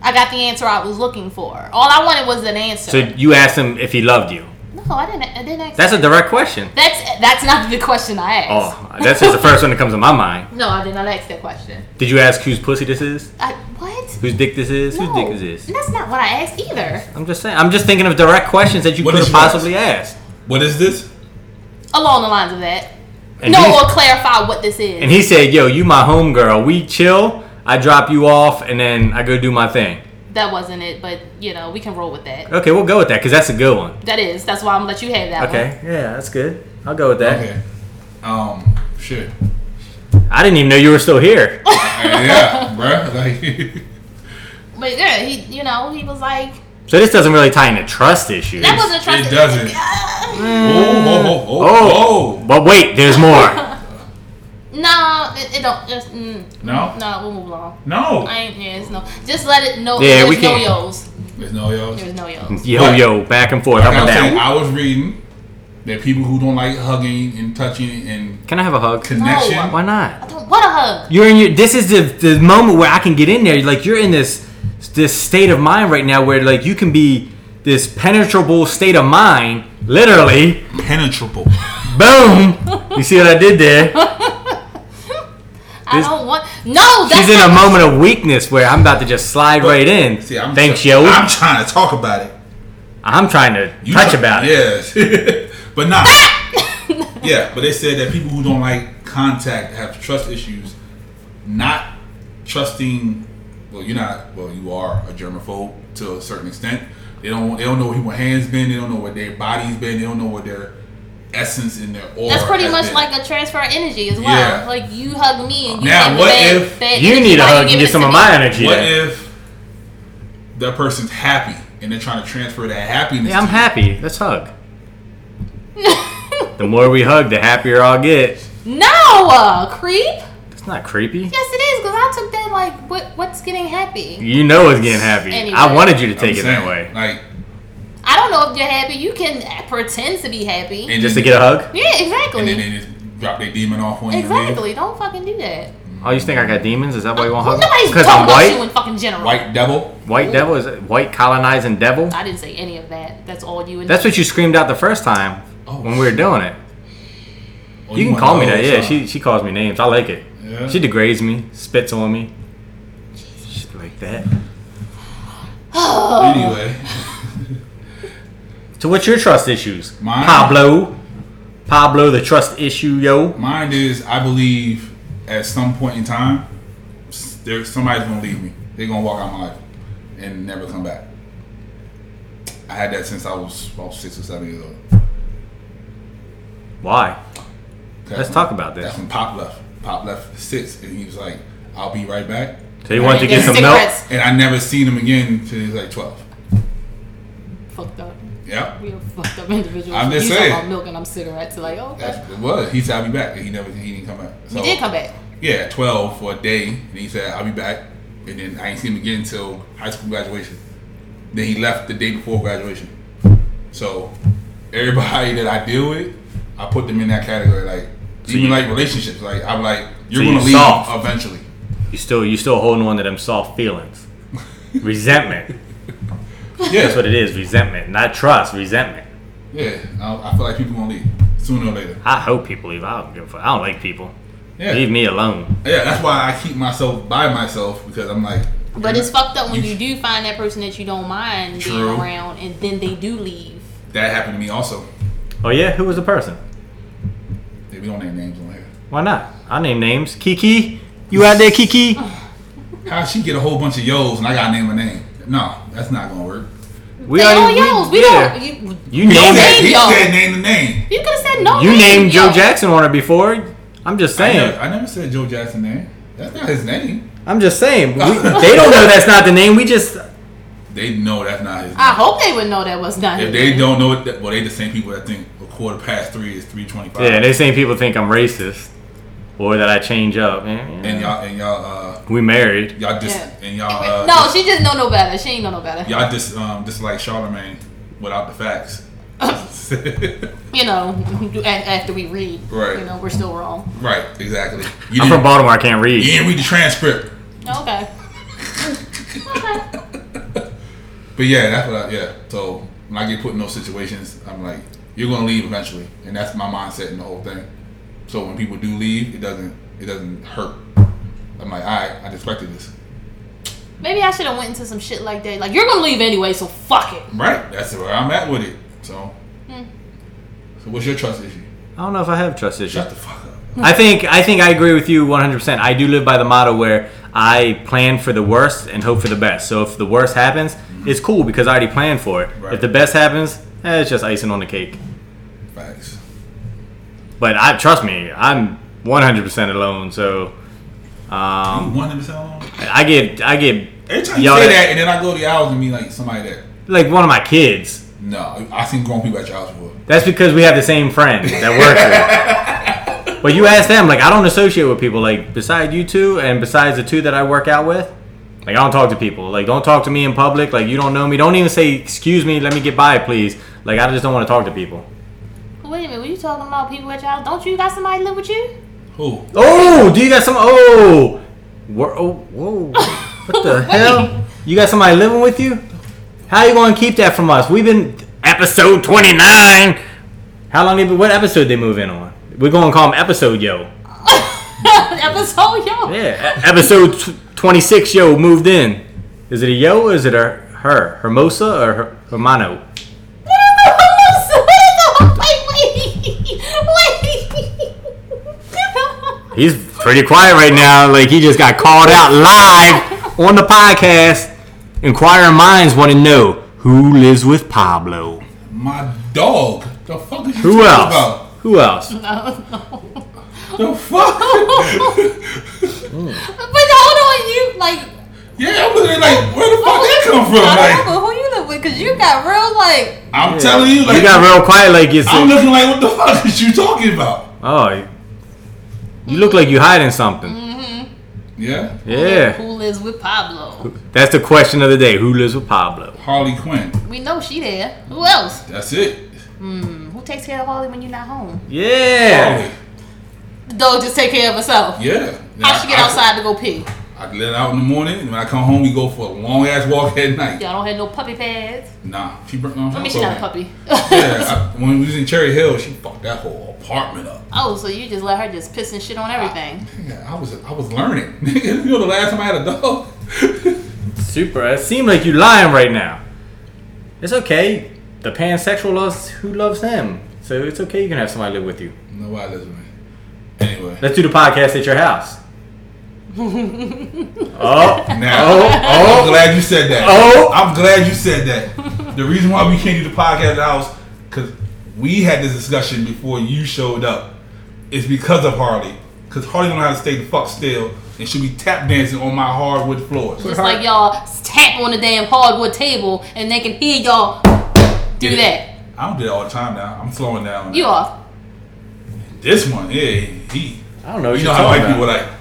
Speaker 2: I got the answer I was looking for. All I wanted was an answer.
Speaker 4: so you asked him if he loved you.
Speaker 2: no, I didn't. I didn't ask.
Speaker 4: That's a direct question.
Speaker 2: that's that's not the question I asked.
Speaker 4: Oh, that's just the first one that comes to my mind.
Speaker 2: No, I did not ask that question.
Speaker 4: Did you ask whose pussy this is?
Speaker 2: I, what?
Speaker 4: Whose dick this is?
Speaker 2: No.
Speaker 4: Whose dick is this?
Speaker 2: That's not what I asked either.
Speaker 4: I'm just saying. I'm just thinking of direct questions that you
Speaker 3: What
Speaker 4: could
Speaker 3: did
Speaker 4: have
Speaker 3: you ask?
Speaker 4: possibly asked.
Speaker 3: What is this?
Speaker 2: Along the lines of that.
Speaker 4: And
Speaker 2: no,
Speaker 4: he-
Speaker 2: or clarify what this is.
Speaker 4: And he said, "Yo, you my home girl. We chill. I drop you off, and then I go do my thing."
Speaker 2: that wasn't it, but you know we can roll with that.
Speaker 4: Okay, we'll go with that because that's a good one.
Speaker 2: That is. That's why I'm Uh-huh. gonna let you have that one.
Speaker 4: Okay, yeah, that's good. I'll go with that.
Speaker 3: Okay. Um, shit.
Speaker 4: I didn't even know you were still here.
Speaker 3: yeah, bruh. Like,
Speaker 2: But yeah, he, you know, he was like,
Speaker 4: So this doesn't really tie into trust issues.
Speaker 2: that wasn't
Speaker 3: it
Speaker 2: trusted.
Speaker 3: doesn't.
Speaker 2: Yeah.
Speaker 3: oh, oh,
Speaker 4: Oh,
Speaker 3: oh, oh.
Speaker 4: but wait, there's more.
Speaker 2: No, it, it don't. It's, mm,
Speaker 3: No,
Speaker 2: no, we'll move along.
Speaker 3: no.
Speaker 2: I ain't. Yeah, it's no. Just let it know.
Speaker 4: Yeah,
Speaker 2: there's
Speaker 4: we
Speaker 2: no
Speaker 4: can't-
Speaker 2: yo's.
Speaker 3: There's no y'all.
Speaker 2: There's no yo's.
Speaker 4: Yo, yo, back and forth, up
Speaker 3: Like I
Speaker 4: and
Speaker 3: was saying,
Speaker 4: down.
Speaker 3: I was reading that people who don't like hugging and touching and
Speaker 4: Can I have a hug?
Speaker 3: connection.
Speaker 2: No.
Speaker 4: Why not?
Speaker 2: I don't want a hug.
Speaker 4: You're in your. This is the the moment where I can get in there. Like you're in this this state of mind right now where like you can be this penetrable state of mind. Literally,
Speaker 3: Penetrable.
Speaker 4: boom. You see what I did there?
Speaker 2: I
Speaker 4: This-
Speaker 2: don't want. No, that's
Speaker 4: She's in a
Speaker 2: not-
Speaker 4: moment of weakness where I'm about to just slide right in.
Speaker 3: See, I'm
Speaker 4: Thanks,
Speaker 3: try-
Speaker 4: yo.
Speaker 3: I'm trying to talk about it.
Speaker 4: I'm trying to touch
Speaker 3: try-
Speaker 4: about it.
Speaker 3: Yes. but not. yeah, but they said that people who don't like contact have trust issues. Not trusting. Well, you're not. Well, you are a germaphobe to a certain extent. They don't. They don't know where people's hands been. They don't know where their body's been. They don't know where their essence and their aura.
Speaker 2: That's pretty
Speaker 3: has
Speaker 2: much
Speaker 3: been.
Speaker 2: like a transfer of energy as well.
Speaker 3: Yeah.
Speaker 2: Like you hug me and you
Speaker 3: Now,
Speaker 2: take
Speaker 3: what
Speaker 2: that,
Speaker 3: if
Speaker 2: that
Speaker 4: You
Speaker 2: energy
Speaker 4: need a
Speaker 2: while you
Speaker 4: hug and
Speaker 2: give
Speaker 4: get
Speaker 2: it
Speaker 4: some
Speaker 2: to
Speaker 4: of
Speaker 2: me.
Speaker 4: my energy.
Speaker 3: What
Speaker 4: back.
Speaker 3: if that person's happy and they're trying to transfer that happiness?
Speaker 4: Yeah, I'm
Speaker 3: to you?
Speaker 4: happy. Let's hug. the more we hug, the happier I'll get.
Speaker 2: No, uh, creep.
Speaker 4: It's not creepy.
Speaker 2: Yes, it is because I took that like what what's getting happy.
Speaker 4: You know it's getting happy. I
Speaker 2: Anyway.
Speaker 4: wanted you to
Speaker 3: I'm
Speaker 4: take it that
Speaker 3: saying,
Speaker 4: way.
Speaker 3: Like,
Speaker 2: I don't know if you're happy. You can pretend to be happy.
Speaker 3: and
Speaker 4: Just to
Speaker 3: then-
Speaker 4: get a hug?
Speaker 2: yeah,
Speaker 3: and then
Speaker 2: exactly.
Speaker 3: they just drop their demon off on you. man.
Speaker 2: Exactly. Don't fucking do that.
Speaker 4: Oh, you think I got demons? Is that why you want to hug me?
Speaker 2: Nobody's
Speaker 4: Because
Speaker 2: talking
Speaker 4: I'm
Speaker 2: about
Speaker 4: white?
Speaker 2: you in fucking general.
Speaker 3: White devil.
Speaker 4: White devil? Is it white colonizing devil?
Speaker 2: I didn't say any of that. That's all you. And
Speaker 4: That's what you screamed out the first time
Speaker 3: Oh,
Speaker 4: when we were doing it.
Speaker 3: Oh,
Speaker 4: You can
Speaker 3: one
Speaker 4: call
Speaker 3: of
Speaker 4: me that.
Speaker 3: those,
Speaker 4: Yeah,
Speaker 3: huh?
Speaker 4: she, she calls me names. I like it.
Speaker 3: Yeah.
Speaker 4: She degrades me, spits on me. Shit like that.
Speaker 2: Oh.
Speaker 3: Anyway,
Speaker 4: So what's your trust issues?
Speaker 3: Mine?
Speaker 4: Pablo. Pablo, the trust issue, yo.
Speaker 3: mine is I believe at some point in time, s- there somebody's gonna leave me. They're gonna walk out my life and never come back. I had that since I was about six or seven years old.
Speaker 4: Why? Let's
Speaker 3: when-
Speaker 4: talk about this.
Speaker 3: That's when Pop left. Pop left six, and he was like, "I'll be right back."
Speaker 4: So you wanted to get
Speaker 2: There's
Speaker 4: some milk?
Speaker 2: cigarettes.
Speaker 3: And I never seen him again until he was like twelve.
Speaker 2: Fucked up.
Speaker 3: Yep,
Speaker 2: We are fucked up individuals.
Speaker 3: I'm just
Speaker 2: you talking
Speaker 3: saying.
Speaker 2: about milk and I'm cigarettes. Like, oh, okay.
Speaker 3: that's it was. He said, "I'll be back," and he never he didn't come back.
Speaker 2: he
Speaker 3: So,
Speaker 2: did come back.
Speaker 3: Yeah, at twelve for a day, and he said, "I'll be back," and then I ain't seen him again until high school graduation. Then he left the day before graduation. So everybody that I deal with, I put them in that category. Like even
Speaker 4: you-
Speaker 3: like relationships, like I'm like, you're
Speaker 4: So
Speaker 3: gonna
Speaker 4: you
Speaker 3: leave
Speaker 4: soft.
Speaker 3: eventually.
Speaker 4: You still you still holding on to them soft feelings. resentment.
Speaker 3: Yeah,
Speaker 4: That's what it is, resentment. Not trust, resentment.
Speaker 3: yeah. I, I feel like people gonna leave sooner or later.
Speaker 4: I hope people leave. I don't give a fuck. I don't like people.
Speaker 3: Yeah,
Speaker 4: Leave me alone.
Speaker 3: yeah. That's why I keep myself by myself because I'm like.
Speaker 2: But it's fucked up when
Speaker 3: You-
Speaker 2: you do find that person that you don't mind
Speaker 3: True.
Speaker 2: being around, and then they do leave.
Speaker 3: That happened to me also.
Speaker 4: Oh yeah, who was the person?
Speaker 3: They we don't name names on here.
Speaker 4: Why not? I'll name names. Kiki, you out there, Kiki?
Speaker 3: How she get a whole bunch of yo's and I gotta name a name? No, that's not gonna work.
Speaker 4: We
Speaker 2: they all
Speaker 4: already-
Speaker 2: yours. We
Speaker 4: yeah.
Speaker 2: don't. You,
Speaker 4: You named
Speaker 3: said,
Speaker 4: it.
Speaker 2: name
Speaker 3: he
Speaker 2: yo.
Speaker 3: said name the name.
Speaker 2: you could have said no.
Speaker 4: You
Speaker 2: name,
Speaker 4: named Joe
Speaker 2: yo.
Speaker 4: Jackson on it before. I'm just
Speaker 3: I
Speaker 4: saying.
Speaker 3: never, I never said Joe Jackson name. That's not his name.
Speaker 4: I'm just saying. We, they don't know that's not the name. We just
Speaker 3: They know that's not his
Speaker 2: I
Speaker 3: name.
Speaker 2: hope they would know that was not.
Speaker 3: If
Speaker 2: his
Speaker 3: they
Speaker 2: name.
Speaker 3: don't know it, that- well, they the same people that think a quarter past three is three twenty-five.
Speaker 4: yeah. They saying people think I'm racist or that I change up. Eh,
Speaker 3: and y'all and y'all uh
Speaker 4: we married.
Speaker 3: y'all just
Speaker 2: Yeah.
Speaker 3: and y'all uh,
Speaker 2: no, she just know no better. She ain't know no better.
Speaker 3: y'all just um just like Charlemagne without the facts.
Speaker 2: You know, a- after we read,
Speaker 3: Right.
Speaker 2: You know, we're still wrong.
Speaker 3: right, exactly. You
Speaker 4: I'm from
Speaker 3: didn't,
Speaker 4: Baltimore. I can't
Speaker 3: you
Speaker 4: read.
Speaker 3: didn't read the transcript.
Speaker 2: Okay. okay.
Speaker 3: But yeah, that's what I, yeah. So when I get put in those situations, I'm like, you're gonna leave eventually, and that's my mindset in the whole thing. So when people do leave, it doesn't it doesn't hurt. I'm like, all right, I expected this,
Speaker 2: Maybe I should have went into some shit like that. Like you're gonna leave anyway, so fuck it.
Speaker 3: right? That's where I'm at with it. So,
Speaker 4: Hmm.
Speaker 3: so what's your trust issue?
Speaker 4: I don't know if I have trust issues.
Speaker 3: Shut the fuck up.
Speaker 4: I think I think I agree with you 100%. I do live by the motto where I plan for the worst and hope for the best. So if the worst happens, it's cool because I already planned for it.
Speaker 3: Right.
Speaker 4: If the best happens, eh, it's just icing on the cake.
Speaker 3: Facts.
Speaker 4: But I trust me, I'm 100% alone. So
Speaker 3: You
Speaker 4: um,
Speaker 3: want him to sell on?
Speaker 4: I get I get
Speaker 3: Every time you
Speaker 4: Y'all
Speaker 3: say
Speaker 4: that-
Speaker 3: that, and then I go to your house and meet like somebody that
Speaker 4: like one of my kids.
Speaker 3: no, I seen grown people at your house before.
Speaker 4: That's because we have the same friend that works with. But you ask them, like I don't associate with people like beside you two and besides the two that I work out with. Like I don't talk to people. Like don't talk to me in public. Like you don't know me. Don't even say excuse me. Let me get by, please. Like I just don't want to talk to people.
Speaker 2: Wait a minute, were you talking about people at your house? Don't you got somebody live with you?
Speaker 3: Who?
Speaker 4: Oh, do you got some? Oh, wha- oh whoa! What the hell? You got somebody living with you? How you gonna keep that from us? We've been episode twenty nine. How long? They, been- what episode they move in on? We're gonna call them episode yo.
Speaker 2: Episode yo.
Speaker 4: Yeah, e- episode tw- twenty six yo moved in. Is it a yo or is it a her? Hermosa or her, Hermano? He's pretty quiet right now. Like he just got called out live on the podcast. Inquiring minds want to know who lives with Pablo.
Speaker 3: My dog. The fuck is you
Speaker 4: Who
Speaker 3: talking
Speaker 4: else?
Speaker 3: about?
Speaker 4: Who else?
Speaker 3: The fuck?
Speaker 2: But hold on, you like.
Speaker 3: yeah, I'm looking at it like where the fuck that come from? Like
Speaker 2: who you live with? Cause you got real like.
Speaker 3: I'm telling you, like
Speaker 4: you got real quiet like you
Speaker 3: I'm
Speaker 4: said.
Speaker 3: looking like what the fuck is you talking about?
Speaker 4: Oh, you- you look like you hiding something.
Speaker 3: Yeah,
Speaker 4: Yeah,
Speaker 2: Who lives with Pablo?
Speaker 4: that's the question of the day. Who lives with Pablo?
Speaker 3: Harley Quinn.
Speaker 2: We know she there. Who else?
Speaker 3: That's it.
Speaker 2: Who takes care of Holly when you're not home?
Speaker 4: Yeah,
Speaker 3: Harley.
Speaker 2: The dog just take care of herself.
Speaker 3: Yeah.
Speaker 2: How she get outside to go pee?
Speaker 3: I, let it out in the morning, and when I come home, we go for a long ass walk at night.
Speaker 2: Y'all don't have no puppy pads.
Speaker 3: Nah, she brought. No,
Speaker 2: I mean, she not a puppy.
Speaker 3: yeah, I, when we was in Cherry Hill, she fucked that whole apartment up.
Speaker 2: oh, so you just let her just piss and shit on everything?
Speaker 3: Yeah, I was I was learning. you know, the last time I had a dog.
Speaker 4: super. It seems like you lying right now. It's okay. The pansexual loves who loves him, so it's okay. You can have somebody live with you.
Speaker 3: Nobody lives with me. Anyway,
Speaker 4: Let's do the podcast at your house. oh,
Speaker 3: now
Speaker 4: oh,
Speaker 3: I'm glad you said that.
Speaker 4: Oh.
Speaker 3: I'm glad you said that. the reason why we can't do the podcast at the house because we had this discussion before you showed up. Is because of Harley. Because Harley don't know how to stay the fuck still, and she'll be tap dancing on my hardwood floors.
Speaker 2: Just like y'all tap on the damn hardwood table and they can hear y'all do that.
Speaker 3: I don't do that all the time now. I'm slowing down.
Speaker 2: You are.
Speaker 3: This one, yeah, he.
Speaker 4: I don't know. What
Speaker 3: You
Speaker 4: you're
Speaker 3: know how
Speaker 4: talking
Speaker 3: white people
Speaker 4: about.
Speaker 3: like.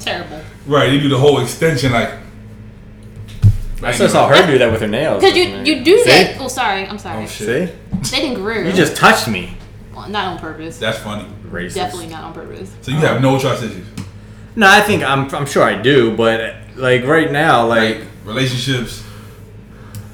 Speaker 2: Terrible.
Speaker 3: Right, they do the whole extension like.
Speaker 4: I just saw her do that with her nails.
Speaker 2: Cause you
Speaker 4: Man.
Speaker 2: you do
Speaker 4: See?
Speaker 2: that. Oh, sorry. I'm sorry.
Speaker 3: Oh, shit.
Speaker 4: See,
Speaker 2: they didn't grow.
Speaker 4: you just touched me.
Speaker 2: Well, not on purpose.
Speaker 3: That's funny.
Speaker 4: Racist.
Speaker 2: Definitely not on purpose.
Speaker 3: So you have no trust issues.
Speaker 4: No, I think I'm. I'm sure I do, but like right now, like
Speaker 3: Like relationships,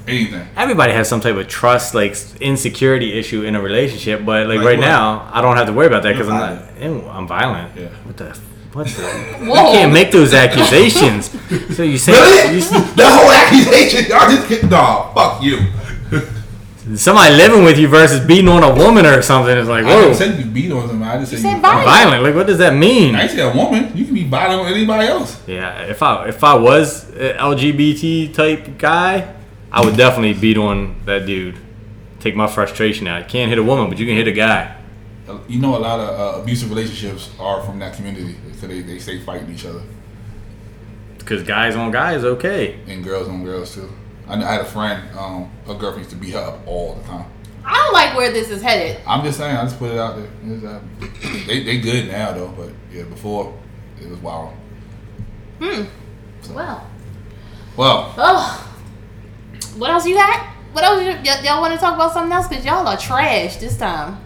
Speaker 3: anything.
Speaker 4: everybody has some type of trust, like insecurity issue in a relationship. But like,
Speaker 3: Like
Speaker 4: right
Speaker 3: what?
Speaker 4: now, I don't have to worry about that
Speaker 3: You're
Speaker 4: because I'm not. Ew, I'm violent.
Speaker 3: Yeah.
Speaker 4: What the. f- What the? You
Speaker 2: Whoa.
Speaker 4: can't make those accusations. so you say you s-
Speaker 3: that whole accusation, y'all just get nah. Fuck you.
Speaker 4: somebody living with you versus beating on a woman or something is like
Speaker 3: I didn't
Speaker 4: whoa,
Speaker 3: say you beat on somebody. I just said
Speaker 2: said
Speaker 3: you.
Speaker 2: violent.
Speaker 4: violent. Like what does that mean?
Speaker 3: I ain't say a woman. You can be violent with anybody else.
Speaker 4: Yeah, if I if I was a LGBT type guy, I would definitely beat on that dude. Take my frustration out. Can't hit a woman, but you can hit a guy.
Speaker 3: You know, a lot of uh, abusive relationships are from that community. So they, they stay fighting each other.
Speaker 4: Cause guys on guys, okay.
Speaker 3: And girls on girls, too. I, know, I had a friend, um, her girlfriend used to beat her up all the time.
Speaker 2: I don't like where this is headed.
Speaker 3: I'm just saying, I just put it out there. It's, uh, they they good now though, but yeah, before it was wild.
Speaker 2: Hmm. Well,
Speaker 3: Well,
Speaker 2: oh, what else you got? What else you, y- y'all want to talk about something else? Cause y'all are trash this time.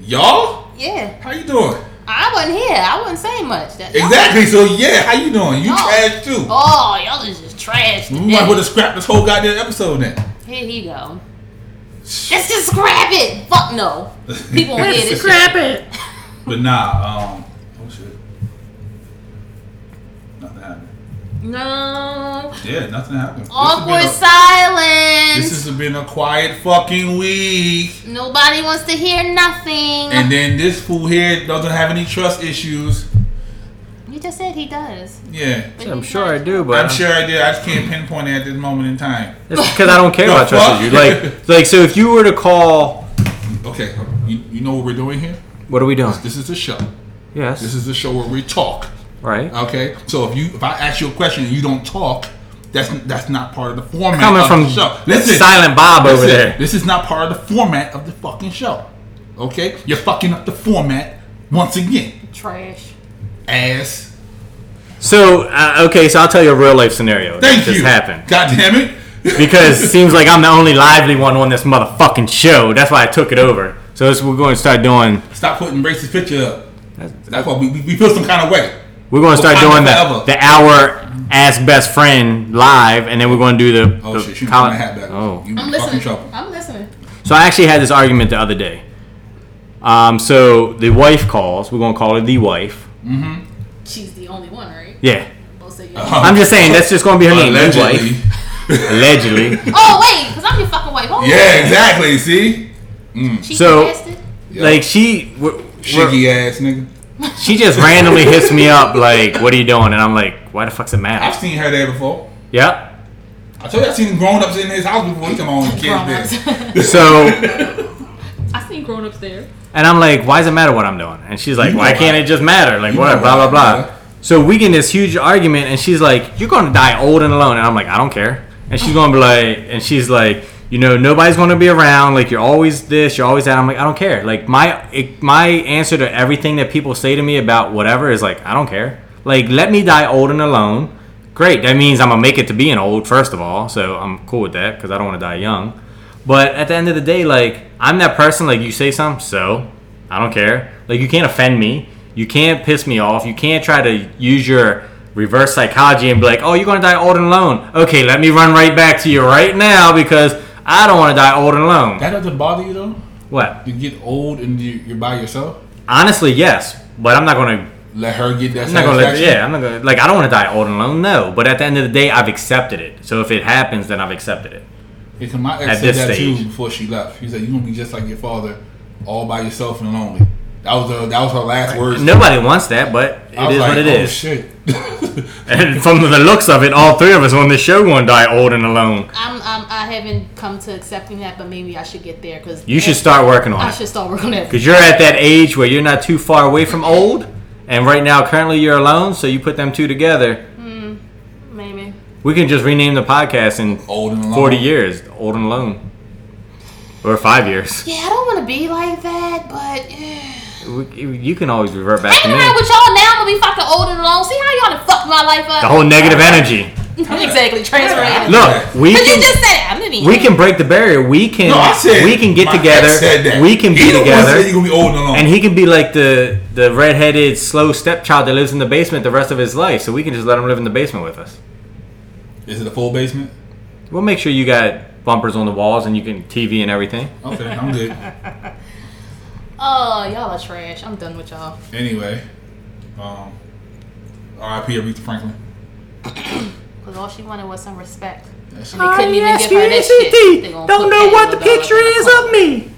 Speaker 3: y'all,
Speaker 2: Yeah,
Speaker 3: how you doing?
Speaker 2: I wasn't here. I wasn't saying much. That, y'all-
Speaker 3: Exactly. So yeah, how you doing? You
Speaker 2: No.
Speaker 3: trash too.
Speaker 2: Oh, y'all is just trash.
Speaker 3: We might
Speaker 2: today.
Speaker 3: want to scrap this whole goddamn episode then.
Speaker 2: Here he go. Let's just grab it. Fuck no. People will hear this. shit.
Speaker 4: Scrap it.
Speaker 3: But nah, um, oh shit, nothing happened.
Speaker 2: No.
Speaker 3: Yeah, nothing happened. This has been
Speaker 2: Awkward
Speaker 3: a-
Speaker 2: silence.
Speaker 3: This has been a quiet fucking week.
Speaker 2: Nobody wants to hear nothing.
Speaker 3: And then this fool here doesn't have any trust issues.
Speaker 2: you just said he does.
Speaker 3: Yeah.
Speaker 2: But
Speaker 4: I'm
Speaker 2: he's
Speaker 4: sure
Speaker 2: not.
Speaker 4: I do, but
Speaker 3: I'm sure I did. I just can't pinpoint it at this moment in time.
Speaker 4: it's because I don't care about
Speaker 3: The
Speaker 4: trust
Speaker 3: fuck?
Speaker 4: issues. Like like so, if you were to call
Speaker 3: Okay, you, you know what we're doing here?
Speaker 4: What are we doing?
Speaker 3: This is the show.
Speaker 4: Yes.
Speaker 3: This is the show where we talk.
Speaker 4: right.
Speaker 3: Okay, so if you if I ask you a question and you don't talk, that's that's not part of the format.
Speaker 4: Coming
Speaker 3: of
Speaker 4: from
Speaker 3: the show.
Speaker 4: Silent Bob over
Speaker 3: listen,
Speaker 4: there.
Speaker 3: This is not part of the format of the fucking show. Okay, you're fucking up the format once again,
Speaker 2: Trash.
Speaker 3: ass.
Speaker 4: So uh, okay, so I'll tell you a real life scenario
Speaker 3: Thank
Speaker 4: that just
Speaker 3: you.
Speaker 4: happened
Speaker 3: God damn it.
Speaker 4: because it seems like I'm the only lively one on this motherfucking show. That's why I took it over. So this, we're going to start doing.
Speaker 3: Stop putting racist picture up. That's why we, we we feel some kind of way.
Speaker 4: We're going to start
Speaker 3: Wakanda
Speaker 4: doing
Speaker 3: forever.
Speaker 4: the, the hour ask best friend live, and then we're going to do the.
Speaker 3: Oh
Speaker 4: the
Speaker 3: shit, she didn't
Speaker 4: col-
Speaker 3: put my hat back.
Speaker 4: Oh.
Speaker 2: I'm
Speaker 3: you in fucking
Speaker 2: listening.
Speaker 3: trouble.
Speaker 2: I'm listening.
Speaker 4: So I actually had this argument the other day. Um, so the wife calls. We're gonna call her the wife.
Speaker 2: She's the only one, right?
Speaker 4: Yeah.
Speaker 2: Both say you
Speaker 3: Uh-huh.
Speaker 4: I'm just saying that's just gonna be her name. the
Speaker 3: Allegedly.
Speaker 4: wife. Allegedly.
Speaker 2: Oh wait, because I'm your fucking wife. Hold on.
Speaker 3: Yeah, exactly. See,
Speaker 2: She
Speaker 4: So-
Speaker 2: bastard.
Speaker 4: like she. We're, we're-
Speaker 3: shiggy ass nigga.
Speaker 4: she just randomly hits me up like, "What are you doing?" And I'm like, "Why the fuck's it
Speaker 3: I've
Speaker 4: matter?"
Speaker 3: seen her there before.
Speaker 4: Yep.
Speaker 3: I told you I've seen grown ups in his house before. He come on and kids there.
Speaker 2: Grown-ups.
Speaker 4: So
Speaker 2: I seen grown ups there.
Speaker 4: And I'm like, why does it matter what I'm doing? And she's like,
Speaker 3: You know
Speaker 4: why
Speaker 3: why.
Speaker 4: can't it just matter? Like,
Speaker 3: You
Speaker 4: what?
Speaker 3: know
Speaker 4: Blah,
Speaker 3: why.
Speaker 4: blah, blah. So we get in this huge argument, and she's like, you're going to die old and alone. And I'm like, I don't care. And she's going to be like, and she's like, you know, nobody's going to be around. Like, you're always this, you're always that. I'm like, I don't care. Like, my it, my answer to everything that people say to me about whatever is like, I don't care. Like, let me die old and alone. Great. That means I'm going to make it to being old, first of all. So I'm cool with that because I don't want to die young. But at the end of the day, like I'm that person. Like you say something, so I don't care. Like you can't offend me. You can't piss me off. You can't try to use your reverse psychology and be like, "Oh, you're gonna die old and alone." Okay, let me run right back to you right now because I don't want to die old and alone.
Speaker 3: That doesn't bother you though.
Speaker 4: What?
Speaker 3: You get old and you, you're by yourself.
Speaker 4: Honestly, yes, but I'm not gonna.
Speaker 3: Let her get that.
Speaker 4: I'm not gonna. Let,
Speaker 3: satisfaction.
Speaker 4: yeah, I'm not gonna. Like I don't want to die old and alone. No, but at the end of the day, I've accepted it. So if it happens, then I've accepted it.
Speaker 3: Because my
Speaker 4: At
Speaker 3: ex said
Speaker 4: this
Speaker 3: that
Speaker 4: stage.
Speaker 3: too before she left. She said, "You're gonna be just like your father, all by yourself and lonely." That was her, that was her last words.
Speaker 4: Nobody wants that, but it is
Speaker 3: I was like,
Speaker 4: what it
Speaker 3: "Oh
Speaker 4: is.
Speaker 3: shit!"
Speaker 4: And from the looks of it, all three of us on this show gonna die old and alone.
Speaker 2: I'm, I'm I haven't come to accepting that, but maybe I should get there because
Speaker 4: You should start working
Speaker 2: I
Speaker 4: on it
Speaker 2: should start working on that.
Speaker 4: because you're at that age where you're not too far away from old, and right now currently you're alone. So you put them two together,
Speaker 2: Maybe.
Speaker 4: we can just rename the podcast in
Speaker 3: old and alone.
Speaker 4: 40 years, old and alone, or five years.
Speaker 2: Yeah, I don't want to be like that, but eh.
Speaker 4: We, you can always revert back to
Speaker 2: hanging around
Speaker 4: me.
Speaker 2: with y'all now, I'm gonna be fucking old and alone. See how y'all done fucked my life up?
Speaker 4: The whole negative energy.
Speaker 2: exactly transferring.
Speaker 4: Look, we
Speaker 2: But you
Speaker 4: can.
Speaker 2: just said I'm gonna
Speaker 4: We can break the barrier. We can.
Speaker 3: No, I said
Speaker 4: we can get
Speaker 3: my
Speaker 4: together.
Speaker 3: ex Said that.
Speaker 4: We can be
Speaker 3: Either one
Speaker 4: together.
Speaker 3: Said you're gonna be old and alone.
Speaker 4: And he can be like the the redheaded slow stepchild that lives in the basement the rest of his life. So we can just let him live in the basement with us.
Speaker 3: is it a full basement?
Speaker 4: We'll make sure you got bumpers on the walls and you can TV and everything.
Speaker 3: Okay, I'm good.
Speaker 2: Oh, y'all are trash. I'm done with y'all.
Speaker 3: Anyway, um, R.I.P. Aretha Franklin.
Speaker 2: Cause all she wanted was some respect.
Speaker 3: That's
Speaker 2: They couldn't even give her that shit. They gonna put that little dog in a closet.
Speaker 4: me.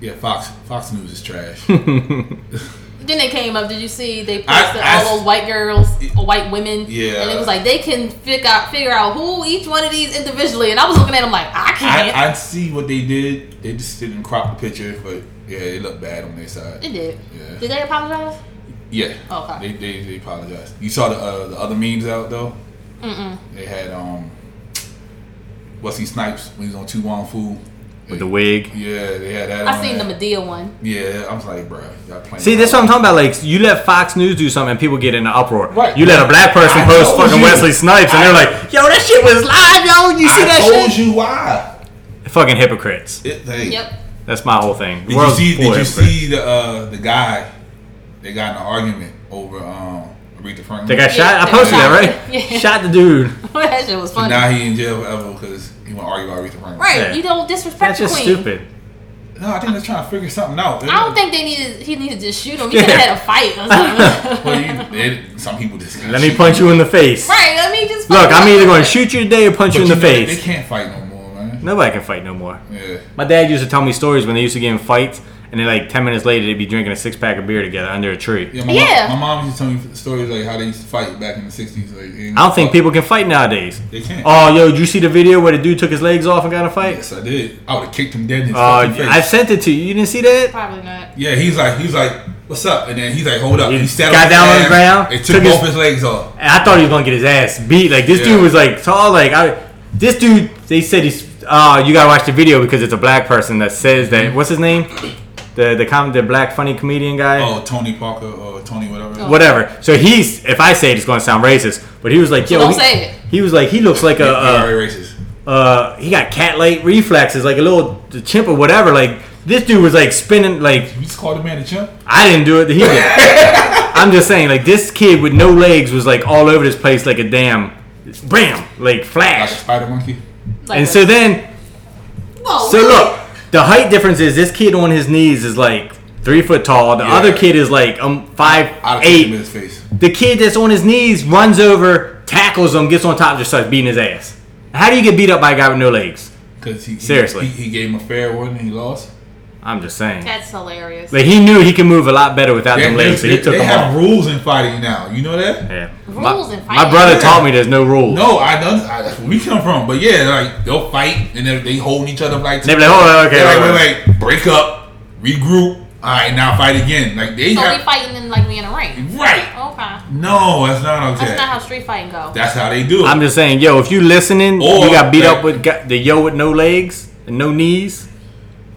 Speaker 3: Yeah, Fox Fox News is trash.
Speaker 2: Then they came up. Did you see they
Speaker 3: I-
Speaker 2: posted
Speaker 3: I-
Speaker 2: all those white girls, or white women?
Speaker 3: Yeah.
Speaker 2: And it was like they can figure out figure out who each one of these individually. And I was looking at them like I can't.
Speaker 3: I, I see what they did. They just didn't crop the picture, but yeah, it looked bad on their side.
Speaker 2: it did.
Speaker 3: Yeah.
Speaker 2: Did they apologize?
Speaker 3: Yeah.
Speaker 2: Okay.
Speaker 3: They, they, they apologized. You saw the uh, the other memes out though.
Speaker 2: Mm-mm.
Speaker 3: They had um, what's he Snipes when he's on Two Wong Fu.
Speaker 4: With the wig.
Speaker 3: Yeah, they had that.
Speaker 2: I
Speaker 3: on
Speaker 2: seen the
Speaker 3: there.
Speaker 2: Medea one.
Speaker 3: Yeah, I was like, bruh, y'all playing.
Speaker 4: See, that's what I'm talking about. Like, you let Fox News do something and people get in an uproar.
Speaker 3: Right.
Speaker 4: You let a black person
Speaker 3: I
Speaker 4: post
Speaker 3: told
Speaker 4: fucking
Speaker 3: you.
Speaker 4: Wesley Snipes and they're like, yo, that shit was live, yo. You see
Speaker 3: I
Speaker 4: that
Speaker 3: told
Speaker 4: shit?
Speaker 3: you why.
Speaker 4: Fucking hypocrites.
Speaker 3: It, they,
Speaker 2: Yep.
Speaker 4: That's my whole thing.
Speaker 3: Did you
Speaker 4: World's
Speaker 3: see?
Speaker 4: full
Speaker 3: Did
Speaker 4: of
Speaker 3: you
Speaker 4: hypocrites.
Speaker 3: see the uh, the guy? They got in an argument over um, Aretha Franklin.
Speaker 4: They got shot. I
Speaker 2: they
Speaker 4: posted
Speaker 2: shot
Speaker 4: that,
Speaker 2: him.
Speaker 4: right?
Speaker 2: Yeah.
Speaker 4: Shot the dude.
Speaker 2: that shit was funny.
Speaker 3: But now he in jail forever because he want to argue about Aretha Franklin.
Speaker 2: right.
Speaker 4: Yeah.
Speaker 2: You don't disrespect
Speaker 4: That's
Speaker 2: the
Speaker 4: just
Speaker 2: queen.
Speaker 4: stupid.
Speaker 3: No, I think they're trying to figure something out.
Speaker 2: I don't think they needed. He needed to just shoot him. He could have had a fight or something.
Speaker 3: Well, you, they, some people just. gotta
Speaker 4: Let me
Speaker 3: shoot.
Speaker 4: punch you in the face.
Speaker 2: right. I mean, just
Speaker 4: Look,
Speaker 2: fucking-
Speaker 4: I'm either going to shoot you today or punch
Speaker 3: But
Speaker 4: you in the
Speaker 3: know, they- They
Speaker 4: face.
Speaker 3: can't fight no more, man.
Speaker 4: Nobody can fight no more.
Speaker 3: Yeah.
Speaker 4: My dad used to tell me stories when they used to get in fights and then like ten minutes later they'd be drinking a six pack of beer together under a tree.
Speaker 3: Yeah, my,
Speaker 2: Yeah.
Speaker 3: Mom, my mom used to tell me stories like how they used to fight back in the sixties. Like, they didn't
Speaker 4: I don't think
Speaker 3: fuck.
Speaker 4: people can fight nowadays.
Speaker 3: They can't.
Speaker 4: Oh, yo, did you see the video where the dude took his legs off and got in a fight?
Speaker 3: yes, I did. I would have kicked him dead in his
Speaker 4: Uh,
Speaker 3: fucking face.
Speaker 4: I sent it to you. You didn't see that?
Speaker 2: Probably not.
Speaker 3: yeah, he's like, he's like, what's up? And then he's like, hold up.
Speaker 4: He
Speaker 3: He, sat
Speaker 4: got
Speaker 3: on
Speaker 4: down on the
Speaker 3: ass.
Speaker 4: ground,
Speaker 3: They
Speaker 4: took
Speaker 3: took
Speaker 4: his-
Speaker 3: both his legs off.
Speaker 4: And I thought he was gonna get his ass beat. Like this
Speaker 3: Yeah.
Speaker 4: dude was like tall. Like I, this dude. They said he's. Uh, you gotta watch the video because it's a black person that says
Speaker 3: Mm-hmm.
Speaker 4: that. What's his name? The the com the black funny comedian guy.
Speaker 3: Oh, Tony Parker or Tony whatever.
Speaker 2: Oh.
Speaker 4: whatever. So he's if I say it, it's going to sound racist. But he was like, yo,
Speaker 2: don't
Speaker 4: he,
Speaker 2: say it.
Speaker 4: he was like, he looks like a
Speaker 3: You're
Speaker 4: uh,
Speaker 3: very racist.
Speaker 4: uh, he got cat like reflexes, like a little chimp or whatever. Like this dude was like spinning, like
Speaker 3: You just called the man a chimp.
Speaker 4: I didn't do it, he did. I'm just saying, like this kid with no legs was like all over this place, like a damn, bam, like
Speaker 3: Like a
Speaker 4: flash.
Speaker 3: spider monkey.
Speaker 2: Like
Speaker 4: And so then
Speaker 2: whoa,
Speaker 4: So
Speaker 2: really?
Speaker 4: look, the height difference is this kid on his knees is like three foot tall. The
Speaker 3: Yeah.
Speaker 4: other kid is like um five
Speaker 3: I'd have kicked him in
Speaker 4: eight.
Speaker 3: his face.
Speaker 4: The kid that's on his knees runs over, tackles him, gets on top, just starts beating his ass. How do you get beat up by a guy with no legs?
Speaker 3: Because he, he-
Speaker 4: Seriously.
Speaker 3: he, he gave him a fair one and he lost.
Speaker 4: I'm just saying.
Speaker 2: that's hilarious.
Speaker 4: Like he knew he could move a lot better without them legs, so he
Speaker 3: they-
Speaker 4: took
Speaker 3: they
Speaker 4: them
Speaker 3: have
Speaker 4: off.
Speaker 3: rules in fighting now. You know that?
Speaker 4: Yeah.
Speaker 2: Rules
Speaker 4: my,
Speaker 2: in
Speaker 4: my
Speaker 2: fighting.
Speaker 4: brother
Speaker 3: Yeah.
Speaker 4: taught me there's no rules.
Speaker 3: No, I know I, that's where we come from. But yeah, like they'll fight and they they holding each other like
Speaker 4: They be like, hold on, okay,
Speaker 3: They're like,
Speaker 4: hold on.
Speaker 3: wait, wait, break up, regroup. All right, now fight again. Like they
Speaker 2: so we
Speaker 3: have
Speaker 2: fighting in like we in a ring.
Speaker 3: right.
Speaker 2: Okay.
Speaker 3: No, that's not okay.
Speaker 2: That's not how street fighting go.
Speaker 3: That's how they do it.
Speaker 4: I'm just saying, yo, if you listening,
Speaker 3: Or
Speaker 4: you got beat
Speaker 3: that-
Speaker 4: up with gu the yo with no legs and no knees.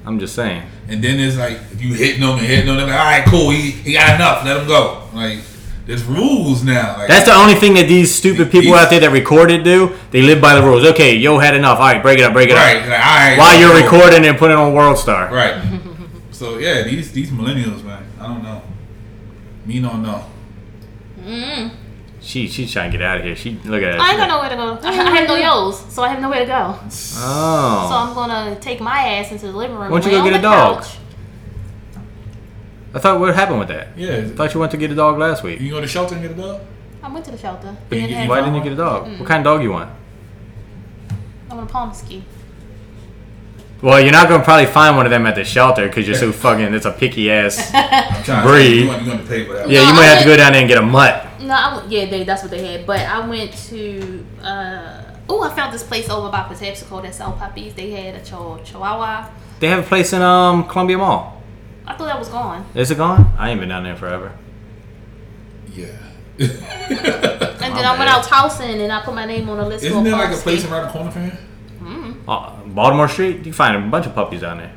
Speaker 4: I'm just saying.
Speaker 3: and then it's like if you hitting them and hitting them. They're like, all right, cool. He, he got enough. Let him go. Like there's rules now. Like,
Speaker 4: That's the only thing that these stupid
Speaker 3: These-
Speaker 4: people out there that record it do. They live by the rules. Okay, yo had enough. All right, break it up, break it
Speaker 3: right. Like,
Speaker 4: up.
Speaker 3: all right.
Speaker 4: While
Speaker 3: let
Speaker 4: you're
Speaker 3: him go.
Speaker 4: recording and put it on World Star.
Speaker 3: Right. so yeah, these these millennials, man. I don't know. Me don't know.
Speaker 4: She she's trying to get out of here. She look at it.
Speaker 2: I ain't got nowhere to go. I, I have no yo's, so I have nowhere to go. So
Speaker 4: Oh,
Speaker 2: I'm gonna take my ass into the living room.
Speaker 4: Why don't you
Speaker 2: lay
Speaker 4: go
Speaker 2: on
Speaker 4: get
Speaker 2: the
Speaker 4: a dog?
Speaker 2: couch.
Speaker 4: I thought what happened with that?
Speaker 3: Yeah.
Speaker 4: I thought you went to get a dog last week.
Speaker 3: You go to shelter and get a dog.
Speaker 2: I went to the shelter.
Speaker 3: Did you
Speaker 2: Didn't
Speaker 3: get-
Speaker 2: have
Speaker 4: Why
Speaker 2: one.
Speaker 4: didn't you get a dog? What kind of dog you want?
Speaker 2: I want a palm ski.
Speaker 4: Well, you're not gonna probably find one of them at the shelter because you're so fucking. It's a picky ass.
Speaker 3: I'm trying
Speaker 4: Breed.
Speaker 3: To, you want to pay for that? one.
Speaker 4: Yeah, you
Speaker 2: No,
Speaker 4: might
Speaker 2: I
Speaker 4: have to go
Speaker 2: went-
Speaker 4: down there and get a mutt.
Speaker 2: No, I w yeah, they, that's what they had. But I went to. Uh, oh, I found this place over by Patapsco that sell puppies. They had a cho- chihuahua.
Speaker 4: They have a place in um Columbia Mall.
Speaker 2: I thought that was gone.
Speaker 4: Is it gone? I ain't been down there forever.
Speaker 3: Yeah.
Speaker 2: And
Speaker 4: My
Speaker 2: then I went
Speaker 4: bad.
Speaker 2: out Towson and I put my name on the list. for
Speaker 3: Isn't there like a
Speaker 2: palm
Speaker 3: place
Speaker 2: ski.
Speaker 3: around the corner from here?
Speaker 4: Uh, Baltimore Street, you can find a bunch of puppies down there.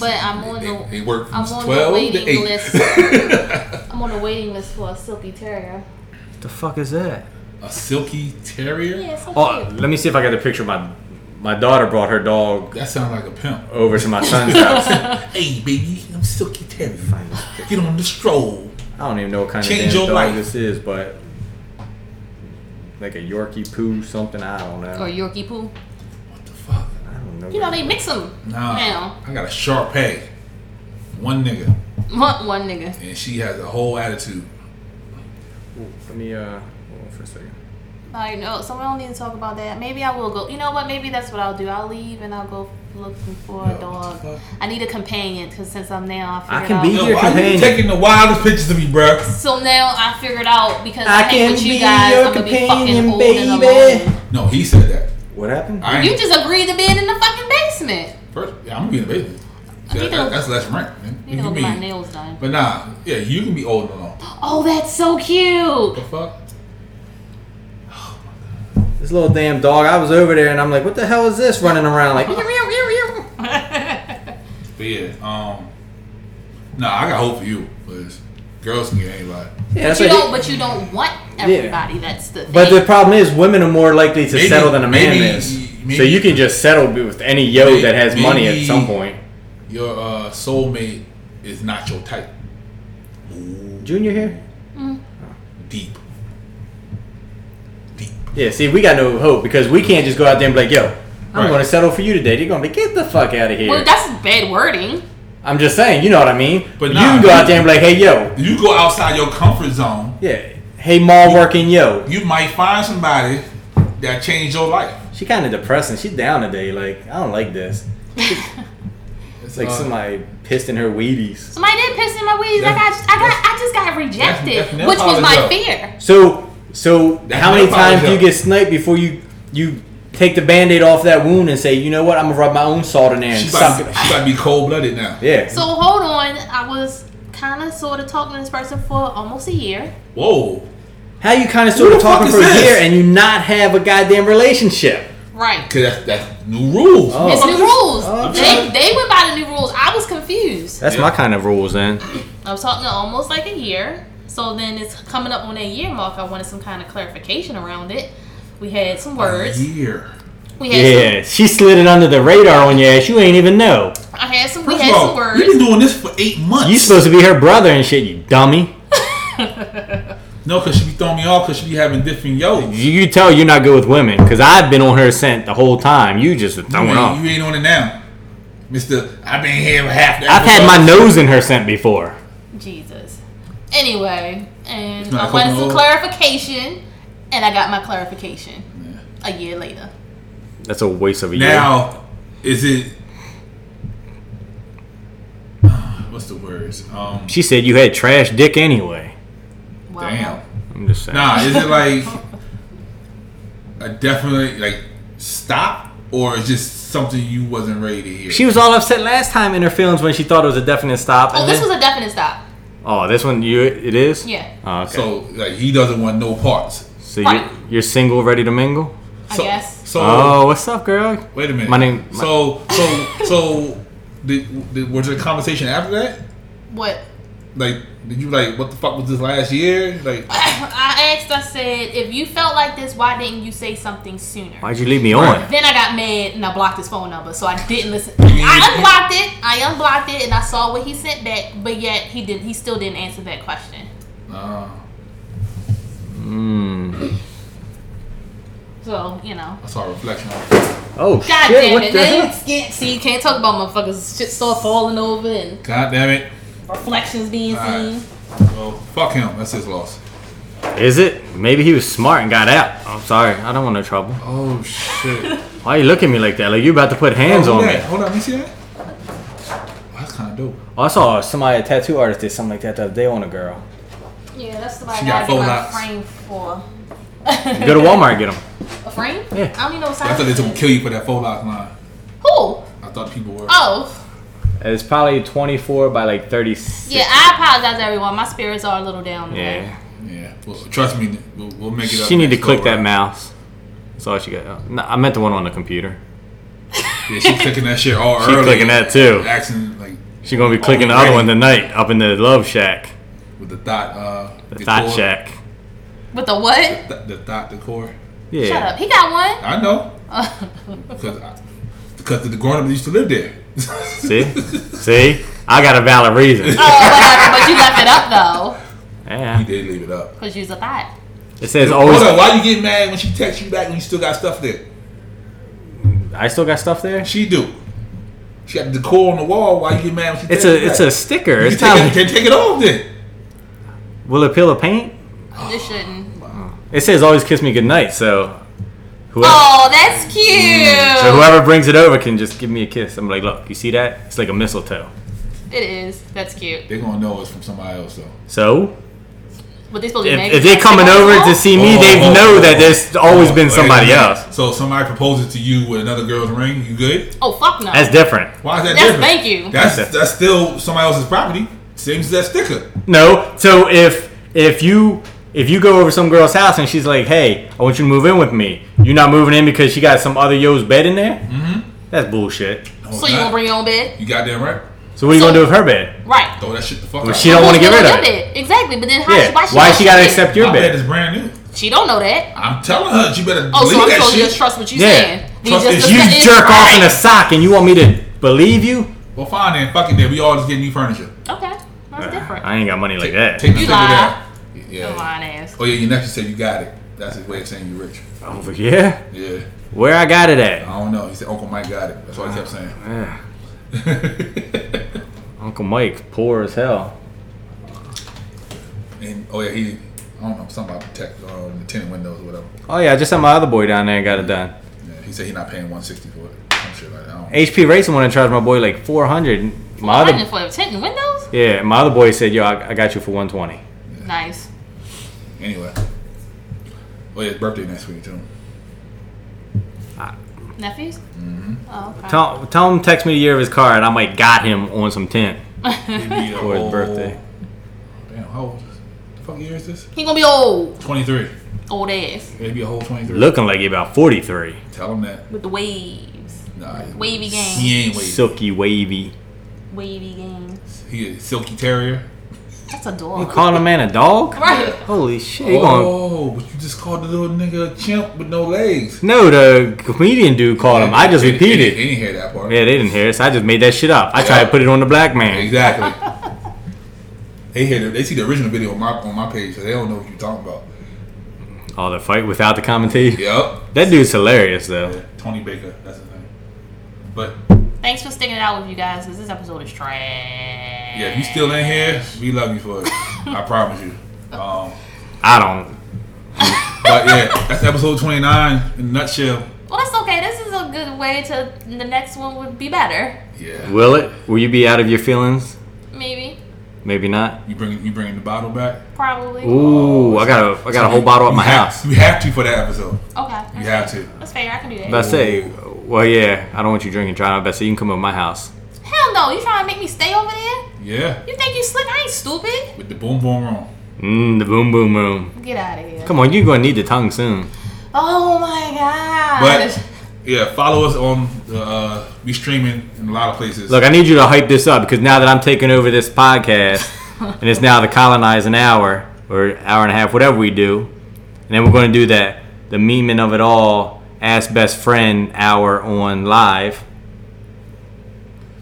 Speaker 2: But I'm on
Speaker 3: they,
Speaker 2: the-
Speaker 3: They work from
Speaker 2: I'm on the
Speaker 3: 12
Speaker 2: waiting
Speaker 3: to 8.
Speaker 2: list. I'm on the waiting list for a silky terrier.
Speaker 4: What the fuck is that?
Speaker 3: a silky terrier?
Speaker 2: Yeah, it's so
Speaker 4: Oh,
Speaker 2: cute.
Speaker 4: let me see if I got a picture. My my daughter brought her dog
Speaker 3: That sounds like a pimp.
Speaker 4: over to my son's house. I
Speaker 3: Hey, baby, I'm silky terrier. Get on the stroll.
Speaker 4: don't even know what kind
Speaker 3: Change
Speaker 4: of damn
Speaker 3: your
Speaker 4: dog
Speaker 3: life.
Speaker 4: this is, but like a Yorkie poo something. I don't know.
Speaker 2: Or Yorkie poo.
Speaker 3: What the fuck?
Speaker 4: I don't Oh, know.
Speaker 2: You know they mix them
Speaker 3: Nah.
Speaker 2: now.
Speaker 3: I got a sharp pay. One nigga.
Speaker 2: One, one nigga.
Speaker 3: And she has a whole attitude.
Speaker 4: Ooh, Let me uh hold on for a second.
Speaker 2: I know. So we oh, don't need to talk about that. Maybe I will go. You know what? Maybe that's what I'll do. I'll leave and I'll go looking for a
Speaker 3: Yeah, what the
Speaker 2: dog.
Speaker 3: fuck?
Speaker 2: I need a companion because since I'm now, I
Speaker 4: I
Speaker 2: figured
Speaker 4: can
Speaker 2: out.
Speaker 4: be-
Speaker 3: Yo,
Speaker 4: Your
Speaker 3: why you
Speaker 4: companion.
Speaker 3: taking the wildest pictures of me, bruh?
Speaker 2: So now I figured out because
Speaker 4: I
Speaker 2: I, hang with
Speaker 4: can
Speaker 2: you
Speaker 4: be
Speaker 2: guys,
Speaker 4: your
Speaker 2: I'm gonna be
Speaker 4: companion,
Speaker 2: fucking old and
Speaker 4: baby.
Speaker 2: alone.
Speaker 3: No, he said that.
Speaker 4: What happened?
Speaker 3: I ain't,
Speaker 2: You just agreed to being in the fucking basement.
Speaker 3: first, yeah, I'm gonna be in the basement. That,
Speaker 2: need to-
Speaker 3: that, that's less rent, man.
Speaker 2: You
Speaker 3: You
Speaker 2: know,
Speaker 3: can
Speaker 2: get my
Speaker 3: be-
Speaker 2: nails done.
Speaker 3: But nah, yeah, you can be old and alone.
Speaker 2: Oh, that's so cute.
Speaker 3: The fuck?
Speaker 4: This little damn dog. I was over there and I'm like, what the hell is this running around? Like,
Speaker 3: But yeah, um, nah, I got hope for you, but girls can get anybody.
Speaker 4: yeah, that's
Speaker 2: you
Speaker 4: what he-
Speaker 2: don't, but you don't want everybody. That's the thing.
Speaker 4: But the problem is, women are more likely to
Speaker 3: Maybe-
Speaker 4: settle than a man
Speaker 3: maybe-
Speaker 4: is.
Speaker 3: maybe-
Speaker 4: so you can just settle with any yo
Speaker 3: May-
Speaker 4: that has money at
Speaker 3: maybe-
Speaker 4: some point.
Speaker 3: Your uh, soulmate is not your type. Ooh,
Speaker 4: Junior here?
Speaker 3: deep, deep.
Speaker 4: Yeah. See, we got no hope because we can't just go out there and be like, "Yo, I'm
Speaker 3: Right.
Speaker 4: going to settle for you today." They're going to be get the fuck out of here.
Speaker 2: well, that's bad wording.
Speaker 4: I'm just saying, you know what I mean?
Speaker 3: But
Speaker 4: you
Speaker 3: nah,
Speaker 4: can go out
Speaker 3: you-
Speaker 4: there and be like, "Hey, yo,
Speaker 3: You go outside your comfort zone,
Speaker 4: yeah, hey, mall working yo."
Speaker 3: you might find somebody that changed your life.
Speaker 4: She kind of depressing. She down today. Like, I don't like this. It's
Speaker 3: Uh.
Speaker 4: like somebody pissed in her Wheaties.
Speaker 2: Somebody did piss in my weeds. I got, I got, I just got rejected,
Speaker 3: that's nail
Speaker 2: which was my
Speaker 3: polish, though.
Speaker 2: fear.
Speaker 4: So, so
Speaker 3: That's
Speaker 4: how many
Speaker 3: no problem,
Speaker 4: times do you
Speaker 3: Joe.
Speaker 4: get sniped before you you take the band-aid off that wound and say, you know what, I'm gonna rub my own salt in there and
Speaker 3: She about,
Speaker 4: suck it.
Speaker 3: to, she about to be cold blooded now.
Speaker 4: Yeah.
Speaker 2: So hold on, I was kind of sort of talking to this person for almost a year.
Speaker 3: Whoa.
Speaker 4: how you kind of sort
Speaker 3: Who
Speaker 4: of
Speaker 3: the fuck
Speaker 4: talking
Speaker 3: is
Speaker 4: for a
Speaker 3: this?
Speaker 4: year and you not have a goddamn relationship?
Speaker 2: Right.
Speaker 3: Cause that's that's new rules.
Speaker 4: Oh.
Speaker 2: It's new rules.
Speaker 4: Oh,
Speaker 2: they, they went by the new rules. I was confused.
Speaker 4: That's
Speaker 3: Yeah.
Speaker 4: my kind of rules, then.
Speaker 2: I was talking almost like a year. So then it's coming up on that year mark. I wanted some kind of clarification around it. We had some words.
Speaker 3: Year.
Speaker 2: We had some,
Speaker 4: Yeah, she slid it under the radar on your ass. You ain't even know.
Speaker 2: I had some.
Speaker 3: First
Speaker 2: we had
Speaker 3: of
Speaker 2: some
Speaker 3: all,
Speaker 2: words.
Speaker 3: you've been doing this for eight months.
Speaker 4: You supposed to be her brother and shit, you dummy.
Speaker 3: no, cause she be throwing me off because she be having different yo.
Speaker 4: You, you tell you're not good with women, because I've been on her scent the whole time. You just were
Speaker 3: You
Speaker 4: throwing
Speaker 3: ain't,
Speaker 4: off.
Speaker 3: you ain't on it now, Mister. I've been here for half. The
Speaker 4: I've had my
Speaker 3: episode.
Speaker 4: nose in her scent before.
Speaker 2: Jesus. Anyway, and
Speaker 3: not
Speaker 2: I wanted some
Speaker 3: coconut oil?
Speaker 2: clarification, and I got my clarification a year later.
Speaker 4: That's a waste of a
Speaker 3: Now, is it? What's the words? Um,
Speaker 4: She said you had trash dick anyway.
Speaker 2: Wow.
Speaker 3: damn.
Speaker 4: I'm just saying.
Speaker 3: Nah, is it like a definitely like stop or is just something you wasn't ready to hear?
Speaker 4: She was all upset last time in her feelings when she thought it was a definite stop.
Speaker 2: Oh,
Speaker 4: and
Speaker 2: this
Speaker 4: then-
Speaker 2: was a definite stop.
Speaker 4: oh, this one you it is.
Speaker 2: Yeah.
Speaker 4: Oh, okay. So,
Speaker 3: so like he doesn't want no parts.
Speaker 4: you're, you're single, ready to mingle.
Speaker 2: I
Speaker 3: So,
Speaker 2: guess.
Speaker 3: So
Speaker 4: Oh, what's up, girl?
Speaker 3: wait a minute.
Speaker 4: my name- my-
Speaker 3: so so so did, did, was there a conversation after that?
Speaker 2: What?
Speaker 3: Like did you like what the fuck was this last year? Like
Speaker 2: I asked, I said, if you felt like this, why didn't you say something sooner?
Speaker 4: Why'd you leave me
Speaker 3: Right.
Speaker 4: on?
Speaker 2: Then I got mad and I blocked his phone number, so I didn't listen. I unblocked it. I unblocked it, and I saw what he sent back. But yet he did. He still didn't answer that question.
Speaker 3: uh,
Speaker 4: Hmm.
Speaker 2: So you know.
Speaker 3: I saw a reflection. on it.
Speaker 4: Oh
Speaker 2: God
Speaker 4: shit!
Speaker 2: damn
Speaker 4: what
Speaker 2: it!
Speaker 4: the
Speaker 2: Then
Speaker 4: hell?
Speaker 2: it's- can't- see, you can't talk about motherfuckers. Shit start falling over and
Speaker 3: God damn it.
Speaker 2: reflections being
Speaker 3: Alright.
Speaker 2: seen.
Speaker 3: Well, fuck him. That's his loss.
Speaker 4: Is it? Maybe he was smart and got out. I'm sorry. I don't want no trouble.
Speaker 3: Oh shit.
Speaker 4: Why you look at me like that? Like you about to put hands
Speaker 3: Hold
Speaker 4: on
Speaker 3: on,
Speaker 4: me?
Speaker 3: Hold on, let me see that. Oh, that's kind of dope.
Speaker 4: Oh, I saw somebody, a tattoo artist, did something like that the other day on a girl.
Speaker 2: Yeah, that's the I
Speaker 3: She got
Speaker 2: gotta get
Speaker 3: four
Speaker 2: my
Speaker 3: locks.
Speaker 2: frame for.
Speaker 4: Go to Walmart, and get them.
Speaker 2: A frame?
Speaker 4: Yeah.
Speaker 2: I don't even know what
Speaker 3: I
Speaker 2: size.
Speaker 3: thought
Speaker 2: it
Speaker 3: they took
Speaker 2: is.
Speaker 3: kill you for that four lock line.
Speaker 2: Who?
Speaker 3: I thought people were.
Speaker 2: Oh,
Speaker 4: It's probably 24 by like 36.
Speaker 2: yeah. I apologize, everyone. My spirits are a little down. today.
Speaker 4: Yeah.
Speaker 3: Yeah. Well, trust me, we'll, we'll make it up.
Speaker 4: She need to
Speaker 3: next
Speaker 4: click
Speaker 3: go
Speaker 4: that
Speaker 3: around.
Speaker 4: mouse. That's all she got. Oh, No, I meant the one on the computer.
Speaker 3: Yeah, she clicking that shit all
Speaker 4: She
Speaker 3: early.
Speaker 4: clicking that too.
Speaker 3: Acting like
Speaker 4: She gonna
Speaker 3: Oh,
Speaker 4: be clicking the other one tonight up in the love shack,
Speaker 3: with the dot. Uh,
Speaker 4: the thought
Speaker 3: core.
Speaker 4: shack.
Speaker 2: With the what?
Speaker 3: Th- the dot, the core.
Speaker 4: Yeah.
Speaker 2: Shut up. He got one.
Speaker 3: I know. Because because the grown up used to live there.
Speaker 4: See, see, I got a valid reason.
Speaker 2: Oh, whatever. But you left it up though,
Speaker 3: he
Speaker 4: Yeah.
Speaker 3: did leave it up.
Speaker 2: cause you was a thought.
Speaker 4: It says
Speaker 3: Hold on,
Speaker 4: always.
Speaker 3: why you get mad when she texts you back when you still got stuff there?
Speaker 4: I still got stuff there.
Speaker 3: She do. She got the core on the wall. Why you get mad when she
Speaker 4: It's
Speaker 3: texts
Speaker 4: a
Speaker 3: you
Speaker 4: it's
Speaker 3: back?
Speaker 4: a sticker.
Speaker 3: You
Speaker 4: It's
Speaker 3: can take, it,
Speaker 4: not.
Speaker 3: can take it off then.
Speaker 4: Will it peel a paint?
Speaker 2: This shouldn't.
Speaker 4: It says always kiss me goodnight. So whoever
Speaker 2: Oh, that's cute.
Speaker 4: so whoever brings it over can just give me a kiss. I'm like, look, you see that? It's like a mistletoe.
Speaker 2: It is. That's cute.
Speaker 3: They're gonna know it's from somebody else though.
Speaker 4: So
Speaker 2: But they supposed to be
Speaker 4: if,
Speaker 2: magazines.
Speaker 4: if they're coming over to see me, they
Speaker 3: Oh,
Speaker 4: know that
Speaker 3: oh,
Speaker 4: there's always been
Speaker 3: Wait a
Speaker 4: somebody
Speaker 3: minute.
Speaker 4: else.
Speaker 3: So somebody proposes to you with another girl's ring. You good?
Speaker 2: Oh fuck no.
Speaker 4: That's different.
Speaker 3: Why is that
Speaker 2: That's-
Speaker 3: different?
Speaker 2: thank you.
Speaker 3: That's that's still somebody else's property. Same as that sticker.
Speaker 4: No. So if if you if you go over some girl's house and she's like, "Hey, I want you to move in with me," you're not moving in because she got some other yo's bed in there. Mm-hmm. That's bullshit.
Speaker 3: No,
Speaker 2: so
Speaker 3: it's
Speaker 2: you
Speaker 3: not.
Speaker 2: gonna bring your own bed?
Speaker 3: You goddamn right.
Speaker 4: So what are you
Speaker 2: So-
Speaker 4: gonna do with her bed?
Speaker 2: Right.
Speaker 3: Throw that shit the fuck
Speaker 4: Well,
Speaker 3: out.
Speaker 4: she don't want to get
Speaker 2: Who's
Speaker 4: rid
Speaker 2: gonna
Speaker 4: of
Speaker 2: do
Speaker 4: it.
Speaker 2: that? Exactly. But then how?
Speaker 4: Yeah.
Speaker 2: Why she,
Speaker 4: Why she gotta
Speaker 2: it?
Speaker 4: accept your
Speaker 3: My bed
Speaker 4: bed?
Speaker 3: is brand new.
Speaker 2: She don't know that.
Speaker 3: I'm telling her she better
Speaker 2: Oh,
Speaker 3: believe
Speaker 2: so I'm
Speaker 3: that
Speaker 2: supposed to
Speaker 3: shit.
Speaker 2: just trust what you
Speaker 4: Yeah.
Speaker 2: saying? We
Speaker 3: Trust
Speaker 2: just
Speaker 3: is-
Speaker 4: You
Speaker 2: decided-
Speaker 4: jerk off in a
Speaker 2: Right.
Speaker 4: sock, and you want me to believe you?
Speaker 3: Well, fine then. Fuck it then. We all just get new furniture.
Speaker 2: Okay, that's different.
Speaker 4: I ain't got money like
Speaker 3: Take,
Speaker 4: that.
Speaker 3: take the
Speaker 2: You
Speaker 3: sticker
Speaker 2: lie.
Speaker 3: down.
Speaker 2: Come
Speaker 3: Yeah.
Speaker 2: on, ass.
Speaker 3: Oh yeah, your nephew said you got it. That's his way of saying you rich.
Speaker 4: Over here,
Speaker 3: Yeah.
Speaker 4: where I got it at?
Speaker 3: I don't know. He said Uncle Mike got it. That's what he kept saying.
Speaker 4: Yeah. Uncle Mike, poor as hell.
Speaker 3: And oh yeah, he I don't know something about protect um, the tenant windows or whatever.
Speaker 4: Oh yeah, I just sent my other boy down there and got it done.
Speaker 3: Yeah, he said he not paying one sixty for it. Some shit like that. I don't
Speaker 4: HP Racing wanted to charge my boy like 400. My
Speaker 2: Imagine
Speaker 4: other,
Speaker 2: for the tent and windows.
Speaker 4: yeah, my other boy said, "Yo, I, I got you for 120."
Speaker 2: Nice.
Speaker 3: Anyway. Well, his birthday next week too.
Speaker 2: Nephews. Oh, okay.
Speaker 4: Mm-hmm. Tell, tell him text me the year of his car, and I might got him on some tent.
Speaker 3: He'd be a
Speaker 4: For his
Speaker 3: whole-
Speaker 4: birthday.
Speaker 3: Damn, how old? is- The fuck year is this?
Speaker 2: He gonna be old,
Speaker 3: Twenty three.
Speaker 2: old ass
Speaker 3: It'd be a whole twenty three.
Speaker 4: Looking like he about 43,
Speaker 3: Tell him that.
Speaker 2: with the waves,
Speaker 3: Nah,
Speaker 2: Wavy gang.
Speaker 3: He ain't wavy.
Speaker 4: silky wavy.
Speaker 2: wavy game.
Speaker 3: He a silky terrier.
Speaker 2: That's a
Speaker 4: You
Speaker 2: dog.
Speaker 4: calling a man a dog?
Speaker 2: Right.
Speaker 4: Holy shit! you gonna-
Speaker 3: Oh, but you just called the little nigga a chimp with no legs.
Speaker 4: no, the comedian dude called him. I just
Speaker 3: They- they-
Speaker 4: repeated.
Speaker 3: They, they didn't hear that part.
Speaker 4: Yeah, they didn't hear us. I just made that shit up. I tried to put it on the black man.
Speaker 3: Exactly. they hear. The, they see the original video on my on my page, so they don't know what you're talking about.
Speaker 4: Oh, the fight without the commentator.
Speaker 3: Yep.
Speaker 4: That dude's hilarious though.
Speaker 3: Tony Baker. That's his name. But
Speaker 2: Thanks for sticking it out with you guys, cause this episode is trash.
Speaker 3: yeah, if you still in here, we love you for it. I promise you. Um,
Speaker 4: I don't.
Speaker 3: but yeah, that's episode 29 in a nutshell.
Speaker 2: Well, that's okay. This is a good way to the next one would be better,
Speaker 3: Yeah.
Speaker 4: Will it? Will you be out of your feelings?
Speaker 2: maybe,
Speaker 4: Maybe not.
Speaker 3: You bring you bringing the bottle back?
Speaker 2: probably.
Speaker 4: Ooh, I got a I got a whole bottle at my
Speaker 3: You have-
Speaker 4: house.
Speaker 3: You have to for that episode.
Speaker 2: Okay.
Speaker 3: You have to.
Speaker 2: That's fair. I can do that.
Speaker 4: But I say, well, yeah, I don't want you drinking driving. But I say you can come over my house.
Speaker 2: Hell no! You trying to make me stay over there?
Speaker 3: Yeah.
Speaker 2: You think you slick? I ain't stupid.
Speaker 3: With the boom boom room.
Speaker 4: Mmm, the boom boom boom.
Speaker 2: Get out of here.
Speaker 4: Come on, you're gonna need the tongue soon.
Speaker 2: Oh my gosh.
Speaker 3: But yeah, follow us on the uh, we streaming in a lot of places.
Speaker 4: Look, I need you to hype this up because now that I'm taking over this podcast, and it's now the colonize an hour or hour and a half, whatever we do, and then we're going to do that the memeing of it all, ask best friend hour on live.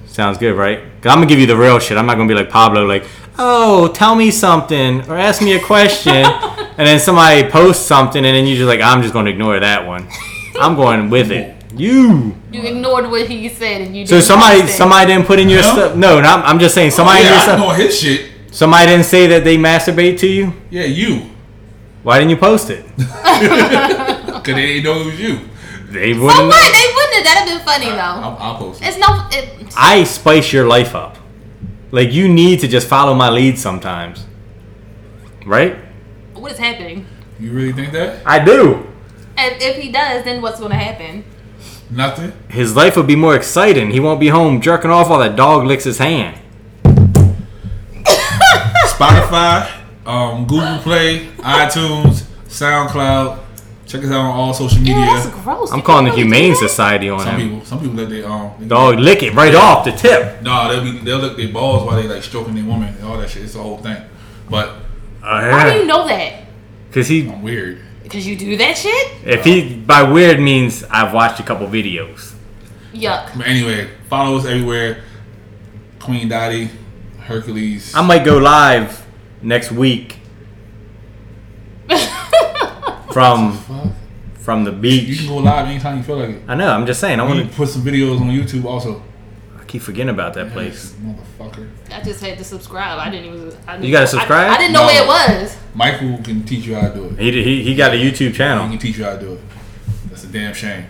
Speaker 4: Sounds good, right? i I'm gonna give you the real shit. I'm not gonna be like Pablo, like, oh, tell me something or ask me a question, and then somebody posts something, and then you're just like, I'm just gonna ignore that one. I'm going with it. You.
Speaker 2: you ignored what he said and you.
Speaker 4: So
Speaker 2: didn't
Speaker 4: somebody
Speaker 2: post it.
Speaker 4: somebody didn't put in your
Speaker 3: No?
Speaker 4: stuff. No, not, I'm just saying somebody
Speaker 3: yeah,
Speaker 4: didn't
Speaker 3: I
Speaker 4: stuff-
Speaker 3: know his shit.
Speaker 4: somebody didn't say that they masturbate to you.
Speaker 3: Yeah, you.
Speaker 4: Why didn't you post it?
Speaker 3: Cause they didn't know it was you.
Speaker 4: They
Speaker 2: So
Speaker 4: wouldn't.
Speaker 2: what? Oh They wouldn't have. That'd have been funny though.
Speaker 3: I'll, I'll post it.
Speaker 2: It's no. It,
Speaker 4: I spice your life up. Like you need to just follow my lead sometimes, right?
Speaker 2: what is happening?
Speaker 3: You really think that?
Speaker 4: I do.
Speaker 2: If, if he does, then what's going to happen?
Speaker 3: Nothing.
Speaker 4: His life would be more exciting. He won't be home jerking off while that dog licks his hand.
Speaker 3: Spotify, um, Google Play, iTunes, SoundCloud. Check us out on all social
Speaker 2: Ew,
Speaker 3: media.
Speaker 2: that's gross.
Speaker 4: I'm
Speaker 2: You
Speaker 4: calling the
Speaker 2: can't really
Speaker 4: Humane
Speaker 2: do that.
Speaker 4: Society on
Speaker 3: some
Speaker 4: him.
Speaker 3: people, some people let their um.
Speaker 4: Dog, lick it right off the tip.
Speaker 3: No, they'll be they'll lick their balls while they like stroking their woman and all that shit. It's the whole thing. But
Speaker 2: How do you know that?
Speaker 4: Cause he,
Speaker 3: I'm weird.
Speaker 2: Because you do that shit?
Speaker 4: if he by weird means, I've watched a couple videos.
Speaker 2: Yuck.
Speaker 3: But anyway, follow us everywhere. Queen Dottie, Hercules.
Speaker 4: I might go live next week from
Speaker 3: Fuck.
Speaker 4: from the
Speaker 3: You can
Speaker 4: beach.
Speaker 3: go live anytime you feel like it.
Speaker 4: I know. I'm just saying. I
Speaker 3: I want
Speaker 4: want
Speaker 3: to put some videos on YouTube also.
Speaker 4: to keep forgetting about that place.
Speaker 3: Motherfucker.
Speaker 2: I just had to subscribe. I didn't even. I didn't,
Speaker 4: You gotta subscribe?
Speaker 2: I, I didn't know
Speaker 3: No.
Speaker 2: where it was.
Speaker 3: Michael can teach you how to do it. He
Speaker 4: He, he, he got a YouTube channel.
Speaker 3: can teach you how to do it. That's a damn shame.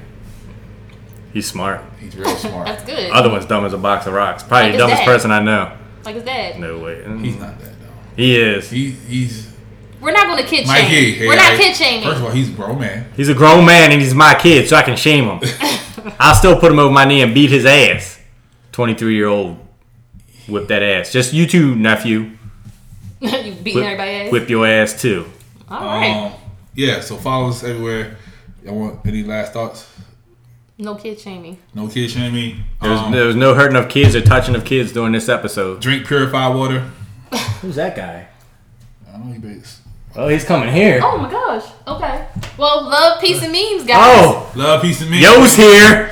Speaker 4: He's smart.
Speaker 3: He's real smart.
Speaker 2: That's good.
Speaker 4: Other one's dumb as a box of rocks.
Speaker 2: Like
Speaker 4: Probably the
Speaker 2: his
Speaker 4: dumbest
Speaker 2: dad.
Speaker 4: person I know.
Speaker 2: like his dad.
Speaker 4: No way.
Speaker 3: he's
Speaker 4: Mm.
Speaker 3: not that though.
Speaker 4: He is.
Speaker 3: He, he's
Speaker 2: We're not going to kid shame.
Speaker 3: Mikey. hey,
Speaker 2: We're not
Speaker 3: I-
Speaker 2: kid shaming.
Speaker 3: First of all, he's a grown man.
Speaker 4: He's a grown man and he's my kid, so I can shame him. I'll still put him over my knee and beat his ass. 23 year old. Whip that ass. Just you too, nephew.
Speaker 2: you beating everybody ass.
Speaker 4: Whip, whip your ass too.
Speaker 2: All right.
Speaker 3: Um, yeah. So follow us everywhere. Y'all want any last thoughts?
Speaker 2: no kid shaming.
Speaker 3: No kid shaming.
Speaker 4: There's,
Speaker 3: Um,
Speaker 4: there was no hurting of kids or touching of kids during this episode.
Speaker 3: drink purified water.
Speaker 4: Who's that guy?
Speaker 3: I don't know he bakes.
Speaker 4: Oh, he's coming here.
Speaker 2: Oh my gosh. Okay. Well, love, peace, and memes, guys.
Speaker 4: Oh,
Speaker 3: Love, peace, and me.
Speaker 4: Yo's here.